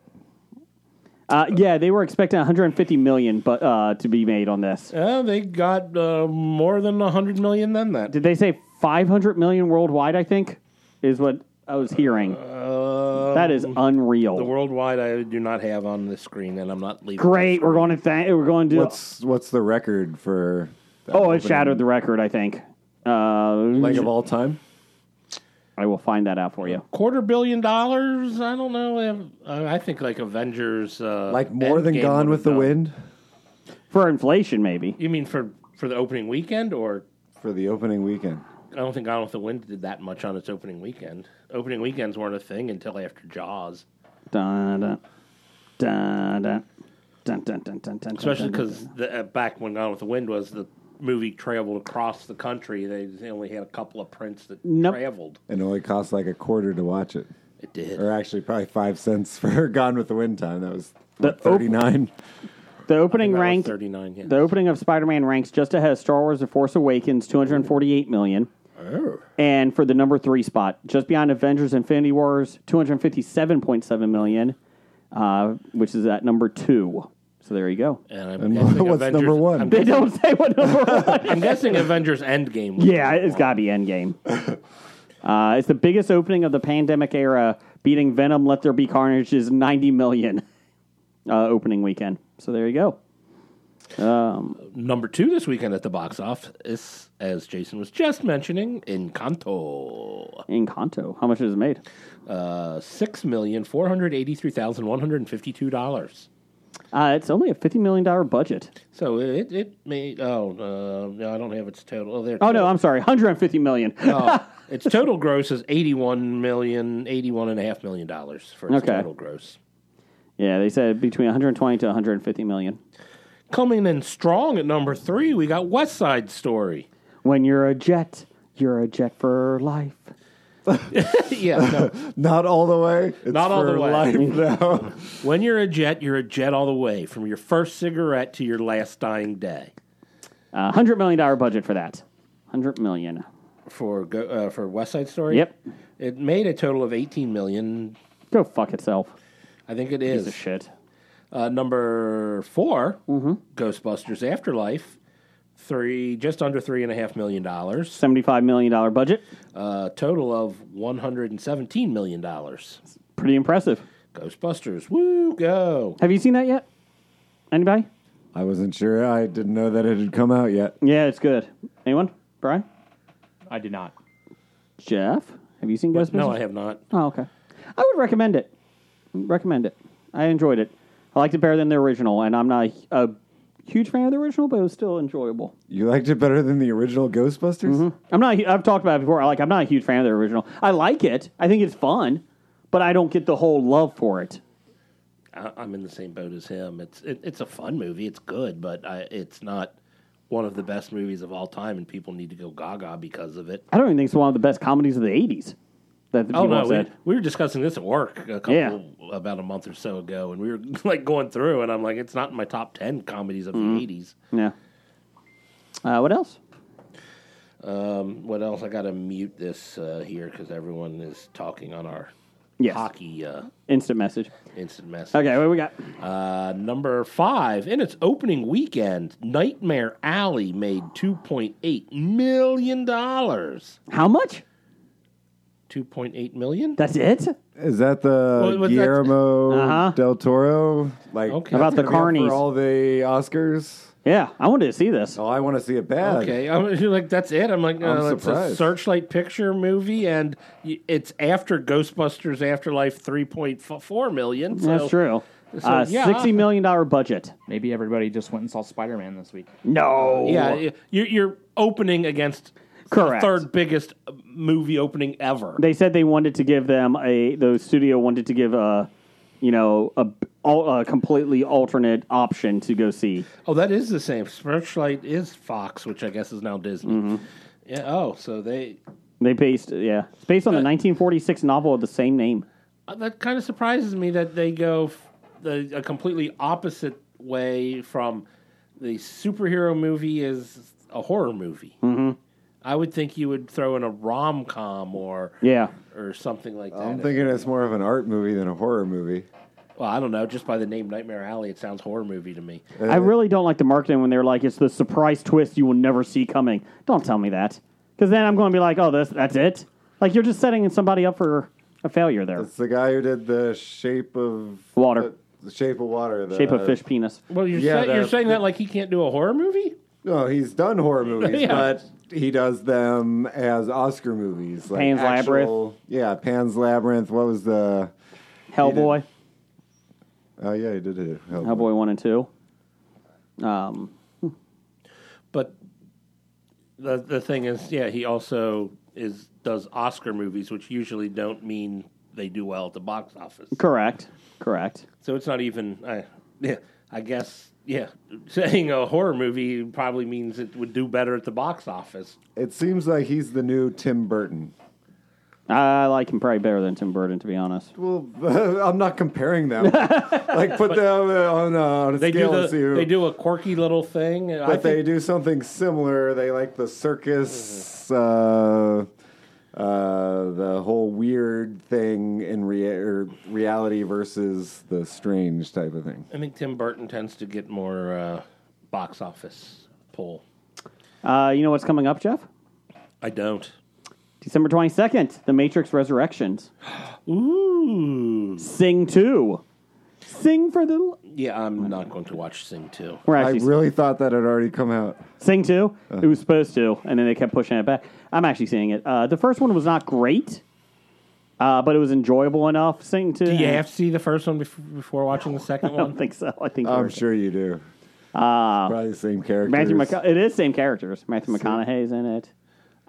[SPEAKER 4] Uh, yeah, they were expecting 150 million but, uh, to be made on this.
[SPEAKER 5] Uh, they got uh, more than a hundred million than that.
[SPEAKER 4] Did they say 500 million worldwide? I think is what I was hearing.
[SPEAKER 5] Uh,
[SPEAKER 4] that is unreal.
[SPEAKER 5] the worldwide. I do not have on the screen, and I'm not leaving.
[SPEAKER 4] Great. We're going to thank. We're going to.
[SPEAKER 7] What's what's the record for? that
[SPEAKER 4] oh, it
[SPEAKER 7] opening?
[SPEAKER 4] shattered the record. I think. Uh,
[SPEAKER 7] like of all time.
[SPEAKER 4] I will find that out for you.
[SPEAKER 5] Quarter billion dollars? I don't know. Uh, I think like Avengers, uh,
[SPEAKER 7] Like more than
[SPEAKER 5] Endgame
[SPEAKER 7] Gone
[SPEAKER 5] would've
[SPEAKER 7] with the
[SPEAKER 5] done-
[SPEAKER 7] Wind
[SPEAKER 4] For inflation, maybe.
[SPEAKER 5] You mean for for the opening weekend, or
[SPEAKER 7] for the opening weekend.
[SPEAKER 5] I don't think Gone with the Wind did that much on its opening weekend. Opening weekends weren't a thing until after Jaws.
[SPEAKER 4] Dun, dun, dun, dun, dun, dun, dun, dun, dun,
[SPEAKER 5] especially
[SPEAKER 4] dun, dun,
[SPEAKER 5] because uh, back when Gone with the Wind was the movie traveled across the country. They, they only had a couple of prints that
[SPEAKER 4] Nope.
[SPEAKER 5] traveled.
[SPEAKER 7] It only cost like a quarter to watch it,
[SPEAKER 5] It did.
[SPEAKER 7] or actually probably five cents for Gone with the Wind time. That was
[SPEAKER 4] The op-
[SPEAKER 7] thirty nine.
[SPEAKER 4] the opening rank.
[SPEAKER 5] thirty nine. Yeah.
[SPEAKER 4] The opening of Spider-Man ranks just ahead of Star Wars: The Force Awakens, 248 million,
[SPEAKER 5] Oh.
[SPEAKER 4] and for the number three spot, just behind Avengers: Infinity Wars, 257.7 million, uh, which is at number two. So there you go.
[SPEAKER 5] And I'm
[SPEAKER 7] And
[SPEAKER 5] guessing
[SPEAKER 7] what's
[SPEAKER 5] Avengers,
[SPEAKER 7] number one?
[SPEAKER 5] I'm,
[SPEAKER 4] They don't say what number one.
[SPEAKER 5] I'm guessing Avengers Endgame. was
[SPEAKER 4] Yeah,
[SPEAKER 5] number
[SPEAKER 4] it's
[SPEAKER 5] one.
[SPEAKER 4] got to be Endgame. Uh, it's the biggest opening of the pandemic era, beating Venom: Let There Be Carnage's 90 million uh, opening weekend. So there you go.
[SPEAKER 5] number two this weekend at the box office, as Jason was just mentioning, Encanto,
[SPEAKER 4] Encanto. How much has it made?
[SPEAKER 5] uh, six million four hundred eighty three thousand one hundred fifty two dollars.
[SPEAKER 4] Uh, it's only a 50 million dollar budget.
[SPEAKER 5] So it it made oh uh, no I don't have its total oh there
[SPEAKER 4] Oh no, I'm sorry. 150 million.
[SPEAKER 5] Oh, its total gross is 81 million 81 and a half million dollars for its
[SPEAKER 4] Okay.
[SPEAKER 5] total gross
[SPEAKER 4] yeah, they said between 120 to 150 million.
[SPEAKER 5] coming in strong at number three we got west side story
[SPEAKER 4] When you're a jet, you're a jet for life.
[SPEAKER 5] yeah no.
[SPEAKER 7] Not all the way. It's
[SPEAKER 5] Not all the
[SPEAKER 7] for
[SPEAKER 5] way.
[SPEAKER 7] Life now.
[SPEAKER 5] when you're a jet you're a jet all the way from your first cigarette to your last dying day
[SPEAKER 4] Uh, 100 million dollar budget for that. 100 million.
[SPEAKER 5] for go, uh, for west side story
[SPEAKER 4] Yep.
[SPEAKER 5] it made a total of 18 million
[SPEAKER 4] Go fuck itself.
[SPEAKER 5] i think it
[SPEAKER 4] Piece
[SPEAKER 5] is
[SPEAKER 4] of shit. Mm-hmm.
[SPEAKER 5] Uh, number 4 ghostbusters afterlife three just under three and a half million dollars
[SPEAKER 4] 75 million dollar budget.
[SPEAKER 5] a total of $117 million.
[SPEAKER 4] Pretty impressive.
[SPEAKER 5] Ghostbusters, woo, go.
[SPEAKER 4] Have you seen that yet? Anybody?
[SPEAKER 7] I wasn't sure. I didn't know that it had come out yet.
[SPEAKER 4] Yeah, it's good. Anyone? Brian?
[SPEAKER 6] I did not.
[SPEAKER 4] Jeff? Have you seen Ghostbusters?
[SPEAKER 5] No, I have not.
[SPEAKER 4] Oh, okay. I would recommend it. Recommend it. I enjoyed it. I liked it better than the original, and I'm not a, a huge fan of the original, but it was still enjoyable.
[SPEAKER 7] You liked it better than the original Ghostbusters.
[SPEAKER 5] Mm-hmm.
[SPEAKER 4] I'm not. a- I've talked about it before. I like. I'm not a huge fan of the original. I like it. I think it's fun, but I don't get the whole love for it.
[SPEAKER 5] I, I'm in the same boat as him. It's it, it's a fun movie. It's good, but I, it's not one of the best movies of all time, and people need to go gaga because of it.
[SPEAKER 4] I don't even think it's one of the best comedies of the '80s. That the
[SPEAKER 5] Oh
[SPEAKER 4] people
[SPEAKER 5] no,
[SPEAKER 4] have
[SPEAKER 5] we,
[SPEAKER 4] said.
[SPEAKER 5] we were discussing this at work a couple
[SPEAKER 4] Yeah.
[SPEAKER 5] about a month Mm-hmm. or so ago, and we were like going through, and I'm like, it's not in my top ten comedies of the '80s.
[SPEAKER 4] Yeah.
[SPEAKER 8] Uh, what else?
[SPEAKER 5] Um, what else? I got to mute this uh, here because everyone is talking on our
[SPEAKER 8] Yes.
[SPEAKER 5] hockey uh,
[SPEAKER 8] Instant message.
[SPEAKER 5] instant message.
[SPEAKER 8] Okay, what we got?
[SPEAKER 5] Uh, number five, in its opening weekend, Nightmare Alley made $2.8 million. $2.8
[SPEAKER 8] How much?
[SPEAKER 5] million?
[SPEAKER 8] That's it?
[SPEAKER 7] Is that the
[SPEAKER 5] What- what's that?
[SPEAKER 7] Guillermo
[SPEAKER 8] Uh-huh.
[SPEAKER 7] del Toro? Like
[SPEAKER 5] Okay.
[SPEAKER 8] About
[SPEAKER 7] that's
[SPEAKER 8] the
[SPEAKER 7] gonna be up
[SPEAKER 8] carnies.
[SPEAKER 7] for all the Oscars?
[SPEAKER 8] Yeah, I wanted to see this.
[SPEAKER 7] Oh, I want to see it bad.
[SPEAKER 5] Okay, I'm you're like that's it. I'm like, no,
[SPEAKER 7] I'm
[SPEAKER 5] it's a
[SPEAKER 7] surprised.
[SPEAKER 5] Searchlight picture movie, and y- it's after Ghostbusters Afterlife 3.4 million. So
[SPEAKER 8] That's true.
[SPEAKER 5] so,
[SPEAKER 8] uh,
[SPEAKER 5] yeah.
[SPEAKER 8] Sixty million dollar budget.
[SPEAKER 6] Maybe everybody just went and saw Spider Man this week.
[SPEAKER 8] No.
[SPEAKER 5] Yeah, y- you're, you're opening against
[SPEAKER 8] Correct.
[SPEAKER 5] the third biggest uh, movie opening ever.
[SPEAKER 8] They said they wanted to give them a. The studio wanted to give a, you know, a, al- a completely alternate option to go see.
[SPEAKER 5] Oh, that is the same. Searchlight is Fox, which I guess is now Disney.
[SPEAKER 8] Mm-hmm.
[SPEAKER 5] Yeah. Oh, so they
[SPEAKER 8] They based yeah, it's based on the 1946 novel of the same name.
[SPEAKER 5] uh, that kind of surprises me that they go f- the, a completely opposite way from the superhero movie is a horror movie. Mm-hmm. I would think you would throw in a rom com or
[SPEAKER 8] Yeah.
[SPEAKER 5] or something like that.
[SPEAKER 7] I'm thinking it's more of an art movie than a horror movie.
[SPEAKER 5] well, I don't know. Just by the name Nightmare Alley, it sounds horror movie to me.
[SPEAKER 8] I really don't like the marketing when they're like, "It's the surprise twist you will never see coming." Don't tell me that, because then I'm going to be like, "Oh, this that's it." Like you're just setting somebody up for a failure there.
[SPEAKER 7] It's the guy who did the Shape of
[SPEAKER 8] Water.
[SPEAKER 7] The, the Shape of Water. The,
[SPEAKER 8] Shape of fish penis.
[SPEAKER 5] Well, you're,
[SPEAKER 7] Yeah,
[SPEAKER 5] say- you're
[SPEAKER 7] the-
[SPEAKER 5] saying that like he can't do a horror movie.
[SPEAKER 7] No, he's done horror movies,
[SPEAKER 5] Yeah.
[SPEAKER 7] but he does them as Oscar movies. Like
[SPEAKER 8] Pan's
[SPEAKER 7] actual- Yeah, Pan's Labyrinth. What was the?
[SPEAKER 8] Hellboy.
[SPEAKER 7] Oh yeah, he did it. Hellboy.
[SPEAKER 8] Hellboy one and two. Um,
[SPEAKER 5] But the the thing is, yeah, he also is does Oscar movies, which usually don't mean they do well at the box office.
[SPEAKER 8] correct, correct.
[SPEAKER 5] So it's not even. I, yeah, I guess. Yeah, saying a horror movie probably means it would do better at the box office.
[SPEAKER 7] It seems like he's the new Tim Burton.
[SPEAKER 8] I like him probably better than Tim Burton, to be honest.
[SPEAKER 7] Well, I'm not comparing them. like put them on, uh, on a
[SPEAKER 5] They
[SPEAKER 7] scale
[SPEAKER 5] do
[SPEAKER 7] and see who.
[SPEAKER 5] the, they do a quirky little thing. and I
[SPEAKER 7] but they
[SPEAKER 5] think,
[SPEAKER 7] do something similar. They like the circus,
[SPEAKER 5] Mm-hmm.
[SPEAKER 7] uh, uh, the whole weird thing in rea- or reality versus the strange type of thing.
[SPEAKER 5] I think Tim Burton tends to get more uh, box office pull.
[SPEAKER 8] Uh, you know what's coming up, Jeff?
[SPEAKER 5] I don't.
[SPEAKER 8] December twenty second, The Matrix Resurrections.
[SPEAKER 5] Ooh.
[SPEAKER 8] Sing two. Sing for the.
[SPEAKER 5] Yeah, I'm not going to watch Sing Two.
[SPEAKER 8] We're
[SPEAKER 7] I
[SPEAKER 8] actually
[SPEAKER 7] really thought that had already come out.
[SPEAKER 8] Sing two.
[SPEAKER 7] Uh.
[SPEAKER 8] it was supposed to, and then they kept pushing it back. I'm actually seeing it. Uh, the first one was not great, uh, but it was enjoyable enough. Sing two.
[SPEAKER 5] Do you have to see the first one bef- before watching the second
[SPEAKER 8] I don't
[SPEAKER 5] one?
[SPEAKER 8] think so. I think
[SPEAKER 7] I'm
[SPEAKER 8] you're-
[SPEAKER 7] sure you do. Uh, Probably the same characters.
[SPEAKER 8] Matthew McCona- It is same characters. Matthew McConaughey's in it.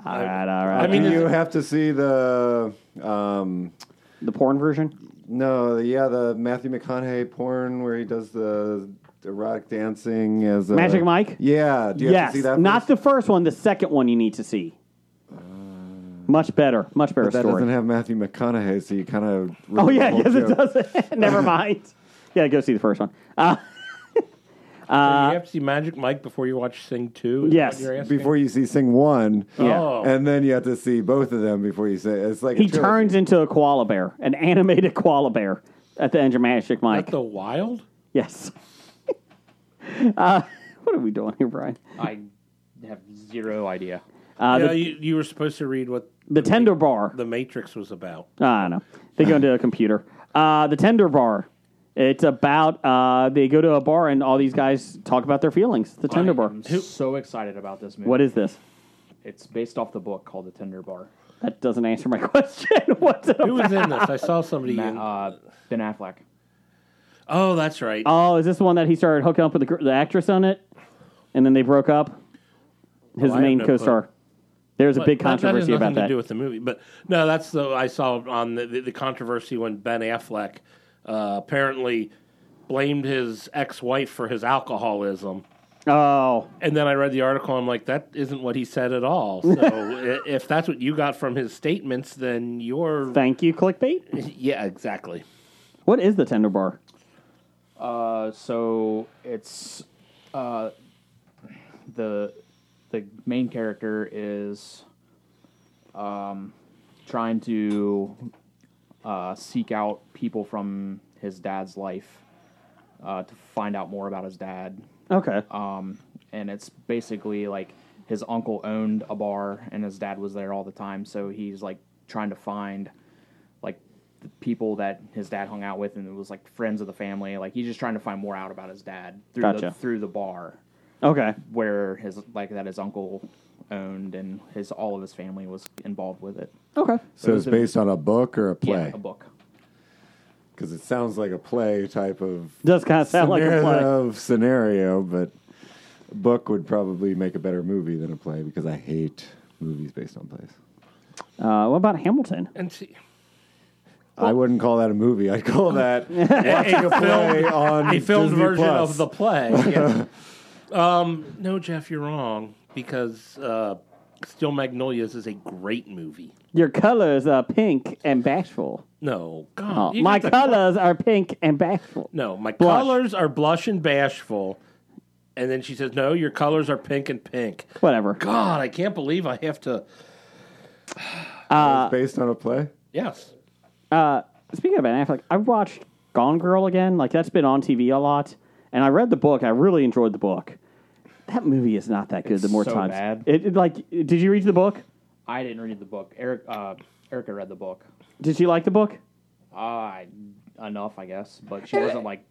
[SPEAKER 8] All right, all right.
[SPEAKER 5] I mean,
[SPEAKER 7] do you
[SPEAKER 5] it's-
[SPEAKER 7] have to see the um,
[SPEAKER 8] the porn version.
[SPEAKER 7] no, yeah, the Matthew McConaughey porn where he does the erotic dancing as a,
[SPEAKER 8] Magic Mike?
[SPEAKER 7] Yeah, do you have
[SPEAKER 8] yes,
[SPEAKER 7] to see that?
[SPEAKER 8] not
[SPEAKER 7] first? Uh,
[SPEAKER 8] the first one. The second one you need to see. much better, much better
[SPEAKER 7] But that
[SPEAKER 8] story.
[SPEAKER 7] doesn't have Matthew McConaughey, so you kind of
[SPEAKER 8] oh yeah, yes it does. Never mind. Yeah, go see the first one. Uh,
[SPEAKER 5] Do you have to see Magic Mike before you watch Sing Two?
[SPEAKER 8] Yes.
[SPEAKER 7] Before you see Sing One,
[SPEAKER 8] Yeah.
[SPEAKER 5] Oh.
[SPEAKER 7] and then you have to see both of them before you say it's like a
[SPEAKER 8] he
[SPEAKER 7] trilogy.
[SPEAKER 8] turns into a koala bear, an animated koala bear at the end of Magic Mike.
[SPEAKER 5] Not the Wild.
[SPEAKER 8] yes. uh, what are we doing here, Brian?
[SPEAKER 6] I have zero idea.
[SPEAKER 8] Uh,
[SPEAKER 5] yeah,
[SPEAKER 8] the,
[SPEAKER 5] you, you were supposed to read what
[SPEAKER 8] the Tender Bar. Ah,
[SPEAKER 5] the Matrix was about.
[SPEAKER 8] I don't know. They go into a computer. Uh, the Tender Bar. It's about uh, they go to a bar and all these guys talk about their feelings. The Tender Bar.
[SPEAKER 6] I'm so excited about this movie.
[SPEAKER 8] What is this?
[SPEAKER 6] It's based off the book called The Tender Bar.
[SPEAKER 8] That doesn't answer my question. What's it
[SPEAKER 5] Who
[SPEAKER 8] about?
[SPEAKER 5] was in this? I saw somebody. in,
[SPEAKER 6] Uh, ben Affleck.
[SPEAKER 5] oh, that's right.
[SPEAKER 8] Oh, is this the one that he started hooking up with the, gr- the actress on it, and then they broke up? His
[SPEAKER 5] Oh, I have
[SPEAKER 8] main
[SPEAKER 5] no
[SPEAKER 8] co-star.
[SPEAKER 5] clue.
[SPEAKER 8] There's a big
[SPEAKER 5] But that-
[SPEAKER 8] controversy
[SPEAKER 5] that has
[SPEAKER 8] about
[SPEAKER 5] nothing
[SPEAKER 8] that.
[SPEAKER 5] to do with the movie. But no, that's the I saw on the, the, the controversy when Ben Affleck uh, apparently blamed his ex-wife for his alcoholism.
[SPEAKER 8] oh,
[SPEAKER 5] And then I read the article. I'm like, that isn't what he said at all. So i- if that's what you got from his statements, then you're
[SPEAKER 8] thank you, clickbait.
[SPEAKER 5] yeah, exactly.
[SPEAKER 8] What is the Tender Bar?
[SPEAKER 6] Uh, so it's uh, the the the main character is um, trying to uh, seek out people from his dad's life uh, to find out more about his dad.
[SPEAKER 4] Okay.
[SPEAKER 5] Uh.
[SPEAKER 6] Um, and it's basically like his uncle owned a bar and his dad was there all the time. So he's like trying to find like the people that his dad hung out with and it was like friends of the family. Like he's just trying to find more out about his dad through
[SPEAKER 4] Gotcha.
[SPEAKER 6] the through the bar
[SPEAKER 4] okay.
[SPEAKER 6] where his like that his uncle owned and his all of his family was involved with it.
[SPEAKER 4] Okay.
[SPEAKER 7] So it's based on a book or a
[SPEAKER 6] Yeah,
[SPEAKER 7] play?
[SPEAKER 6] a book.
[SPEAKER 7] Because it sounds like a play type of
[SPEAKER 4] Does kind of sound like a play.
[SPEAKER 7] scenario, scenario, but a book would probably make a better movie than a play because I hate movies based on plays.
[SPEAKER 4] Uh, what about Hamilton?
[SPEAKER 5] And see,
[SPEAKER 7] I wouldn't call that a movie. I'd call that watching a play on
[SPEAKER 5] a filmed
[SPEAKER 7] Disney
[SPEAKER 5] version
[SPEAKER 7] Plus.
[SPEAKER 5] of the play. Yeah. um, no, Jeff, you're wrong because uh, Still Magnolias is a great movie.
[SPEAKER 4] Your colors are pink and bashful.
[SPEAKER 5] No,
[SPEAKER 4] Oh,
[SPEAKER 5] God, you
[SPEAKER 4] my
[SPEAKER 5] got the-
[SPEAKER 4] colors are pink and bashful.
[SPEAKER 5] No, my
[SPEAKER 4] Blush.
[SPEAKER 5] colors are blush and bashful. And then she says, "No, your colors are pink and pink."
[SPEAKER 4] Whatever.
[SPEAKER 5] God, I can't believe I have to.
[SPEAKER 7] It's based on a play.
[SPEAKER 5] Yes,
[SPEAKER 4] Uh, speaking of Ben Affleck, I watched Gone Girl again. Like that's been on TV a lot, and I read the book. I really enjoyed the book. That movie is not that good. the more
[SPEAKER 6] so
[SPEAKER 4] times,
[SPEAKER 6] bad.
[SPEAKER 4] It, it, like, did you read the book?
[SPEAKER 6] I didn't read the book. Eric uh, Erica read the book.
[SPEAKER 4] Did you like the book?
[SPEAKER 6] I enough, I guess, but she wasn't like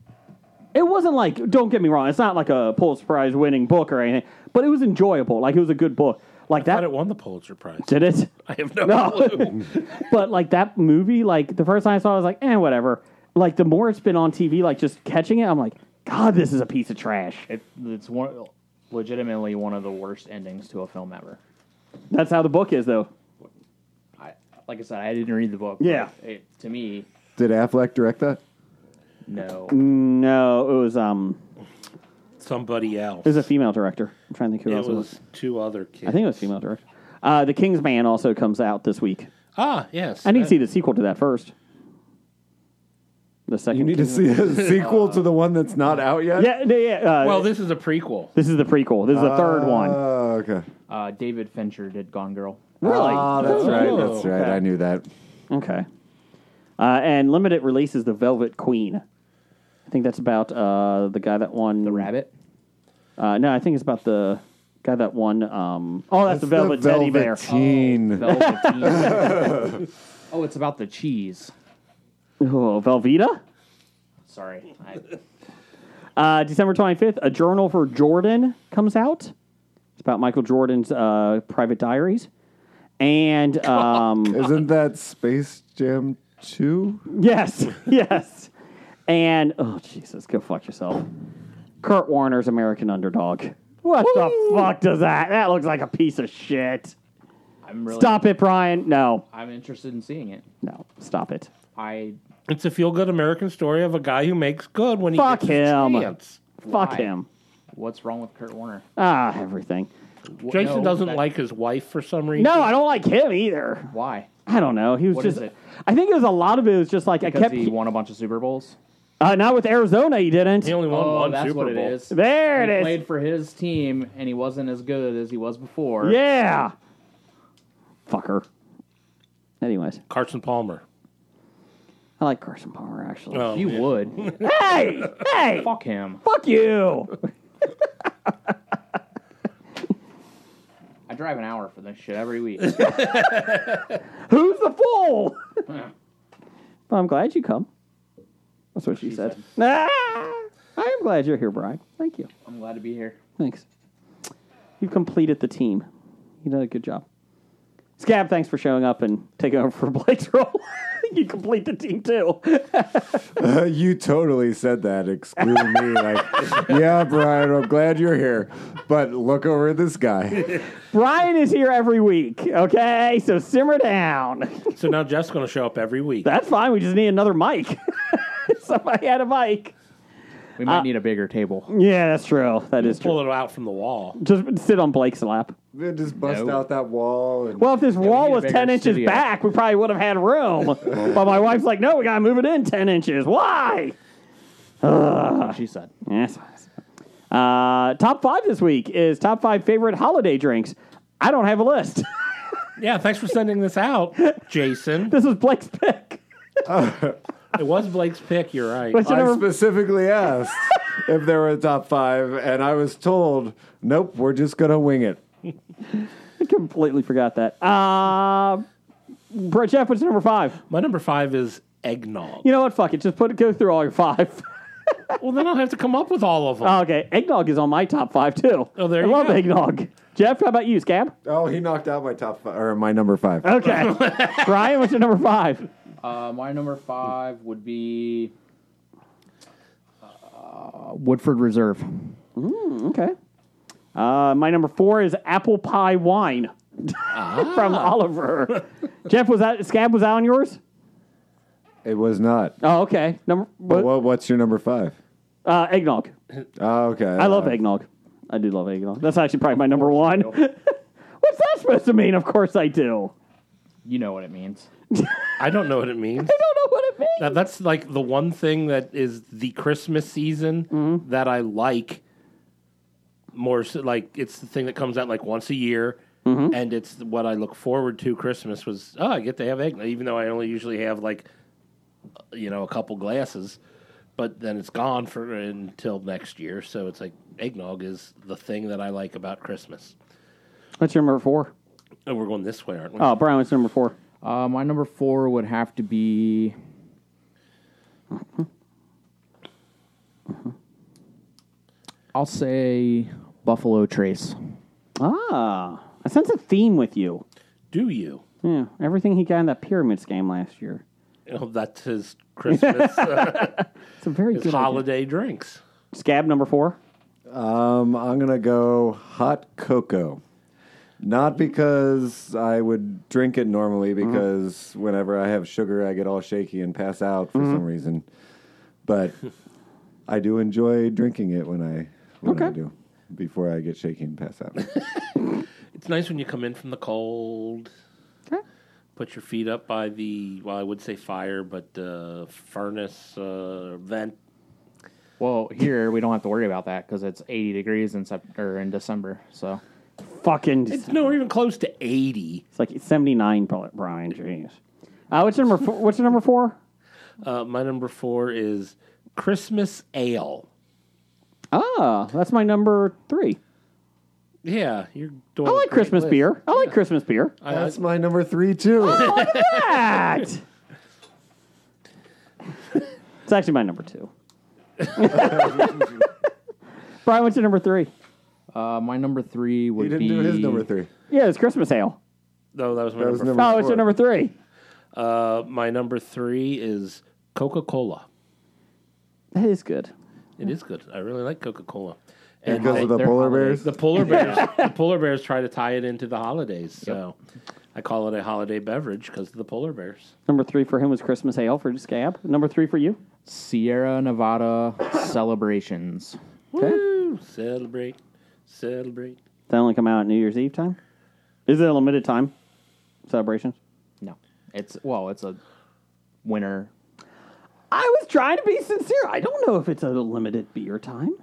[SPEAKER 4] It wasn't like, don't get me wrong, it's not like a Pulitzer Prize winning book or anything, but it was enjoyable. Like, it was a good book. Like
[SPEAKER 5] but
[SPEAKER 4] that.
[SPEAKER 5] it won the Pulitzer Prize.
[SPEAKER 4] did it?
[SPEAKER 5] I have no,
[SPEAKER 4] No.
[SPEAKER 5] clue.
[SPEAKER 4] but like that movie, like the first time I saw it, I was like, eh,
[SPEAKER 8] Oh.
[SPEAKER 4] whatever. Like, the more it's been on TV, like just catching it, I'm like, God, this is a piece of trash.
[SPEAKER 6] it, it's one legitimately one of the worst endings to a film ever.
[SPEAKER 4] That's how the book is, though.
[SPEAKER 6] I like I said, I didn't read the book.
[SPEAKER 4] Yeah.
[SPEAKER 6] but it, to me,
[SPEAKER 7] Did Affleck direct that?
[SPEAKER 6] no.
[SPEAKER 4] Mm. No, it was, um,
[SPEAKER 5] Somebody else.
[SPEAKER 4] it was a female director. I'm trying to think who
[SPEAKER 5] It
[SPEAKER 4] else it was.
[SPEAKER 5] was two other kids.
[SPEAKER 4] I think it was female director. Uh, the King's Man also comes out this week.
[SPEAKER 5] Ah, yes.
[SPEAKER 4] I need to
[SPEAKER 5] that-
[SPEAKER 4] see the sequel to that first. The second.
[SPEAKER 7] You need to
[SPEAKER 4] King's-
[SPEAKER 7] see a sequel to the one that's not out yet.
[SPEAKER 4] Yeah, yeah. yeah, Uh,
[SPEAKER 5] Well, this is a prequel.
[SPEAKER 4] This is the prequel. This is the third one.
[SPEAKER 7] Oh, okay.
[SPEAKER 6] Uh, David Fincher did Gone Girl.
[SPEAKER 4] Really?
[SPEAKER 7] Oh, that's right. That's
[SPEAKER 5] Oh,
[SPEAKER 7] right.
[SPEAKER 4] okay.
[SPEAKER 7] I knew that.
[SPEAKER 4] Okay. Uh, and limited release is the Velvet Queen. I think that's about uh, the guy that won the
[SPEAKER 6] Rabbit.
[SPEAKER 4] Uh, no, I think it's about the guy that won. Um, oh, that's, the Velvet, Teddy Bear.
[SPEAKER 7] Velveteen.
[SPEAKER 6] Velveteen. oh, it's about the cheese.
[SPEAKER 4] Oh, Velveeta.
[SPEAKER 6] Sorry. I,
[SPEAKER 4] Uh, December twenty fifth, a journal for Jordan comes out. It's about Michael Jordan's uh, private diaries. And um,
[SPEAKER 7] Isn't that Space Jam 2?
[SPEAKER 4] Yes, yes. And oh Jesus, go fuck yourself. Kurt Warner's American Underdog. What the fuck does that? That looks like a piece of shit.
[SPEAKER 6] I'm really.
[SPEAKER 4] Stop it, Brian. No,
[SPEAKER 6] I'm interested in seeing it.
[SPEAKER 4] no, stop it.
[SPEAKER 6] I
[SPEAKER 5] It's a feel-good American story of a guy who makes good when he
[SPEAKER 4] Fuck
[SPEAKER 5] gets his
[SPEAKER 4] him.
[SPEAKER 5] chance.
[SPEAKER 4] Fuck
[SPEAKER 6] Why?
[SPEAKER 4] him.
[SPEAKER 6] What's wrong with Kurt Warner?
[SPEAKER 4] Ah, everything.
[SPEAKER 6] Wh-
[SPEAKER 5] Jason
[SPEAKER 6] no,
[SPEAKER 5] doesn't
[SPEAKER 6] that-
[SPEAKER 5] like his wife for some reason.
[SPEAKER 4] No, I don't like him either.
[SPEAKER 6] Why?
[SPEAKER 4] I don't know. He was
[SPEAKER 6] What
[SPEAKER 4] just.
[SPEAKER 6] is it?
[SPEAKER 4] I think it was a lot of it was just like
[SPEAKER 6] Because
[SPEAKER 4] I kept.
[SPEAKER 6] he won a bunch of Super Bowls.
[SPEAKER 4] uh, not with Arizona, he didn't.
[SPEAKER 5] He only won
[SPEAKER 6] Oh,
[SPEAKER 5] one
[SPEAKER 6] that's
[SPEAKER 5] Super
[SPEAKER 6] what it
[SPEAKER 5] Bowl.
[SPEAKER 6] is.
[SPEAKER 4] There
[SPEAKER 6] he
[SPEAKER 4] it is.
[SPEAKER 6] Played for his team, and he wasn't as good as he was before.
[SPEAKER 4] yeah. Fucker. Anyways,
[SPEAKER 5] Carson Palmer.
[SPEAKER 4] I like Carson Palmer actually.
[SPEAKER 5] Oh,
[SPEAKER 6] You
[SPEAKER 5] yeah.
[SPEAKER 6] would.
[SPEAKER 4] Hey, hey.
[SPEAKER 6] Fuck him.
[SPEAKER 4] Fuck you.
[SPEAKER 6] I drive an hour for this shit every week.
[SPEAKER 4] Who's the fool? Well, I'm glad you come. That's what she, said. Ah, I am glad you're here, Brian. Thank you.
[SPEAKER 6] I'm glad to be here.
[SPEAKER 4] Thanks. You've completed the team. You did a good job. Scab, thanks for showing up and taking over for Blake's role. you complete the team too.
[SPEAKER 7] you totally said that, excluding me. Like, yeah, Brian, I'm glad you're here. But look over at this guy.
[SPEAKER 4] Brian is here every week, okay? So simmer down.
[SPEAKER 5] So now Jeff's going to show up every week.
[SPEAKER 4] That's fine. We just need another mic. Somebody had a mic.
[SPEAKER 5] Uh,
[SPEAKER 6] We might need a bigger table.
[SPEAKER 5] Mm.
[SPEAKER 4] Yeah, that's true. That is true.
[SPEAKER 5] Pull it out from the wall.
[SPEAKER 4] Just sit on Blake's lap.
[SPEAKER 7] Then just bust
[SPEAKER 6] No.
[SPEAKER 7] out that wall. And,
[SPEAKER 4] Well, if this wall
[SPEAKER 6] need a
[SPEAKER 4] was
[SPEAKER 6] bigger
[SPEAKER 4] 10 inches
[SPEAKER 6] studio.
[SPEAKER 4] back, we probably would have had room. but my wife's like, no, we got to move it in 10 inches. Why?
[SPEAKER 6] She said.
[SPEAKER 4] Yes. Uh, top five this week is top five favorite holiday drinks. I don't have a list.
[SPEAKER 5] Yeah, thanks for sending this out, Jason.
[SPEAKER 4] this was Blake's pick.
[SPEAKER 5] It was Blake's pick. You're right.
[SPEAKER 4] Question
[SPEAKER 7] I
[SPEAKER 4] number,
[SPEAKER 7] specifically asked if there were a top five, and I was told, nope, we're just going to wing it.
[SPEAKER 4] I completely forgot that. Uh, Brett Jeff, what's your number five?
[SPEAKER 5] My number five is eggnog.
[SPEAKER 4] You know what? Fuck it. Just put go through all your five.
[SPEAKER 5] Well, then I'll have to come up with all of them.
[SPEAKER 4] Oh, okay, eggnog is on my top five too.
[SPEAKER 5] Oh, there
[SPEAKER 4] I
[SPEAKER 5] you
[SPEAKER 4] love
[SPEAKER 5] go.
[SPEAKER 4] eggnog. Jeff, how about you, Scab?
[SPEAKER 7] Oh, he knocked out my top five, or my number five.
[SPEAKER 4] Okay, Brian, what's your number five?
[SPEAKER 6] Uh, my number five would be uh, Woodford Reserve.
[SPEAKER 4] Okay. Uh, my number four is apple pie wine from Oliver. Jeff, was that Scab? Was that on yours?
[SPEAKER 7] It was not.
[SPEAKER 4] Oh, okay. Number
[SPEAKER 7] But what, what's your number five?
[SPEAKER 4] uh, eggnog.
[SPEAKER 7] Oh, okay.
[SPEAKER 4] I love eggnog. I do love eggnog. That's actually probably my number one. What's that supposed to mean? Of course I do.
[SPEAKER 6] You know what it means.
[SPEAKER 5] I don't know what it means.
[SPEAKER 4] I don't know what it means.
[SPEAKER 5] That, that's like the one thing that is the Christmas season
[SPEAKER 4] Mm-hmm.
[SPEAKER 5] that I like more. So, like it's the thing that comes out like once a year,
[SPEAKER 4] Mm-hmm.
[SPEAKER 5] and it's what I look forward to. Christmas was oh, I get to have eggnog, even though I only usually have like you know a couple glasses, but then it's gone for until next year. So it's like eggnog is the thing that I like about Christmas.
[SPEAKER 4] What's your number four?
[SPEAKER 5] And we're going this way, aren't we?
[SPEAKER 4] Oh, Brian, what's your number four?
[SPEAKER 6] Uh, my number four would have to be. I'll say Buffalo Trace.
[SPEAKER 4] Ah, I sense a theme with you.
[SPEAKER 5] Do you?
[SPEAKER 4] Yeah, everything he got in that pyramid scam last year.
[SPEAKER 5] You know, Oh, that's his Christmas uh,
[SPEAKER 4] It's a very
[SPEAKER 5] his
[SPEAKER 4] good idea.
[SPEAKER 5] holiday drinks.
[SPEAKER 4] Scab number four.
[SPEAKER 7] Um, I'm gonna go hot cocoa. Not because I would drink it normally, because whenever I have sugar, I get all shaky and pass out for some reason. But I do enjoy drinking it when I when I
[SPEAKER 4] Okay.
[SPEAKER 7] do before I get shaky and pass out.
[SPEAKER 5] It's nice when you come in from the cold.
[SPEAKER 4] Okay.
[SPEAKER 5] Put your feet up by the well, I would say fire, but uh, furnace uh, vent.
[SPEAKER 6] Well, here we don't have to worry about that because it's 80 degrees in sep- or in December. So
[SPEAKER 4] Fucking,
[SPEAKER 5] It's
[SPEAKER 4] it's,
[SPEAKER 5] nowhere even close to eighty.
[SPEAKER 4] like seventy nine, Brian. Jeez. Uh, what's your number? Four? What's your number four?
[SPEAKER 5] Uh, my number four is Christmas ale.
[SPEAKER 4] Ah, that's my number three.
[SPEAKER 5] Yeah, you're doing.
[SPEAKER 4] I
[SPEAKER 5] a
[SPEAKER 4] like
[SPEAKER 5] great
[SPEAKER 4] Christmas
[SPEAKER 5] list.
[SPEAKER 4] beer. I like Christmas beer.
[SPEAKER 5] I-
[SPEAKER 7] That's my number three too.
[SPEAKER 4] Fact. it's actually my number two. Brian, what's your number three?
[SPEAKER 6] uh, my number three would
[SPEAKER 7] he didn't
[SPEAKER 6] be
[SPEAKER 7] do his number three.
[SPEAKER 4] Yeah, it's Christmas ale.
[SPEAKER 5] no, that was my
[SPEAKER 7] That
[SPEAKER 5] number.
[SPEAKER 7] was
[SPEAKER 5] four.
[SPEAKER 7] number
[SPEAKER 4] Oh, what's your
[SPEAKER 7] four.
[SPEAKER 4] number three?
[SPEAKER 5] Uh, my number three is Coca Cola.
[SPEAKER 4] That is good.
[SPEAKER 5] It is good. I really like Coca Cola.
[SPEAKER 7] because
[SPEAKER 5] I-
[SPEAKER 7] of the
[SPEAKER 6] they're
[SPEAKER 7] polar bears.
[SPEAKER 6] holidays.
[SPEAKER 5] The polar bears, the polar bears try to tie it into the holidays. So I call it a holiday beverage because of the polar bears.
[SPEAKER 4] Number three for him was Christmas ale for Scab. Number three for you.
[SPEAKER 6] Sierra Nevada celebrations.
[SPEAKER 5] Woo! Celebrate, celebrate.
[SPEAKER 4] They only come out at New Year's Eve time. Is it a limited time celebration?
[SPEAKER 6] No, it's well, it's a winter.
[SPEAKER 4] I was trying to be sincere. I don't know if it's a limited beer time.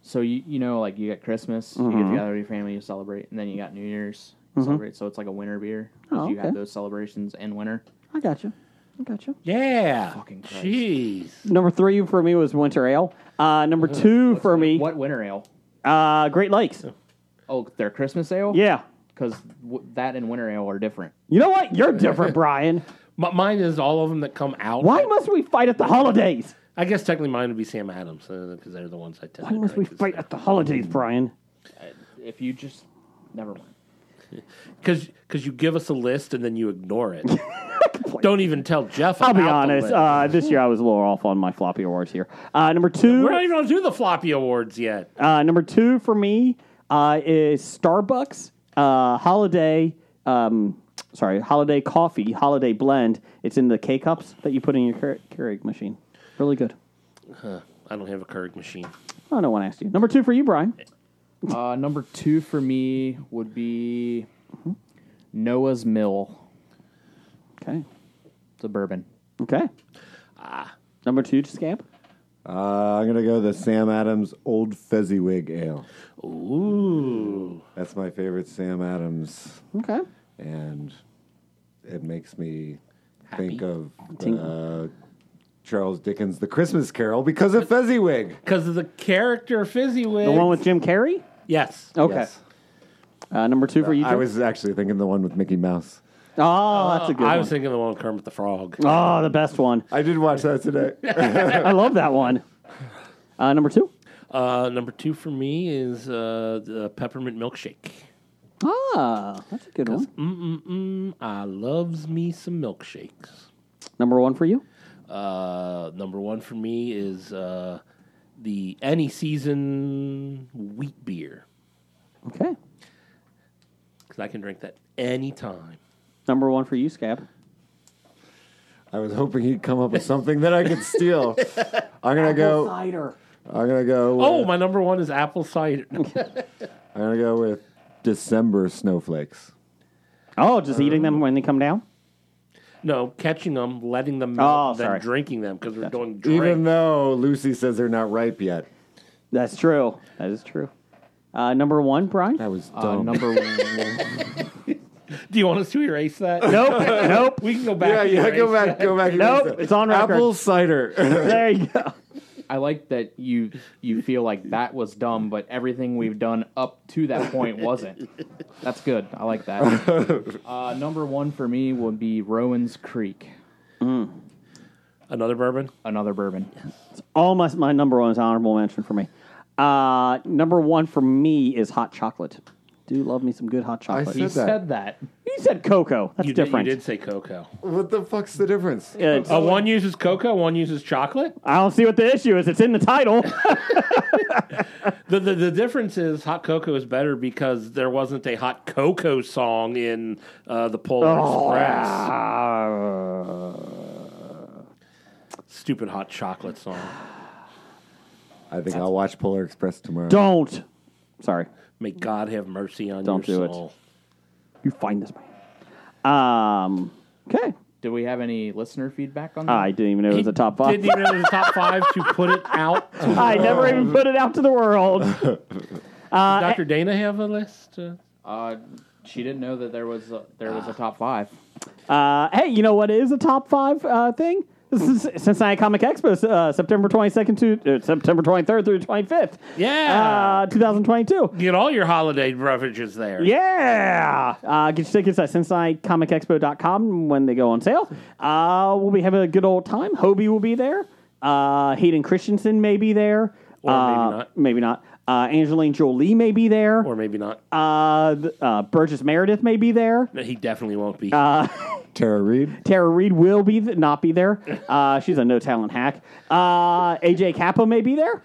[SPEAKER 6] So you you know like you got Christmas,
[SPEAKER 7] Mm-hmm.
[SPEAKER 6] you get together with your family, you celebrate, and then you got New Year's you celebrate. So it's like a winter beer 'cause
[SPEAKER 4] Oh,
[SPEAKER 6] you have
[SPEAKER 4] okay.
[SPEAKER 6] those celebrations in winter.
[SPEAKER 4] I got you. I got you.
[SPEAKER 5] Yeah.
[SPEAKER 6] Fucking Christ.
[SPEAKER 5] Jeez.
[SPEAKER 4] Number three for me was winter ale. Uh, number two for me,
[SPEAKER 6] What winter ale?
[SPEAKER 4] Uh, Great Lakes.
[SPEAKER 6] Oh, their Christmas ale.
[SPEAKER 4] Yeah.
[SPEAKER 6] because w- that and winter ale are different.
[SPEAKER 4] You know what? You're different, Brian.
[SPEAKER 5] M- mine is all of them that come out.
[SPEAKER 4] Why must we fight at the holidays?
[SPEAKER 5] I guess technically mine would be Sam Adams because they're the ones I tend
[SPEAKER 4] Why
[SPEAKER 5] to
[SPEAKER 4] must we
[SPEAKER 5] drink.
[SPEAKER 4] fight at the holidays, Brian?
[SPEAKER 6] If you just never mind.
[SPEAKER 5] Because you give us a list and then you ignore it. Don't even tell Jeff.
[SPEAKER 4] I'll be
[SPEAKER 5] about the
[SPEAKER 4] honest.
[SPEAKER 5] list.
[SPEAKER 4] Uh, this year I was a little off on my floppy awards here. Uh, number two.
[SPEAKER 5] We're not even going to do the floppy awards yet.
[SPEAKER 4] Uh, number two for me uh, is Starbucks uh, holiday. Um, sorry, holiday coffee, holiday blend. It's in the K cups that you put in your Keur- Keurig machine. Really good.
[SPEAKER 5] I don't have a Keurig machine.
[SPEAKER 4] Oh, no one asked you. Number two for you, Brian.
[SPEAKER 6] Uh, number two for me would be
[SPEAKER 7] Mm-hmm.
[SPEAKER 6] Noah's Mill.
[SPEAKER 4] Okay.
[SPEAKER 6] It's a bourbon.
[SPEAKER 4] Okay. Ah. Number two to Scamp.
[SPEAKER 7] Uh, I'm gonna go the Sam Adams Old Fezziwig Ale.
[SPEAKER 5] Ooh.
[SPEAKER 7] That's my favorite Sam Adams,
[SPEAKER 4] Okay.
[SPEAKER 7] and it makes me think of uh, Charles Dickens' The Christmas Carol because of Fezziwig.
[SPEAKER 5] Because of the character Fizziwig.
[SPEAKER 4] The one with Oh, Jim Carrey?
[SPEAKER 5] Yes.
[SPEAKER 4] Okay.
[SPEAKER 7] Yes.
[SPEAKER 4] Uh, number two for you,
[SPEAKER 7] I
[SPEAKER 4] Jim.
[SPEAKER 7] was actually thinking the one with Mickey Mouse.
[SPEAKER 4] oh, that's a good
[SPEAKER 5] Uh, I
[SPEAKER 4] one.
[SPEAKER 5] was thinking the one with Kermit the Frog.
[SPEAKER 4] oh, the best one.
[SPEAKER 7] I did watch that today.
[SPEAKER 4] I love that one. Uh, number two.
[SPEAKER 5] Uh, number two for me is uh, the peppermint milkshake.
[SPEAKER 4] Ah, that's a good one.
[SPEAKER 5] Mm-mm-mm, I loves me some milkshakes.
[SPEAKER 4] Number one for you.
[SPEAKER 5] Uh, number one for me is uh, the any season wheat beer
[SPEAKER 4] Okay.
[SPEAKER 5] because I can drink that anytime.
[SPEAKER 4] Number one for you, Scab.
[SPEAKER 7] I was hoping he'd come up with something that I could steal. I'm gonna go.
[SPEAKER 4] Cider.
[SPEAKER 7] I'm gonna go. With,
[SPEAKER 5] Oh, my number one is apple cider.
[SPEAKER 7] I'm gonna go with December snowflakes.
[SPEAKER 4] Oh, just eating them when they come down.
[SPEAKER 5] no, catching them, letting them
[SPEAKER 4] Oh,
[SPEAKER 5] melt, then
[SPEAKER 4] sorry.
[SPEAKER 5] drinking them because we're doing
[SPEAKER 7] Even
[SPEAKER 5] drink.
[SPEAKER 7] though Lucy says they're not ripe yet,
[SPEAKER 4] That's true. That is true. Uh, number one, Brian.
[SPEAKER 7] that was dumb.
[SPEAKER 6] Uh, number one.
[SPEAKER 5] Do you want us to erase that?
[SPEAKER 4] Nope. nope.
[SPEAKER 5] we can go back.
[SPEAKER 7] yeah,
[SPEAKER 5] and
[SPEAKER 7] yeah.
[SPEAKER 5] erase
[SPEAKER 7] Go
[SPEAKER 5] that.
[SPEAKER 7] back. Go back.
[SPEAKER 4] Nope, it's on record.
[SPEAKER 7] Apple cider.
[SPEAKER 4] There you go.
[SPEAKER 6] I like that you you feel like that was dumb, but everything we've done up to that point wasn't. That's good. I like that. Uh, number one for me would be Rowan's Creek,
[SPEAKER 5] Another bourbon.
[SPEAKER 6] another bourbon.
[SPEAKER 4] All Oh, my, my number one is honorable mention for me. Uh, number one for me is hot chocolate. Do love me some good hot chocolate.
[SPEAKER 7] said
[SPEAKER 6] He
[SPEAKER 7] that.
[SPEAKER 6] said that.
[SPEAKER 4] You said cocoa. That's
[SPEAKER 5] You did, you
[SPEAKER 4] different.
[SPEAKER 5] did say cocoa.
[SPEAKER 7] what the fuck's the difference?
[SPEAKER 4] It's-
[SPEAKER 5] Uh, one uses cocoa, one uses chocolate.
[SPEAKER 4] I don't see what the issue is. It's in the title.
[SPEAKER 5] The, the the difference is hot cocoa is better because there wasn't a hot cocoa song in uh, the Polar Express.
[SPEAKER 4] Uh,
[SPEAKER 5] Stupid hot chocolate song.
[SPEAKER 7] I think I'll watch Polar Express tomorrow.
[SPEAKER 4] don't. Sorry.
[SPEAKER 5] May God have mercy on
[SPEAKER 4] Don't
[SPEAKER 5] your
[SPEAKER 4] do it.
[SPEAKER 5] soul.
[SPEAKER 4] You find this man. Um. Okay.
[SPEAKER 6] Did we have any listener feedback on that?
[SPEAKER 4] I didn't even know it was a top
[SPEAKER 5] Didn't
[SPEAKER 4] five.
[SPEAKER 5] even know it was a top five to uh, put it out.
[SPEAKER 4] I never even put it out to the world.
[SPEAKER 5] Does Dr. Dana have a list? Uh,
[SPEAKER 6] Uh, she didn't know that there was a, there was a top five.
[SPEAKER 4] Uh, hey, you know what is a top five uh, thing? This is Cincinnati Comic Expo, uh, September 22nd to uh, September 23rd through 25th.
[SPEAKER 5] Yeah.
[SPEAKER 4] Uh, 2022.
[SPEAKER 5] Get all your holiday beverages there.
[SPEAKER 4] Yeah. Uh, get your tickets at CincinnatiComicExpo.com when they go on sale. Uh, we'll be having a good old time. Hobie will be there. Uh, Hayden Christensen may be there.
[SPEAKER 5] Or maybe
[SPEAKER 4] Uh,
[SPEAKER 5] not.
[SPEAKER 4] Maybe not. Uh, Angeline Jolie may be there.
[SPEAKER 5] Or maybe not.
[SPEAKER 4] Uh, th- uh, Burgess Meredith may be there.
[SPEAKER 5] he definitely won't be.
[SPEAKER 4] Uh,
[SPEAKER 7] Tara Reid.
[SPEAKER 4] Tara Reid will be th- not be there. Uh, she's a no talent hack. Uh, AJ Kappa may be there.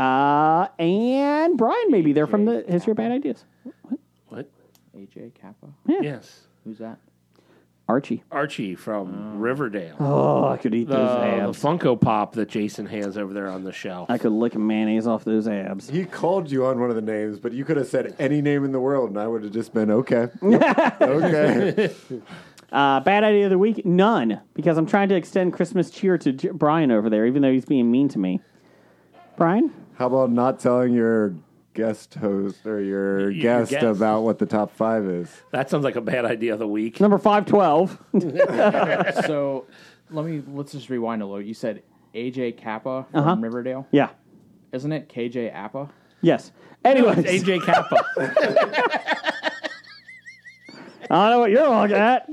[SPEAKER 4] Uh, and Brian may be there from the History of Bad Ideas.
[SPEAKER 5] what?
[SPEAKER 6] AJ Kappa.
[SPEAKER 5] Yes.
[SPEAKER 6] Who's that?
[SPEAKER 4] Archie.
[SPEAKER 5] Archie from Riverdale.
[SPEAKER 4] Oh, I could eat
[SPEAKER 5] The,
[SPEAKER 4] those
[SPEAKER 5] the
[SPEAKER 4] abs.
[SPEAKER 5] Funko Pop that Jason has over there on the shelf.
[SPEAKER 4] I could lick mayonnaise off those abs.
[SPEAKER 7] He called you on one of the names, but you could have said any name in the world, and I would have just been okay. okay.
[SPEAKER 4] Uh, bad idea of the week? None, because I'm trying to extend Christmas cheer to J- Brian over there, even though he's being mean to me. Brian?
[SPEAKER 7] How about not telling your guest host or your,
[SPEAKER 5] your
[SPEAKER 7] guest,
[SPEAKER 5] guest.
[SPEAKER 7] about what the top five is?
[SPEAKER 5] That sounds like a bad idea of the week.
[SPEAKER 4] Number 512.
[SPEAKER 6] so let me let's just rewind a little. You said AJ Kappa from
[SPEAKER 4] Uh-huh.
[SPEAKER 6] Riverdale,
[SPEAKER 4] yeah.
[SPEAKER 6] isn't it? KJ Appa.
[SPEAKER 4] Yes. Anyways,
[SPEAKER 5] It's AJ Kappa.
[SPEAKER 4] I don't know what you're looking at.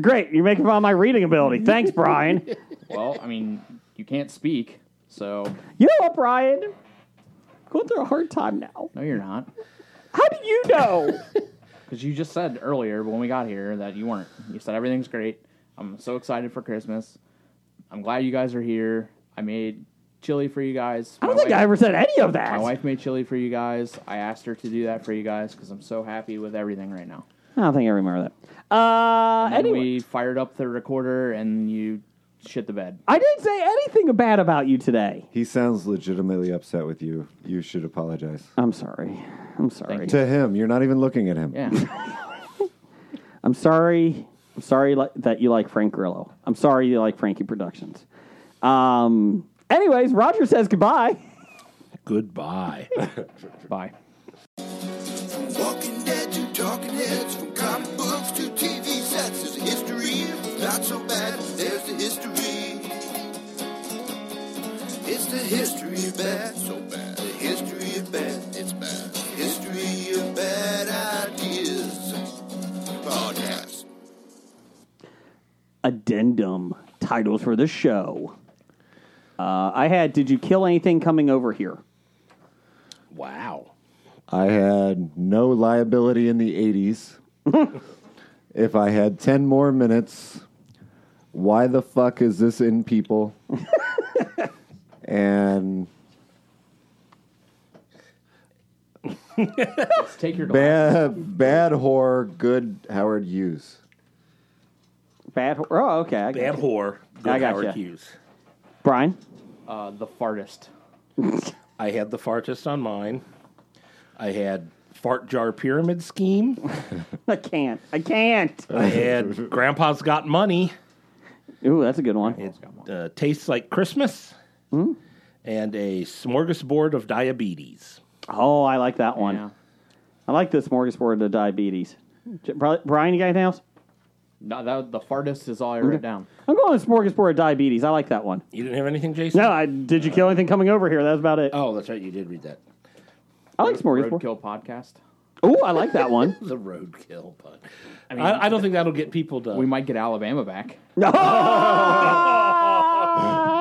[SPEAKER 4] Great. You're making fun of my reading ability. Thanks, Brian.
[SPEAKER 6] Well, I mean, you can't speak, so
[SPEAKER 4] You know what, Brian? I'm going through a hard time now.
[SPEAKER 6] no, you're not.
[SPEAKER 4] How do you know?
[SPEAKER 6] Because you just said earlier when we got here that you weren't. You said everything's great. I'm so excited for Christmas. I'm glad you guys are here. I made chili for you guys.
[SPEAKER 4] I don't think I ever said any of that.
[SPEAKER 6] My wife made chili for you guys. I asked her to do that for you guys because I'm so happy with everything right now.
[SPEAKER 4] I don't think I remember that. Uh,
[SPEAKER 6] And
[SPEAKER 4] anyway,
[SPEAKER 6] we fired up the recorder and you shit the bed.
[SPEAKER 4] I didn't say anything bad about you today.
[SPEAKER 7] He sounds legitimately upset with you. You should apologize.
[SPEAKER 4] I'm sorry. I'm sorry.
[SPEAKER 6] Thank
[SPEAKER 7] To him, you're not even looking at him.
[SPEAKER 6] Yeah.
[SPEAKER 4] I'm sorry. I'm sorry li- that you like Frank Grillo. I'm sorry you like Frankie Productions. Um, Anyways, Roger says goodbye.
[SPEAKER 5] Goodbye.
[SPEAKER 6] Bye.
[SPEAKER 2] Walking Dead to Talking Heads, from comic books to TV sets, there's a history. Not so bad, there's the history. It's the history of bad, so bad. The history of bad, it's bad. History of bad ideas. Podcast.
[SPEAKER 4] Addendum titles for the show. Uh, I had Did You Kill Anything Coming Over Here?
[SPEAKER 5] wow.
[SPEAKER 7] I had no liability in the 80s. if I had 10 more minutes, why the fuck is this in people? and
[SPEAKER 6] Let's take your
[SPEAKER 7] bad, bad horror, good Howard Hughes.
[SPEAKER 4] Bad. Oh, okay. I got
[SPEAKER 5] Bad
[SPEAKER 4] you.
[SPEAKER 5] whore. Good
[SPEAKER 4] I gotcha.
[SPEAKER 5] Howard Hughes.
[SPEAKER 4] Brian?
[SPEAKER 6] uh, the fartest.
[SPEAKER 5] I had the fartest on mine. I had fart jar pyramid scheme.
[SPEAKER 4] I can't. I can't.
[SPEAKER 5] I had grandpa's got money.
[SPEAKER 4] Ooh, that's a good one.
[SPEAKER 5] Uh, tastes like Christmas. And a smorgasbord of diabetes.
[SPEAKER 4] Oh, I like that one.
[SPEAKER 6] Yeah.
[SPEAKER 4] I like this smorgasbord of diabetes. J- Bri- Brian, you got anything else?
[SPEAKER 6] No, that, the fartest is all I wrote down.
[SPEAKER 4] I'm going with smorgasbord of diabetes. I like that one.
[SPEAKER 5] You didn't have anything, Jason?
[SPEAKER 4] No, I, did you kill anything coming over here? That's about it.
[SPEAKER 5] Oh, that's right. You did read that.
[SPEAKER 4] I like smorgasbord.
[SPEAKER 6] Roadkill podcast.
[SPEAKER 4] Ooh, I like that one.
[SPEAKER 5] The roadkill pun. I,
[SPEAKER 6] mean-
[SPEAKER 5] I, don't think that'll get people to.
[SPEAKER 6] We might get Alabama back.
[SPEAKER 4] Ah!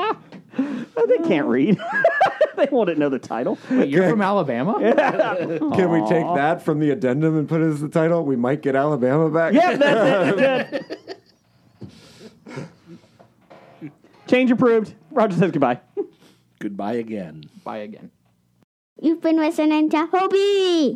[SPEAKER 4] they can't read. they wouldn't know the title.
[SPEAKER 6] Wait, you're from Alabama?
[SPEAKER 7] Can we take that from the addendum and put it as the title? We might get Alabama back.
[SPEAKER 4] Yeah, that's it. That's it. Change approved. Roger says goodbye.
[SPEAKER 5] Goodbye again.
[SPEAKER 6] Bye again.
[SPEAKER 3] You've been listening to Hobie!